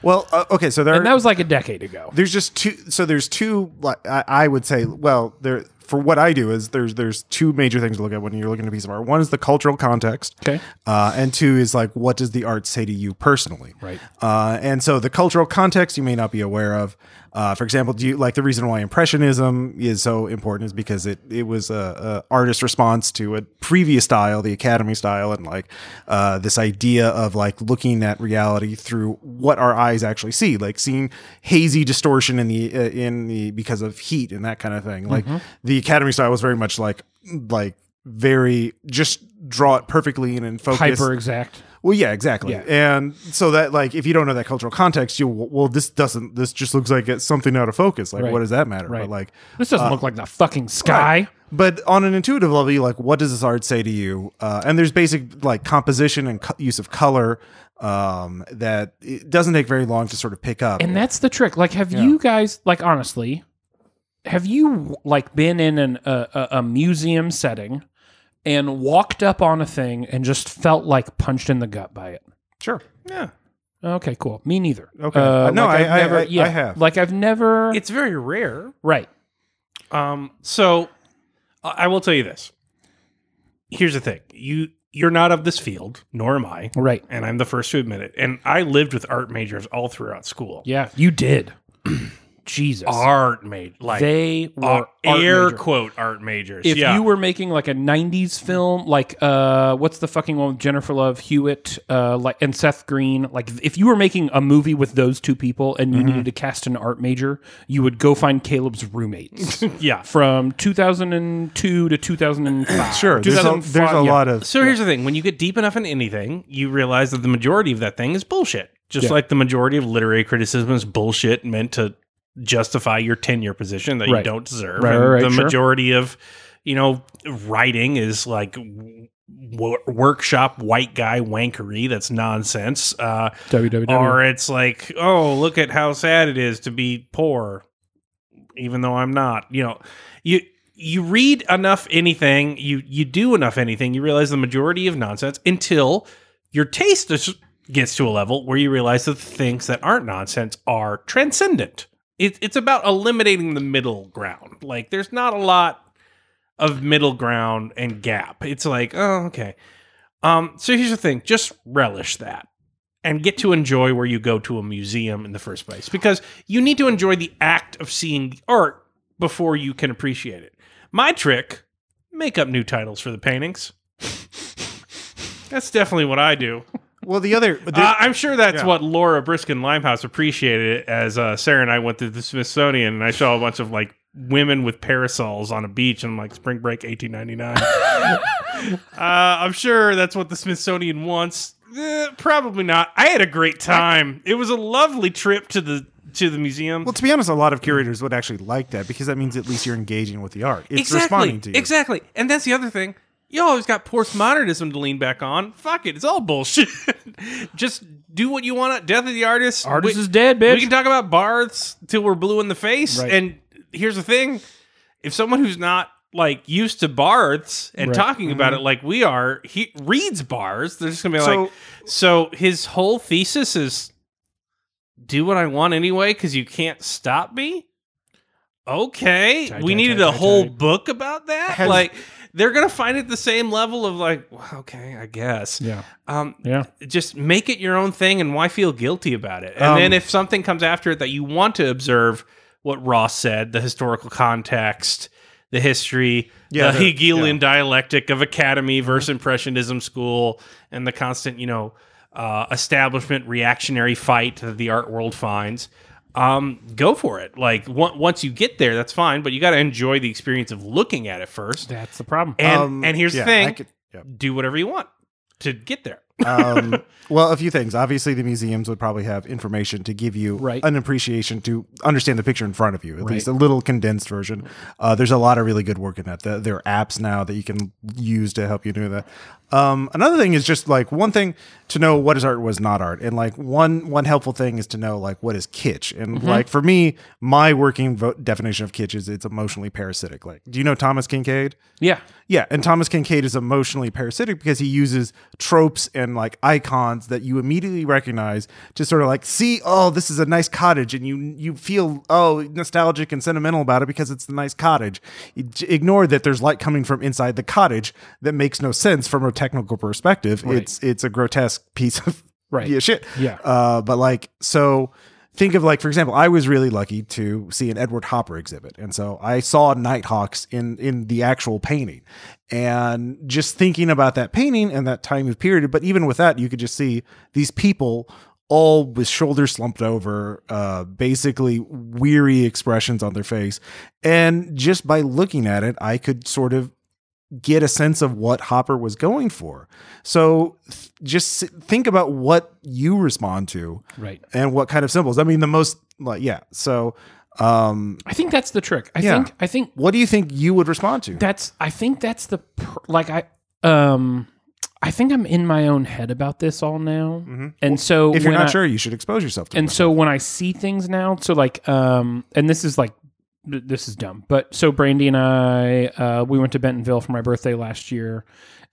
S3: well uh, okay so there
S2: And that was like a decade ago.
S3: there's just two so there's two like I, I would say well there for what i do is there's there's two major things to look at when you're looking at a piece of art one is the cultural context
S2: Okay.
S3: uh, and two is like what does the art say to you personally
S2: Right.
S3: uh, and so the cultural context you may not be aware of uh, for example do you like the reason why impressionism is so important is because it it was a, a artist response to a previous style the academy style and like uh, this idea of like looking at reality through what our eyes actually see like seeing hazy distortion in the uh, in the because of heat and that kind of thing like the academy style was very much like like very just draw it perfectly in and focus.
S2: Hyper exact.
S3: Well, yeah, exactly.
S2: Yeah.
S3: And so that like if you don't know that cultural context, you well this doesn't this just looks like it's something out of focus. Like
S2: Right.
S3: what does that matter?
S2: Right.
S3: But like
S2: This doesn't look like the fucking sky.
S3: but on an intuitive level, you're like, what does this art say to you? Uh, and there's basic like composition and co- use of color um, that it doesn't take very long to sort of pick up.
S2: And that's the trick. Like, have you guys, like, honestly, have you like been in an, a, a, a museum setting and walked up on a thing and just felt like punched in the gut by it?
S3: sure,
S1: Yeah.
S2: Okay, cool. Me neither. Uh,
S3: Okay. Uh, No,
S2: I've
S3: I- I-
S2: never,
S3: I- I have.
S2: Like, I've never.
S1: It's very rare.
S2: right.
S1: Um, so I I will tell you this. Here's the thing. You you're not of this field, nor am I.
S2: Right.
S1: And I'm the first to admit it. And I lived with art majors all throughout school.
S2: Yeah. You did. Jesus.
S1: Art major like
S2: they were
S1: uh,
S2: art
S1: air
S2: major.
S1: quote art majors.
S2: if
S1: yeah.
S2: you were making like a 90s film like uh what's the fucking one with jennifer love hewitt uh like and seth green like if you were making a movie with those two people and you
S3: Mm-hmm.
S2: needed to cast an art major you would go find caleb's roommates
S1: yeah.
S2: from 2002 to 2005
S3: sure. There's a,
S2: 2005,
S3: there's a
S2: yeah.
S3: lot of
S1: So here's the thing: when you get deep enough in anything, you realize that the majority of that thing is bullshit. Just like the majority of literary criticism is bullshit meant to justify your tenure position that you
S2: Right.
S1: don't deserve.
S2: Right,
S1: And
S2: right, right,
S1: the
S2: sure.
S1: majority of, you know, writing is like w- wo- workshop white guy wankery. That's nonsense. Uh,
S2: www
S1: or it's like, oh, look at how sad it is to be poor, even though I'm not. You know, you you read enough anything, you you do enough anything, you realize the majority of nonsense until your taste is, gets to a level where you realize that the things that aren't nonsense are transcendent. It, it's about eliminating the middle ground. Like, there's not a lot of middle ground and gap. It's like, oh, okay. Um, so here's the thing: just relish that and get to enjoy where you go to a museum in the first place because you need to enjoy the act of seeing the art before you can appreciate it. My trick make up new titles for the paintings. That's definitely what I do.
S3: well the other there-
S1: Uh, I'm sure that's
S3: Yeah.
S1: what Laura Briskin Limehouse appreciated as uh, Sarah and I went to the Smithsonian and I saw a bunch of like women with parasols on a beach and I'm like spring break 1899. uh, I'm sure that's what the Smithsonian wants. Eh, probably not. I had a great time. It was a lovely trip to the to the museum.
S3: well to be honest, a lot of curators would actually like that because that means at least you're engaging with the art. It's responding to you.
S1: Exactly. And that's the other thing. You always got postmodernism to lean back on. Fuck it. It's all bullshit. Just do what you want. Death of the artist.
S2: artist
S1: We-
S2: is dead bitch
S1: We can talk about bards till we're blue in the face.
S2: Right.
S1: And here's the thing: if someone who's not like used to bards and
S2: Right. Mm-hmm.
S1: talking about it like we are, he reads bars. They're just gonna be like,
S3: So-
S1: so his whole thesis is do what I want anyway because you can't stop me. Okay,
S2: Tight,
S1: we
S2: tight,
S1: needed
S2: tight,
S1: a
S2: tight,
S1: whole
S2: tight.
S1: book about that.
S3: Has-
S1: like they're gonna find it the same level of like, well, okay, I guess.
S2: yeah
S1: Um,
S2: yeah
S1: just make it your own thing and why feel guilty about it and
S3: Um,
S1: then if something comes after it that you want to observe what ross said the historical context the history
S3: Yeah,
S1: the,
S3: the-
S1: hegelian dialectic of academy versus impressionism school and the constant you know uh, establishment reactionary fight that the art world finds um, go for it like on- once you get there that's fine but you got to enjoy the experience of looking at it first
S2: that's the problem
S1: and
S3: Um,
S1: and here's
S3: yeah,
S1: the thing
S3: I could- yeah.
S1: do whatever you want to get there
S3: um, well, a few things. Obviously, the museums would probably have information to give you
S2: Right.
S3: an appreciation to understand the picture in front of you, at least a little condensed version. Uh, there's a lot of really good work in that. The, there are apps now that you can use to help you do that. Um, another thing is just like one thing to know what is art, what is not art, and like one one helpful thing is to know like what is kitsch. And
S1: Mm-hmm.
S3: like for me, my working vo- definition of kitsch is it's emotionally parasitic. Like, do you know Thomas Kincaid?
S2: yeah
S3: Yeah, and Thomas Kincaid is emotionally parasitic because he uses tropes and like icons that you immediately recognize to sort of like see, oh, this is a nice cottage, and you you feel oh nostalgic and sentimental about it because it's the nice cottage. Ig- Ignore that there's light coming from inside the cottage that makes no sense from a technical perspective. It's it's a grotesque piece of
S2: Right.
S3: yeah, shit.
S2: Yeah.
S3: Uh, but like, so think of like, for example, I was really lucky to see an Edward Hopper exhibit. And so I saw Nighthawks in, in the actual painting and just thinking about that painting and that time of period. But even with that, you could just see these people all with shoulders slumped over, uh, basically weary expressions on their face. And just by looking at it, I could sort of get a sense of what Hopper was going for. So th- just s- think about what you respond to
S2: Right.
S3: and what kind of symbols. I mean, the most like yeah. So um,
S2: I think that's the trick. I
S3: Yeah.
S2: think I think
S3: what do you think you would respond to?
S2: that's I think that's the pr- like I um I think I'm in my own head about this all now. And so
S3: if you're
S2: when
S3: not
S2: I-
S3: sure, you should expose yourself to.
S2: and
S3: it.
S2: so when I see things now, so like, um, and this is like, th- this is dumb, but so Brandy and I, uh, we went to Bentonville for my birthday last year,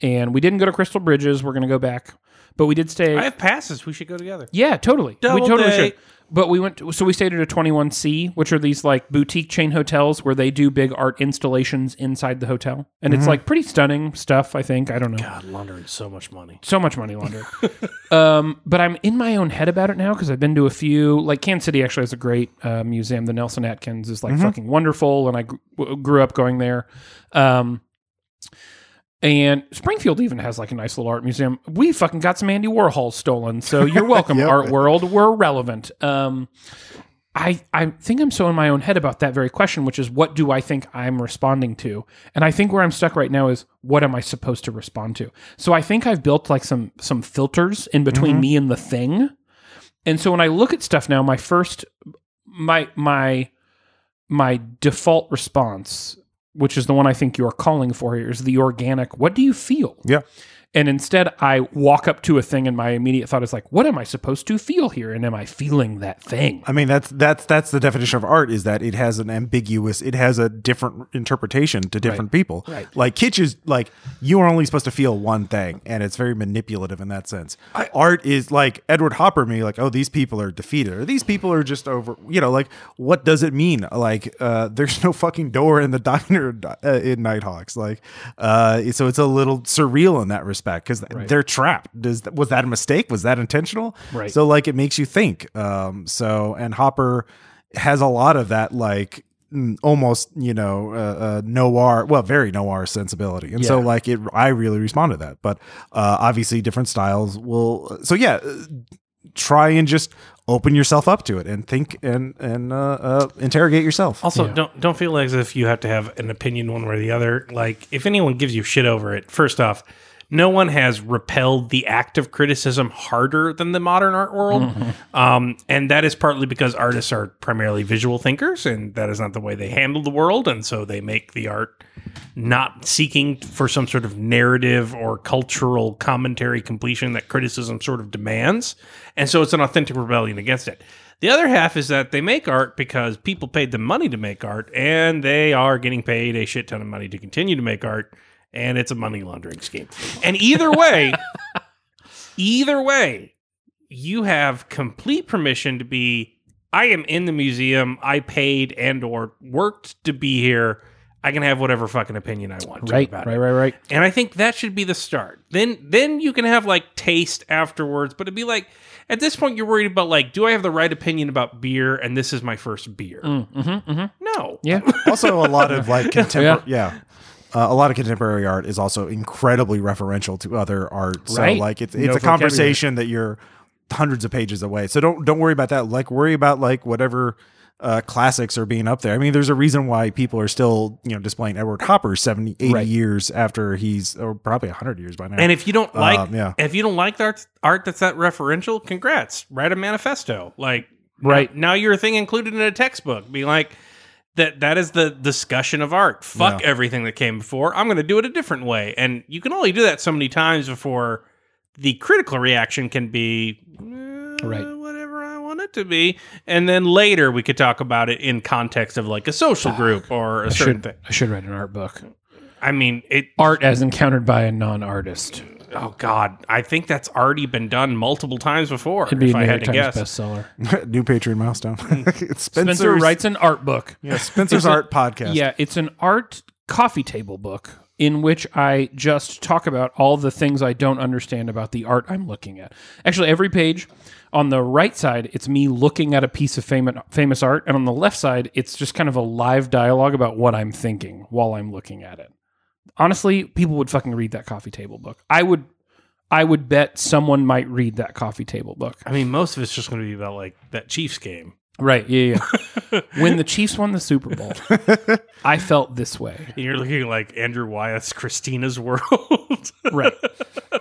S2: and we didn't go to Crystal Bridges. We're gonna go back, but we did stay.
S1: I have passes. We should go together.
S2: yeah, totally.
S1: Double
S2: we totally
S1: date.
S2: should. But we went, to, so we stayed at a 21C, which are these like boutique chain hotels where they do big art installations inside the hotel, and it's like pretty stunning stuff. I think I don't know
S1: God, laundering so much money.
S2: so much money laundering. um, but I'm in my own head about it now because I've been to a few. Like Kansas City actually has a great uh, museum. The Nelson Atkins is like fucking wonderful, and I gr- w- grew up going there. Um, and Springfield even has like a nice little art museum. We fucking got some Andy Warhol stolen, so you're welcome,
S3: Yep.
S2: art world. We're relevant. Um, I, I think I'm so in my own head about that very question, which is what do I think I'm responding to? And I think where I'm stuck right now is what am I supposed to respond to? So I think I've built like some some filters in between me and the thing. And so when I look at stuff now, my first my my my default response, which is the one I think you're calling for here, is the organic, what do you feel?
S3: yeah,
S2: And instead, I walk up to a thing, and my immediate thought is like, "What am I supposed to feel here? And am I feeling that thing?"
S3: I mean that's that's that's the definition of art is that it has an ambiguous, it has a different interpretation to different people.
S2: Right.
S3: Like Kitsch is like you are only supposed to feel one thing, and it's very manipulative in that sense. art is like Edward Hopper, me like oh these people are defeated, or these people are just over. You know, like what does it mean? Like uh, there's no fucking door in the diner uh, in Nighthawks. Like uh, so it's a little surreal in that respect because they're trapped. Does was that a mistake? Was that intentional?
S2: Right.
S3: So like it makes you think. Um, so and Hopper has a lot of that like mm, almost you know uh, uh, noir, well very noir sensibility, and so
S2: Yeah.
S3: like it. I really respond to that, but uh, obviously different styles will. So yeah, uh, try and just open yourself up to it and think and and uh, uh, interrogate yourself.
S1: Also, don't don't feel as if you have to have an opinion one way or the other. Like if anyone gives you shit over it, first off, no one has repelled the act of criticism harder than the modern art world, um, and that is partly because artists are primarily visual thinkers, and that is not the way they handle the world, and so they make the art not seeking for some sort of narrative or cultural commentary completion that criticism sort of demands. And so it's an authentic rebellion against it. The other half is that they make art because people paid them money to make art and they are getting paid a shit ton of money to continue to make art. And it's a money laundering scheme. And either way, either way, you have complete permission to be I am in the museum, I paid and or worked to be here. I can have whatever fucking opinion I want to
S2: Right,
S1: about
S2: right,
S1: it.
S2: right, right.
S1: And I think that should be the start. Then then you can have like taste afterwards, but it'd be like at this point you're worried about like, do I have the right opinion about beer and this is my first beer?
S2: Mm-hmm, mm-hmm.
S1: No.
S2: Yeah,
S3: also a lot of like contemporary yeah, Uh, a lot of contemporary art is also incredibly referential to other art so
S2: Right.
S3: like it's, it's
S1: No
S3: a conversation that you're hundreds of pages away so don't don't worry about that like worry about like whatever uh, classics are being up there. I mean, there's a reason why people are still, you know, displaying Edward Hopper 70, 80
S2: Right.
S3: years after he's, or probably 100 years by now.
S1: And if you don't like
S3: Um, yeah.
S1: if you don't like the art, art that's that referential, congrats. Write a manifesto. Like
S2: Right.
S1: now, now you're a thing included in a textbook. Be like that that is the discussion of art. Fuck everything that came before. I'm going to do it a different way. And you can only do that so many times before the critical reaction can be "Eh,
S2: Right.
S1: whatever I want it to be. And then later we could talk about it in context of like a social group or a certain
S2: should
S1: thing.
S2: I should write an art book?
S1: I mean, it
S2: Art as encountered by a non-artist.
S1: Oh God, I think that's already been done multiple times before.
S2: It'd be
S1: if
S2: a
S1: I
S2: New
S1: had
S2: York
S1: to
S2: Times
S1: guess,
S2: bestseller.
S3: New Patreon milestone. it's Spencer's,
S2: Spencer writes an art book.
S3: yeah, Spencer's Art Podcast.
S2: Yeah, it's an art coffee table book in which I just talk about all the things I don't understand about the art I'm looking at. Actually, every page on the right side, it's me looking at a piece of famous famous art, and on the left side, it's just kind of a live dialogue about what I'm thinking while I'm looking at it. Honestly, people would fucking read that coffee table book. I would I would bet someone might read that coffee table book.
S1: I mean, most of it's just going to be about like that Chiefs game.
S2: Right. Yeah. yeah. when the Chiefs won the Super Bowl, I felt this way.
S1: You're looking like Andrew Wyeth's Christina's World.
S2: Right.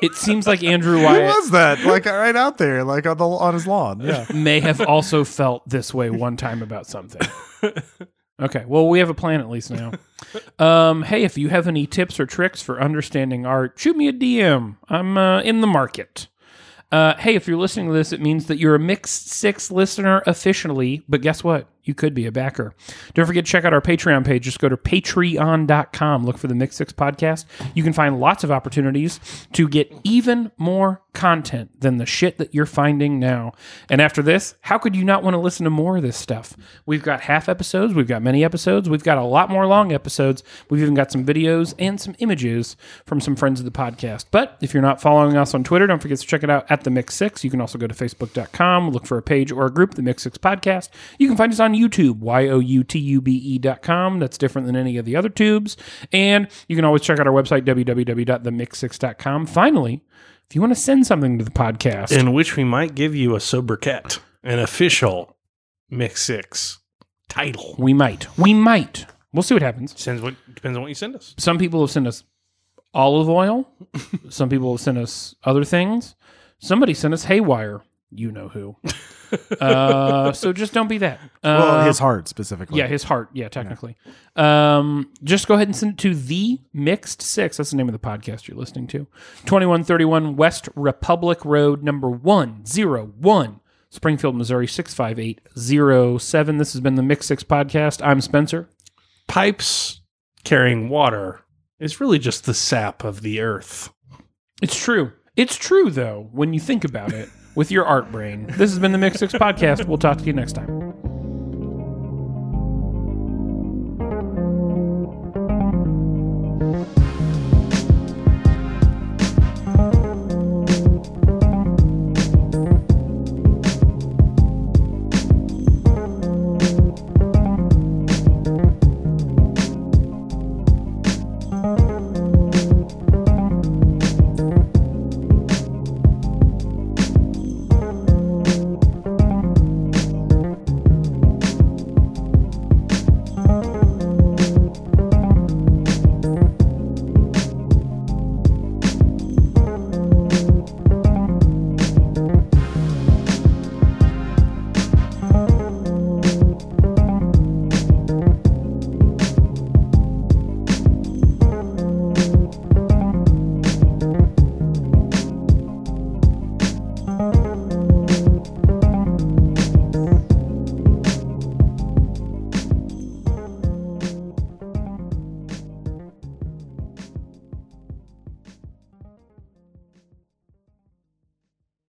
S2: It seems like Andrew Wyatt
S3: was that? Like right out there, like on the on his lawn. Yeah.
S2: may have also felt this way one time about something. Okay, well, we have a plan at least now. Um, hey, if you have any tips or tricks for understanding art, shoot me a DM. I'm uh, in the market. Uh, hey, if you're listening to this, it means that you're a mixed six listener officially, but guess what? You could be a backer. Don't forget to check out our Patreon page. Just go to patreon.com, look for the Mixed Six podcast. You can find lots of opportunities to get even more content than the shit that you're finding now. And after this, how could you not want to listen to more of this stuff? We've got half episodes, we've got many episodes, we've got a lot more long episodes. We've even got some videos and some images from some friends of the podcast. But if you're not following us on Twitter, don't forget to check it out at The Mix Six. You can also go to Facebook.com, look for a page or a group, The Mix Six Podcast. You can find us on YouTube, Y O U T U B E.com. That's different than any of the other tubes. And you can always check out our website, www.themix6.com. Finally, if you want to send something to the podcast,
S1: in which we might give you a sobriquet, an official Mix Six title.
S2: we might. We might. We'll see what happens.
S1: Sends what depends on what you send us.
S2: some people have sent us olive oil. some people have sent us other things. Somebody sent us haywire. You know who. uh, so just don't be that. Uh,
S3: Well, his heart specifically.
S2: yeah, his heart. Yeah, technically. Um, just go ahead and send it to the Mixed Six. That's the name of the podcast you're listening to. 2131 West Republic Road, number 101, Springfield, Missouri, 65807. This has been the Mixed Six podcast. I'm Spencer.
S1: Pipes carrying water is really just the sap of the earth.
S2: It's true. It's true, though, when you think about it with your art brain. This has been the Mix Six Podcast. We'll talk to you next time.